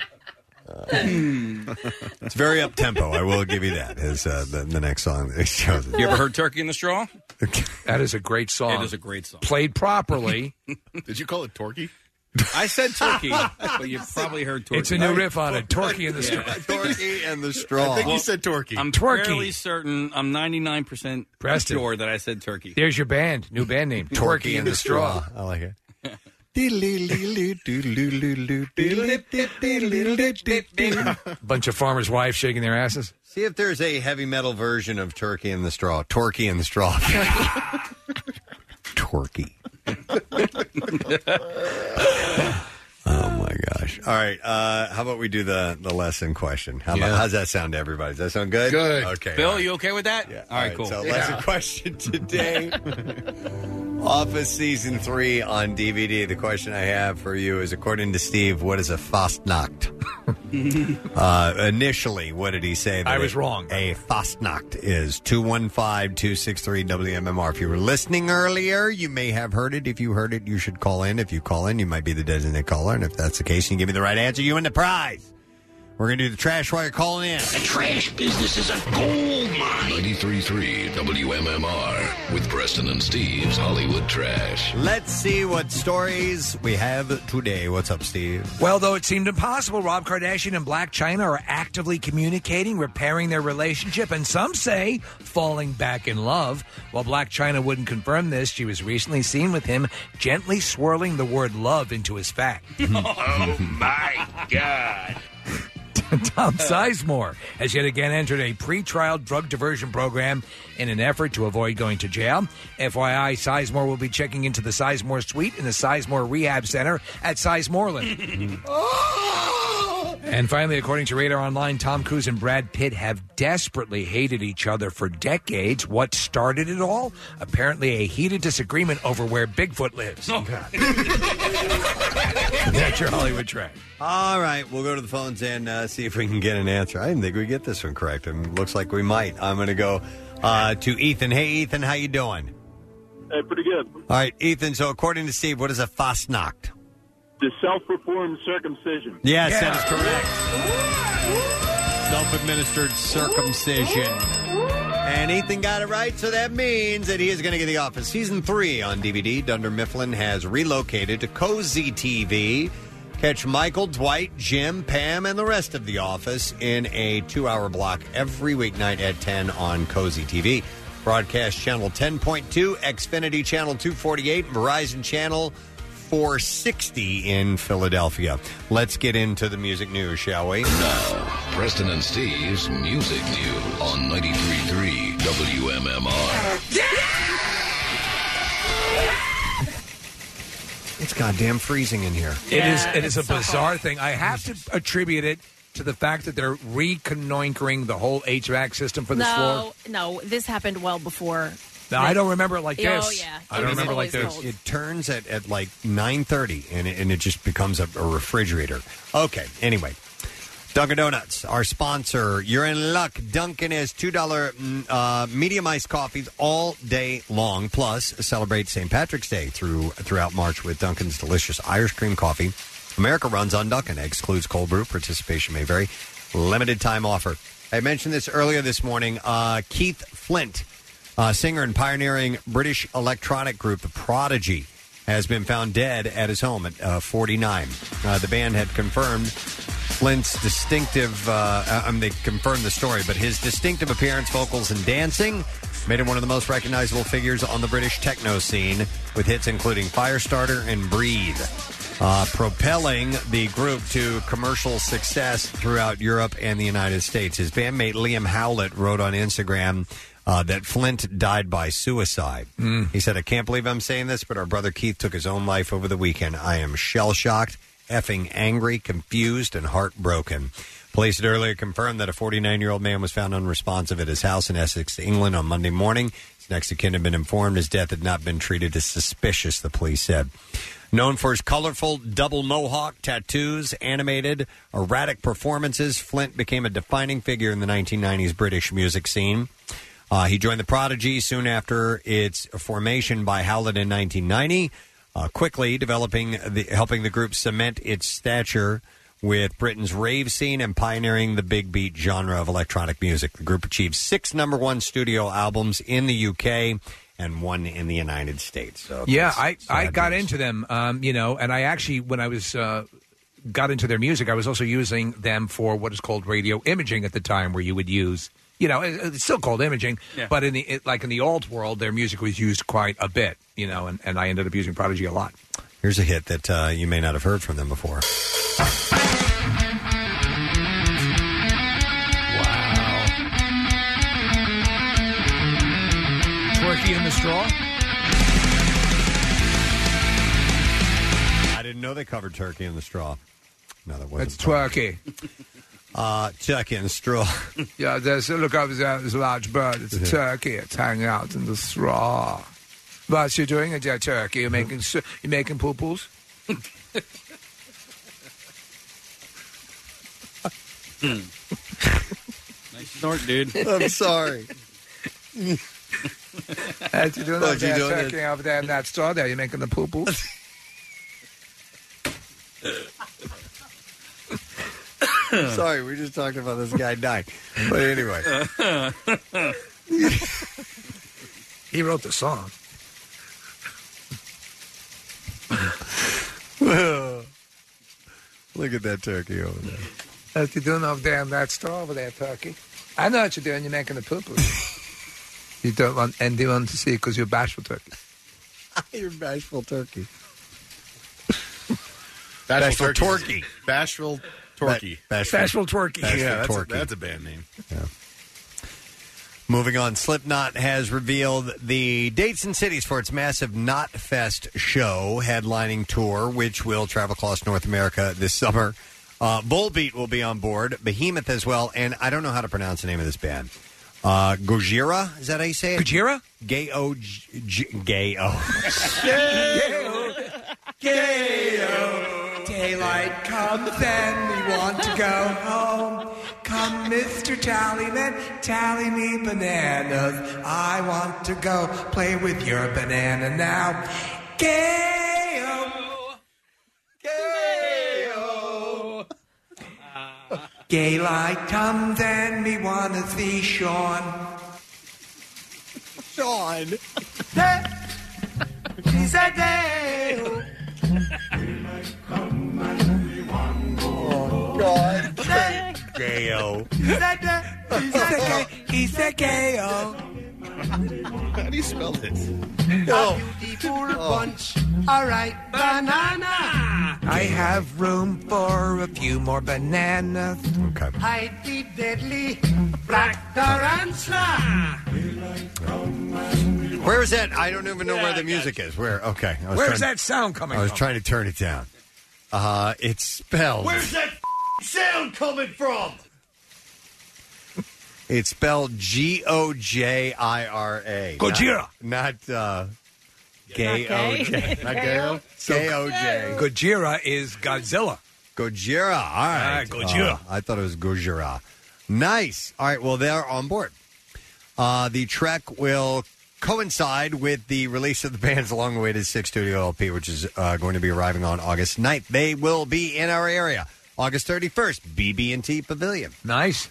S2: It's very up tempo. I will give you that. Is uh, the, the next song that he chose?
S8: You ever heard "Turkey in the Straw"?
S4: That is a great song.
S8: It is a great song.
S4: Played properly.
S11: Did you call it Torky?
S8: I said turkey, but you probably heard turkey.
S4: It's a new riff on it. Torky in the straw.
S2: Torky and the
S4: straw. I think you said
S11: turkey.
S8: I'm
S4: Turkey.
S8: fairly certain. I'm 99 percent
S4: Preston.
S8: sure that I said turkey.
S4: There's your band. New band name. Torky in the straw.
S2: I like it.
S4: Bunch of farmers' wives shaking their asses.
S2: See if there's a heavy metal version of Turkey in the Straw. Turkey in the Straw. Turkey. oh my gosh! All right. Uh, how about we do the the lesson question? How about,
S8: Yeah.
S2: how's that sound to everybody? Does that sound good? Good. Okay.
S8: Bill, you okay with that? Yeah. All right, cool.
S2: So, lesson question today. Office season three on DVD. The question I have for you is: According to Steve, what is a Fastnacht? uh, initially, what did he say?
S4: I
S2: that
S4: was
S2: it-
S4: wrong.
S2: A Fastnacht is 215 263 WMMR. If you were listening earlier, you may have heard it. If you heard it, you should call in. If you call in, you might be the designated caller. And if that's the case, and you give me the right answer, you win the prize. We're going to do the trash while you're calling in.
S1: The trash business is a gold mine. 93.3 WMMR with Preston and Steve's Hollywood Trash.
S2: Let's see what stories we have today. What's up, Steve?
S4: Well, though it seemed impossible, Rob Kardashian and Black China are actively communicating, repairing their relationship, and some say falling back in love. While Black China wouldn't confirm this, she was recently seen with him gently swirling the word love into his fat.
S10: oh my god.
S4: Tom Sizemore has yet again entered a pretrial drug diversion program in an effort to avoid going to jail. FYI, Sizemore will be checking into the Sizemore Suite in the Sizemore Rehab Center at Sizemoreland.
S8: Oh!
S4: And finally, according to Radar Online, Tom Cruise and Brad Pitt have desperately hated each other for decades. What started it all? Apparently, a heated disagreement over where Bigfoot lives. That's your Hollywood track.
S2: All right, we'll go to the phones and uh, see if we can get an answer. I didn't think we get this one correct, and looks like we might. I'm going to go uh, to Ethan. Hey, Ethan, how you doing?
S18: Hey, pretty good.
S2: All right, Ethan. So, according to Steve, what is a Fastnacht?
S18: The self-performed circumcision.
S2: Yes, that is correct. Self-administered circumcision. And Ethan got it right, so that means that he is going to get the office. Season three on DVD. Dunder Mifflin has relocated to Cozy TV. Catch Michael, Dwight, Jim, Pam, and the rest of the office in a two hour block every weeknight at 10 on Cozy TV. Broadcast channel 10.2, Xfinity channel 248, Verizon channel 460 in Philadelphia. Let's get into the music news, shall we?
S1: Preston and Steve's Music News on 93.3 WMMR.
S2: It's goddamn freezing in here.
S4: It is. It is a bizarre thing. I have to attribute it to the fact that they're reconnoitering the whole HVAC system for this floor?
S3: No, no, this happened well before.
S4: No, I don't remember it like
S3: Oh,
S4: this.
S3: yeah.
S4: I don't remember like this.
S2: It turns at, at like 9.30 and it, and it just becomes a, a refrigerator. Okay, anyway. Dunkin' Donuts, our sponsor. You're in luck. Dunkin' is $2 mm, uh, medium iced coffees all day long. Plus, celebrate St. Patrick's Day through throughout March with Dunkin's delicious Irish cream coffee. America runs on Dunkin', excludes cold brew. Participation may vary. Limited time offer. I mentioned this earlier this morning. Uh, Keith Flint, uh, singer and pioneering British electronic group, The Prodigy, has been found dead at his home at uh, 49. Uh, the band had confirmed Flint's distinctive, uh, I I mean, they confirmed the story, but his distinctive appearance, vocals, and dancing made him one of the most recognizable figures on the British techno scene with hits including Firestarter and Breathe. Uh, propelling the group to commercial success throughout Europe and the United States. His bandmate Liam Howlett wrote on Instagram uh, that Flint died by suicide. He said, I can't believe I'm saying this, but our brother Keith took his own life over the weekend. I am shell shocked, effing angry, confused, and heartbroken. Police had earlier confirmed that a 49 year old man was found unresponsive at his house in Essex, England on Monday morning. His next of kin had been informed his death had not been treated as suspicious, the police said. Known for his colorful double mohawk, tattoos, animated, erratic performances, Flint became a defining figure in the 1990s British music scene. Uh, he joined the Prodigy soon after its formation by Howlett in 1990, uh, quickly developing the, helping the group cement its stature with Britain's rave scene and pioneering the big beat genre of electronic music. The group achieved six number one studio albums in the UK and one in the United States. So
S4: yeah,
S2: that's
S4: I, I
S2: sad
S4: got
S2: news.
S4: into them, um, you know, and I actually, when I was uh, got into their music, I was also using them for what is called radio imaging at the time, where you would use, you know, it- it's still called imaging,
S8: Yeah.
S4: but in the it, like in the alt world, their music was used quite a bit, you know, and, and I ended up using Prodigy a lot.
S2: Here's a hit that uh, you may not have heard from them before.
S4: Twerky in the straw.
S2: I didn't know they covered turkey in the straw. No, that wasn't.
S4: It's twerky.
S2: Uh, turkey in the straw.
S4: yeah, there's look over there. There's a large bird. It's a turkey. It's hanging out in the straw. What you doing, a turkey? You're making s- you're making poo poos.
S8: nice snort, dude.
S2: I'm sorry.
S4: As you doing
S8: Oh,
S4: over
S8: you
S4: there,
S8: doing
S4: turkey over there in that straw there, you're making the poo poo.
S2: Sorry, we just talked about this guy dying. But anyway,
S4: he wrote the song.
S2: look at that turkey over there.
S4: As you doing over there in that straw over there, turkey. I know what you're doing. You're making the poo poo. you don't want anyone to see because you're bashful, turkey.
S2: You're bashful turkey.
S11: Bashful,
S2: Bashful
S11: Turkey. Bashful Torky.
S2: Ba- Bashful- Bashful Torky. Bashful
S11: yeah, that's,
S2: Torky.
S11: A, that's a band name.
S2: Moving on, Slipknot has revealed the dates and cities for its massive Knot Fest show headlining tour, which will travel across North America this summer. Uh, Volbeat will be on board, Behemoth as well, and I don't know how to pronounce the name of this band. Uh, Gojira, is that how you say it?
S4: Gojira?
S2: Gay-O. Gay-O.
S4: Daylight comes and we want to go home. Come, Mr. Tallyman, tally me bananas. I want to go play with your banana now. Gayo. Gayo. Gay light comes and we want to see Sean.
S2: Sean.
S4: He's a day.
S2: God. Gay-O.
S4: He's a gay. He's a gayo.
S11: How do you spell this?
S4: Oh.
S11: poor bunch.
S4: All right, banana. I have room for a few more bananas.
S2: Okay.
S4: I the deadly black tarantula.
S2: Where is that? I don't even know where the music is. Where? Okay. I was
S4: Where's
S2: trying-
S4: that sound coming
S2: I was
S4: from?
S2: trying to turn it down. Uh, it's spelled.
S4: that
S26: sound coming from?
S2: It's spelled G O J I R A.
S4: Gojira.
S2: Not, not uh,
S4: gay.
S2: gay O J.
S4: Not gay.
S2: Gay O J.
S4: Gojira is Godzilla.
S2: Gojira. All right.
S4: Ah, Gojira.
S2: Uh, I thought it was Gojira. Nice. All right. Well, they're on board. Uh, the trek will coincide with the release of the band's long awaited sixth studio LP, which is uh, going to be arriving on August 9th. They will be in our area August 31st, BB&T Pavilion.
S4: Nice.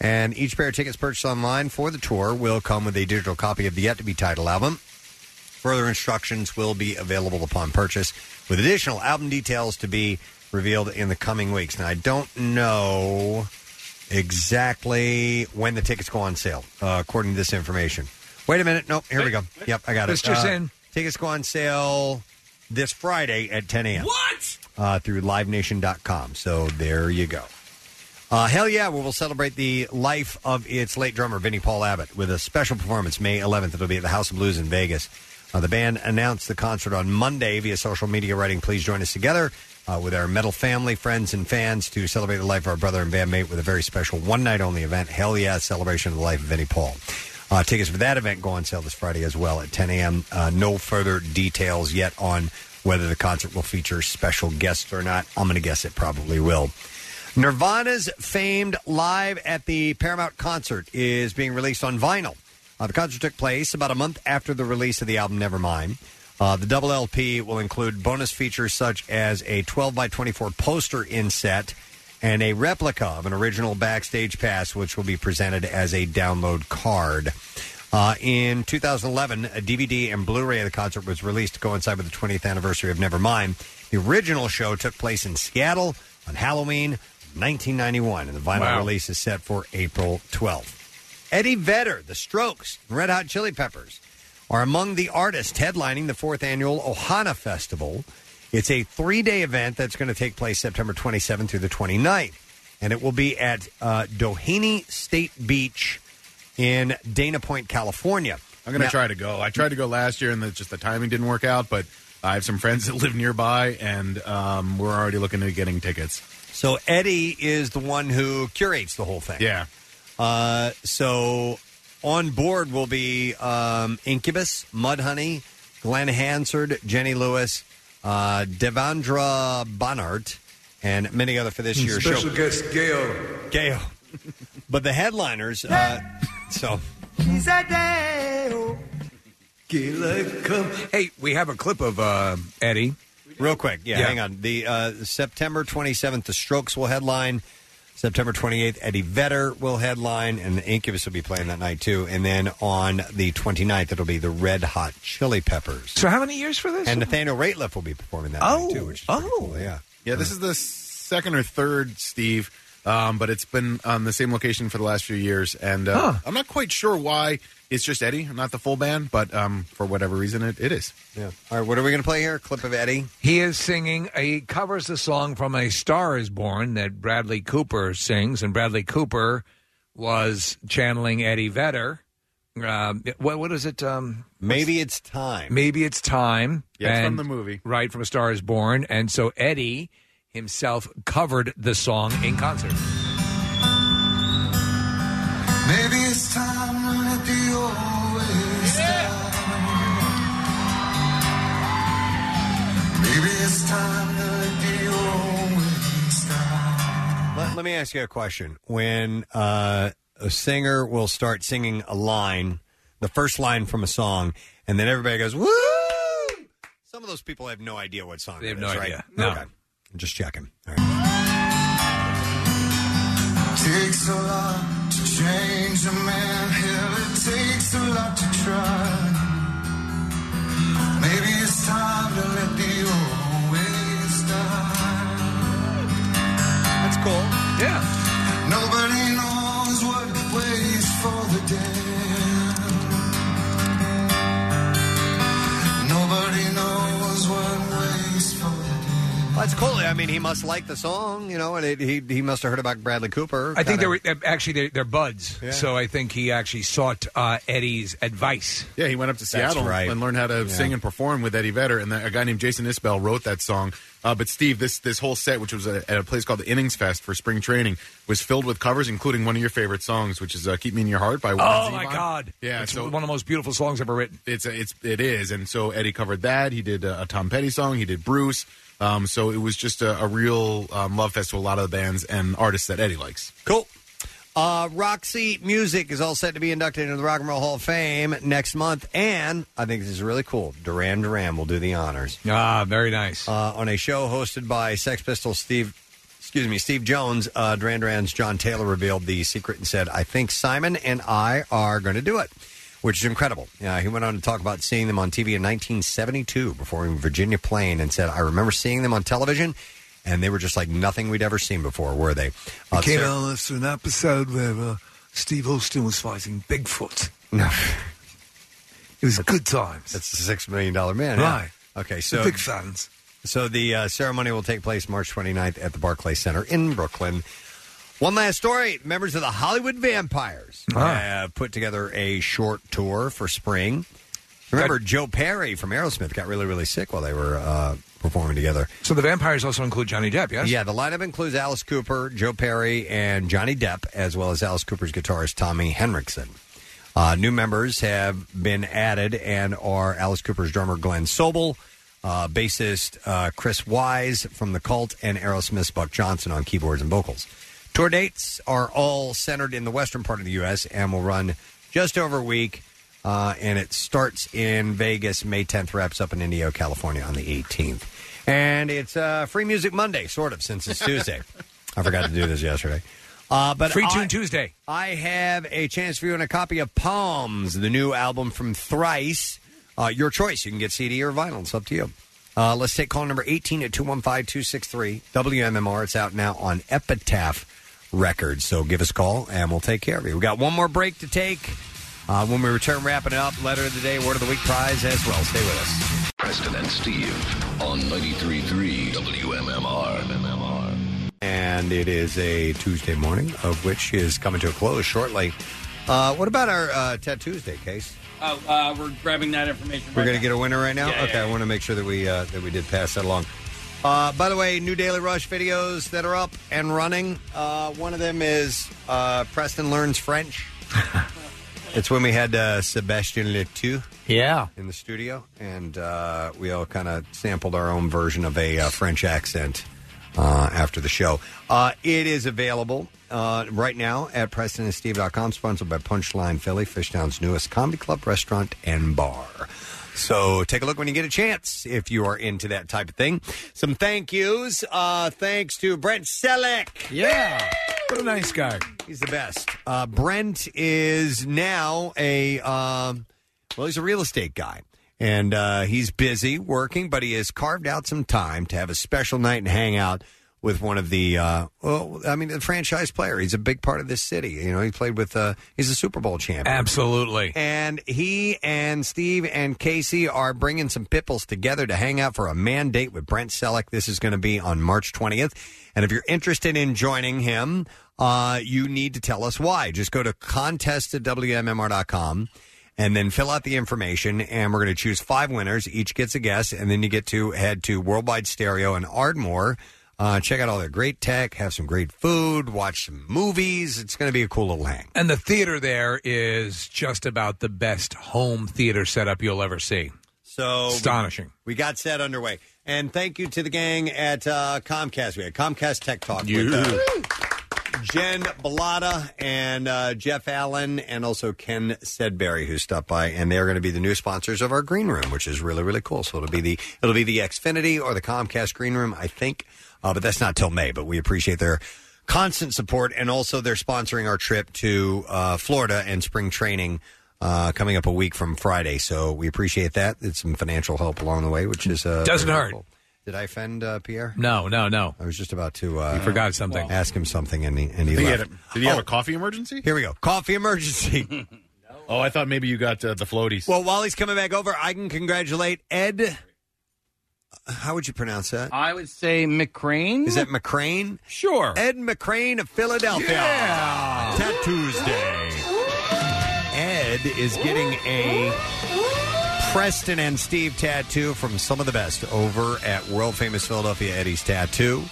S2: And each pair of tickets purchased online for the tour will come with a digital copy of the yet to be title album. Further instructions will be available upon purchase, with additional album details to be revealed in the coming weeks. Now, I don't know exactly when the tickets go on sale, uh, according to this information. Wait a minute. Nope. Here we go. Yep, I got it.
S4: It's just
S2: Uh,
S4: in.
S2: Tickets go on sale this Friday at 10 a.m.
S4: What?
S2: Uh, through livenation.com. So there you go. Uh, hell yeah, we will celebrate the life of its late drummer, Vinnie Paul Abbott, with a special performance May 11th. It'll be at the House of Blues in Vegas. Uh, the band announced the concert on Monday via social media, writing, Please join us together uh, with our metal family, friends, and fans to celebrate the life of our brother and bandmate with a very special one night only event. Hell yeah, celebration of the life of Vinnie Paul. Uh, tickets for that event go on sale this Friday as well at 10 a.m. Uh, no further details yet on whether the concert will feature special guests or not. I'm going to guess it probably will. Nirvana's famed Live at the Paramount concert is being released on vinyl. Uh, the concert took place about a month after the release of the album Nevermind. Uh, the double LP will include bonus features such as a 12 by 24 poster inset and a replica of an original backstage pass, which will be presented as a download card. Uh, in 2011, a DVD and Blu ray of the concert was released to coincide with the 20th anniversary of Nevermind. The original show took place in Seattle on Halloween 1991, and the vinyl
S19: Wow.
S2: release is set for April 12th. Eddie Vedder, The Strokes, and Red Hot Chili Peppers are among the artists headlining the fourth annual Ohana Festival. It's a three day event that's going to take place September 27th through the 29th, and it will be at uh, Doheny State Beach in Dana Point, California.
S11: I'm gonna
S2: Now-
S11: try to go. I tried to go last year, and the, just the timing didn't work out. But I have some friends that live nearby, and um, we're already looking at getting tickets.
S2: So Eddie is the one who curates the whole thing.
S11: Yeah.
S2: Uh, so on board will be um, Incubus, Mudhoney, Glenn Hansard, Jenny Lewis, uh, Devandra Bonnart, and many other for this year's
S4: Special
S2: show.
S4: guest Gail.
S2: Gail. But the headliners, uh, so
S4: Hey, we have a clip of uh, Eddie.
S2: Real quick, yeah, hang on. The uh, September 27th, The Strokes will headline. September 28th, Eddie Vedder will headline, and the Incubus will be playing that night too. And then on the 29th, it'll be the Red Hot Chili Peppers.
S4: So how many years for this?
S2: And Nathaniel Rateliff will be performing that
S4: Oh,
S2: night too, which is oh, cool. yeah,
S11: Yeah, this is the second or third, Steve. Um, but it's been on the same location for the last few years, and uh,
S2: Huh.
S11: I'm not quite sure why it's just Eddie, not the full band, but um, for whatever reason, it, it is.
S2: Yeah. All right, what are we going to play here? clip of Eddie.
S4: He is singing. He covers the song from A Star Is Born that Bradley Cooper sings, and Bradley Cooper was channeling Eddie Vedder. Um, what what is it? Um,
S2: maybe it's time.
S4: Maybe it's time.
S11: Yeah, it's from
S4: And-
S11: the movie.
S4: right from A Star Is Born, and so Eddie himself covered the song in concert.
S31: Maybe it's time to let the old ways down. Maybe it's time to let the old ways down.
S2: Let, let me ask you a question. When uh, a singer will start singing a line, the first line from a song, and then everybody goes, woo! Some of those people have no idea what song
S4: They have
S2: it
S4: no
S2: is,
S4: idea.
S2: Right?
S4: No.
S2: Okay. I'm just checking.
S31: Takes a lot to change a man. Hell, it takes a lot to try. Maybe it's time to let the old ways die.
S2: That's cool.
S4: Yeah.
S31: Nobody knows what waits for the damned. Nobody knows what waits for the
S2: I that's cool. I mean, he must like the song, you know, and it, he he must have heard about Bradley Cooper.
S4: I think they
S2: kinda-
S4: were uh, actually they're, they're buds,
S2: Yeah.
S4: so I think he actually sought uh, Eddie's advice.
S11: Yeah, he went up to
S4: That's
S11: Seattle
S4: right.
S11: and learned how to
S4: Yeah.
S11: sing and perform with Eddie Vedder, and that, a guy named Jason Isbell wrote that song. Uh, but Steve, this this whole set, which was at at a place called the Innings Fest for spring training, was filled with covers, including one of your favorite songs, which is uh, "Keep Me in Your Heart" by Warren
S4: Oh
S11: Zevon.
S4: my God!
S11: Yeah,
S4: it's
S11: so-
S4: one of the most beautiful songs ever written.
S11: It's a, it's it is, and so Eddie covered that. He did uh, a, a Tom Petty song. He did Bruce. Um, so it was just a, a real um, love fest to a lot of the bands and artists that Eddie likes.
S2: Cool. Uh, Roxy Music is all set to be inducted into the Rock and Roll Hall of Fame next month, and I think this is really cool. Duran Duran will do the honors.
S4: Ah, very nice.
S2: Uh, on a show hosted by Sex Pistols Steve, excuse me, Steve Jones, uh, Duran Duran's John Taylor revealed the secret and said, "I think Simon and I are going to do it." Which is incredible. Uh, he went on to talk about seeing them on TV in 1972 performing Virginia Plain and said, I remember seeing them on television and they were just like nothing we'd ever seen before, were they? Uh,
S4: came
S2: Sarah-
S4: out after an episode where uh, Steve Austin was fighting Bigfoot.
S2: No.
S4: It was good times.
S2: That's the six million dollar man, yeah.
S4: Right.
S2: Okay, so
S4: big fans.
S2: So the uh, ceremony will take place March 29th at the Barclay Center in Brooklyn. One last story: members of the Hollywood Vampires
S4: Ah.
S2: have put together a short tour for spring. Remember, Joe Perry from Aerosmith got really, really sick while they were uh, performing together.
S4: So the vampires also include Johnny Depp, yes?
S2: Yeah, the lineup includes Alice Cooper, Joe Perry, and Johnny Depp, as well as Alice Cooper's guitarist Tommy Henriksen. Uh, new members have been added and are Alice Cooper's drummer Glenn Sobel, uh, bassist uh, Chris Wise from The Cult, and Aerosmith's Buck Johnson on keyboards and vocals. Tour dates are all centered in the western part of the U.S. and will run just over a week. Uh, and it starts in Vegas May 10th, wraps up in Indio, California on the 18th. And it's uh, Free Music Monday, sort of, since it's Tuesday. I forgot to do this yesterday. Uh, but
S4: Free Tune
S2: I-
S4: Tuesday.
S2: I have a chance for you and a copy of Palms, the new album from Thrice. Uh, your choice. You can get CD or vinyl. It's up to you. Uh, let's take call number 18 at 215 263 WMMR. It's out now on Epitaph Records. So give us a call and we'll take care of you. we got one more break to take. Uh, when we return, wrapping it up, letter of the day, word of the week prize as well. Stay with us.
S1: Preston and Steve on 93.3 WMMR.
S2: and it is a Tuesday morning, of which is coming to a close shortly. Uh, what about our uh, Tattoos Day case?
S8: Oh, uh, we're grabbing that information.
S2: We're going to get a winner right now.
S8: Yeah,
S2: okay,
S8: yeah,
S2: I want to make sure that we uh, that we did pass that along. Uh, by the way, new Daily Rush videos that are up and running. Uh, one of them is uh, Preston learns French. it's when we had uh, Sebastian Letou.
S4: Yeah.
S2: in the studio, and uh, we all kind of sampled our own version of a uh, French accent uh, after the show. Uh, it is available uh, right now at PrestonandSteve.com, sponsored by Punchline Philly, Fishtown's newest comedy club, restaurant, and bar. So take a look when you get a chance if you are into that type of thing. Some thank yous. Uh, thanks to Brent Selleck.
S4: Yeah. What a nice guy.
S2: He's the best. Uh, Brent is now a, um, well, he's a real estate guy. And uh, he's busy working, but he has carved out some time to have a special night and hang out with one of the, uh, well, I mean, the franchise player. He's a big part of this city. You know, he played with, uh, he's a Super Bowl champion.
S4: Absolutely.
S2: And he and Steve and Casey are bringing some pipples together to hang out for a man date with Brent Selleck. This is going to be on March 20th. And if you're interested in joining him, uh, you need to tell us why. Just go to contest at WMMR.com and then fill out the information. And we're going to choose five winners. Each gets a guess. And then you get to head to Worldwide Stereo and Ardmore. Uh, check out all their great tech, have some great food, watch some movies. It's going to be a cool little hang.
S4: And the theater there is just about the best home theater setup you'll ever see.
S8: Oh,
S2: So
S4: Astonishing.
S2: We, we got set underway, and thank you to the gang at uh, Comcast. We had Comcast Tech Talk with uh, Jen Bellata and uh, Jeff Allen, and also Ken Sedberry, who stopped by, and they're going to be the new sponsors of our green room, which is really really cool. So it'll be the it'll be the Xfinity or the Comcast green room, I think, uh, but that's not till May. But we appreciate their constant support, and also they're sponsoring our trip to uh, Florida and spring training uh, coming up a week from Friday. So we appreciate that. It's some financial help along the way, which is uh,
S4: Doesn't
S2: very
S4: hurt.
S2: helpful. Did I offend uh, Pierre?
S4: No, no, no.
S2: I was just about to. Uh,
S4: You forgot something.
S2: Ask him something, and he and he
S11: Did he,
S2: left.
S11: had a- did he have
S2: Oh,
S11: a coffee emergency?
S2: Here we go. Coffee emergency.
S11: Oh, I thought maybe you got uh, the floaties.
S2: Well, while he's coming back over, I can congratulate Ed How would you pronounce that?
S8: I would say McCrane.
S2: Is that McCrane?
S8: Sure.
S2: Ed McCrane of Philadelphia.
S8: Yeah.
S2: Tattoos Day. Ed is getting a Preston and Steve tattoo from some of the best over at world famous Philadelphia Eddie's Tattoo.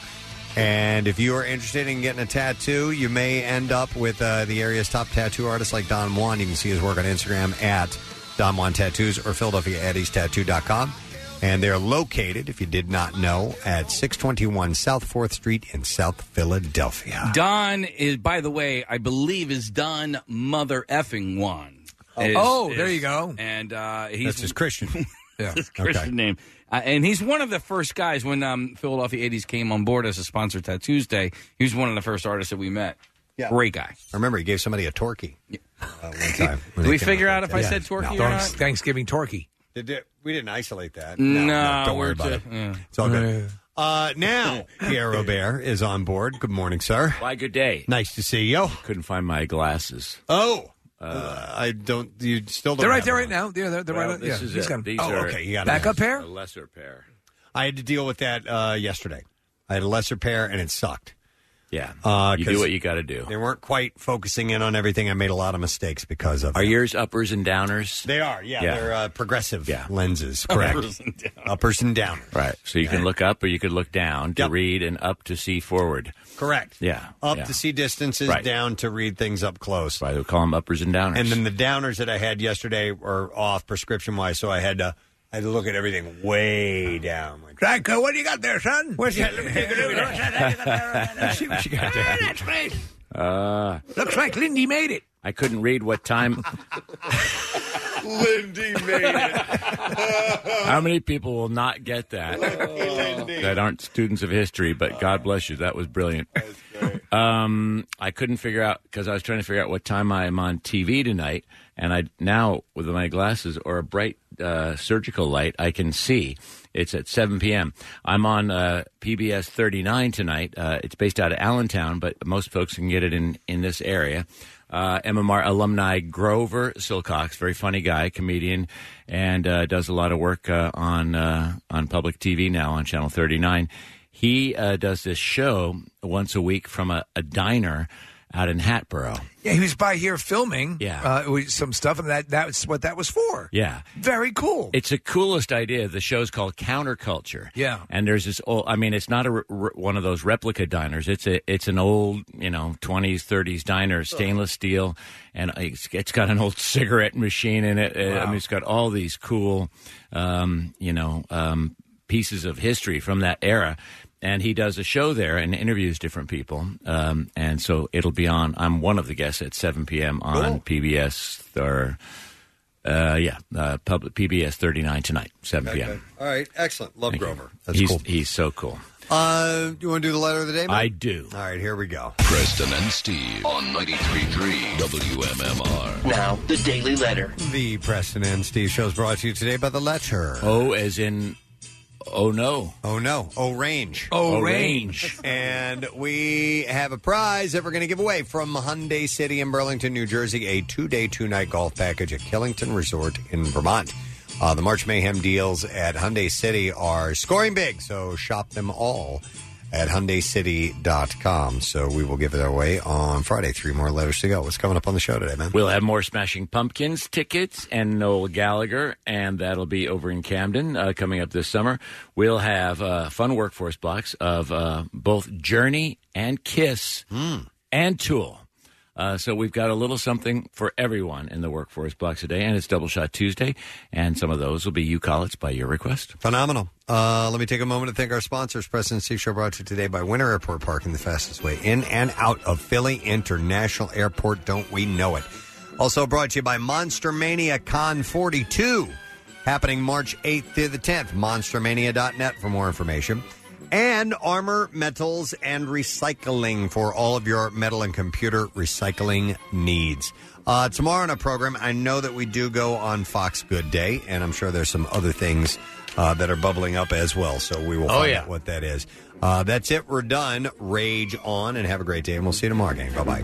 S2: And if you are interested in getting a tattoo, you may end up with uh, the area's top tattoo artist like Don Juan. You can see his work on Instagram at Don Juan Tattoos or Philadelphia Eddie's Tattoo.com. And they're located, if you did not know, at 621 South 4th Street in South Philadelphia.
S8: Don is, by the way, I believe is Don Mother effing Juan. Is-
S4: oh,
S8: is-
S4: there you go.
S8: And uh, he's
S4: That's his
S2: Christian.
S8: That's his Christian name. Uh, and he's one of the first guys when um, Philadelphia 80s came on board as a sponsor Tattoos Day. He was one of the first artists that we met.
S2: Yeah.
S8: Great guy.
S2: I remember he gave somebody a turkey uh, one time.
S8: Did we figure out if I said Torquay or not?
S4: Thanksgiving turkey.
S2: we didn't isolate that.
S8: No,
S2: Uh, don't
S8: we're
S2: worry about it.
S8: ju- yeah.
S2: It's all good. Uh, now, Pierre Robert is on board. Good morning, sir.
S19: Why, good day.
S2: Nice to see you.
S19: Couldn't find my glasses. Uh,
S2: Oh, I don't. You still don't.
S19: They're right
S2: have
S19: there
S2: one.
S19: right
S4: now. They're, they're, they're
S19: Well,
S4: right.
S19: this
S4: yeah,
S19: is
S4: he's
S19: it.
S4: got 'em.
S19: These
S2: Oh,
S19: are
S2: okay. You got
S19: Back
S2: it.
S19: up here? A lesser pair.
S2: I had to deal with that uh, yesterday. I had a lesser pair, and it sucked.
S19: Yeah,
S2: uh,
S19: You do
S2: 'cause
S19: what you got to do.
S2: They weren't quite focusing in on everything. I made a lot of mistakes because of.
S19: Are yours uppers and downers?
S2: They are. Yeah, they're uh, progressive lenses. Correct.
S19: Uppers
S2: Uppers and downers.
S19: Right. So you can look up or you could look down to read and up to see forward.
S2: Correct.
S19: Yeah.
S2: Up
S19: yeah.
S2: to see distances,
S19: Right.
S2: down to read things up close.
S19: Right. We call them uppers and downers.
S2: And then the downers that I had yesterday were off prescription wise, so I had to I had to look at everything way down. Like,
S4: Franco, what do you got there, son?
S2: Where's that?
S19: Let's see what you got there.
S4: That's right.
S19: uh,
S4: Looks like Lindy made it.
S19: I couldn't read what time.
S4: Lindy made it.
S19: How many people will not get that? that aren't students of history, but God bless you. That was brilliant. Um, I couldn't figure out because I was trying to figure out what time I am on TV tonight, and I now with my glasses or a bright uh, surgical light, I can see. It's at 7 p.m. I'm on uh, PBS 39 tonight. Uh, it's based out of Allentown, but most folks can get it in in this area. Uh, MMR alumni Grover Silcox, very funny guy, comedian, and uh, does a lot of work uh, on uh, on public TV now on Channel 39 he uh, does this show once a week from a, a diner out in Hatboro.
S4: Yeah, he was by here filming.
S19: Yeah.
S4: uh, with some stuff, and that that's what that was for.
S19: Yeah.
S4: Very cool.
S19: It's the coolest idea. The show's called Counterculture.
S4: Yeah.
S19: And there's this old I mean it's not a re- re- one of those replica diners. It's a it's an old, you know, 20s 30s diner, stainless steel and it's, it's got an old cigarette machine in it. Uh, I mean it's got all these cool um, you know, um, pieces of history from that era. And he does a show there and interviews different people. Um, and so it'll be on. I'm one of the guests at 7 p.m. on PBS or uh, yeah, uh, public PBS 39 tonight, 7 p.m.
S2: All right, excellent. Love Grover. That's
S19: he's,
S2: cool.
S19: He's so cool.
S2: Uh, you want to do the letter of the day? Mike?
S19: I do.
S2: All right, here we go.
S1: Preston and Steve on 93.3 WMMR.
S2: Now, the Daily Letter. The Preston and Steve show is brought to you today by the letter.
S19: Oh, as in, oh no.
S2: Oh no. Oh range.
S19: Oh, range.
S2: and we have a prize that we're going to give away from Hyundai City in Burlington, New Jersey a two day, two night golf package at Killington Resort in Vermont. Uh, the March Mayhem deals at Hyundai City are scoring big, so shop them all at HyundaiCity.com. So we will give it away on Friday. Three more letters to go. What's coming up on the show today, man?
S19: We'll have more Smashing Pumpkins tickets and Noel Gallagher, and that'll be over in Camden uh, coming up this summer. We'll have uh, fun workforce blocks of uh, both Journey and Kiss
S2: Hmm.
S19: and Tool. Uh, so we've got a little something for everyone in the workforce blocks today, and it's Double Shot Tuesday, and some of those will be you call it's by your request.
S2: Phenomenal. Uh, let me take a moment to thank our sponsors. President Steve Show brought to you today by Winter Airport Parking, the fastest way in and out of Philly International Airport. Don't we know it? Also brought to you by Monster Mania Con 42, happening March 8th through the 10th. MonsterMania.net for more information. And Armor Metals and Recycling for all of your metal and computer recycling needs. Uh, tomorrow on our program, I know that we do go on Fox Good Day, and I'm sure there's some other things uh, that are bubbling up as well. So we will
S19: Oh,
S2: find
S19: yeah.
S2: out what that is. Uh, that's it. We're done. Rage on and have a great day. And we'll see you tomorrow, gang. Bye bye.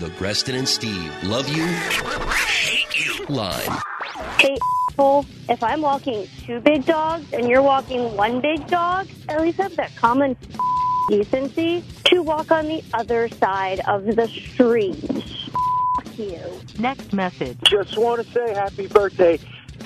S24: The Preston and Steve love you, hate you line.
S27: Hey, asshole, if I'm walking two big dogs and you're walking one big dog, at least have that common decency to walk on the other side of the street. Fuck you.
S5: Next message. Just want to say happy birthday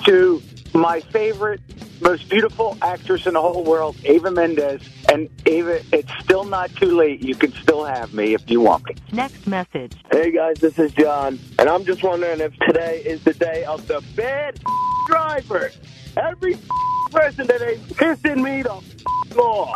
S5: to my favorite, most beautiful actress in the whole world, Ava Mendez. And Ava, it's still not too late. You can still have me if you want me.
S21: Next message. Hey guys, this is John, and I'm just wondering if today is the day of the bad driver. Every person that ain't pissing me the off.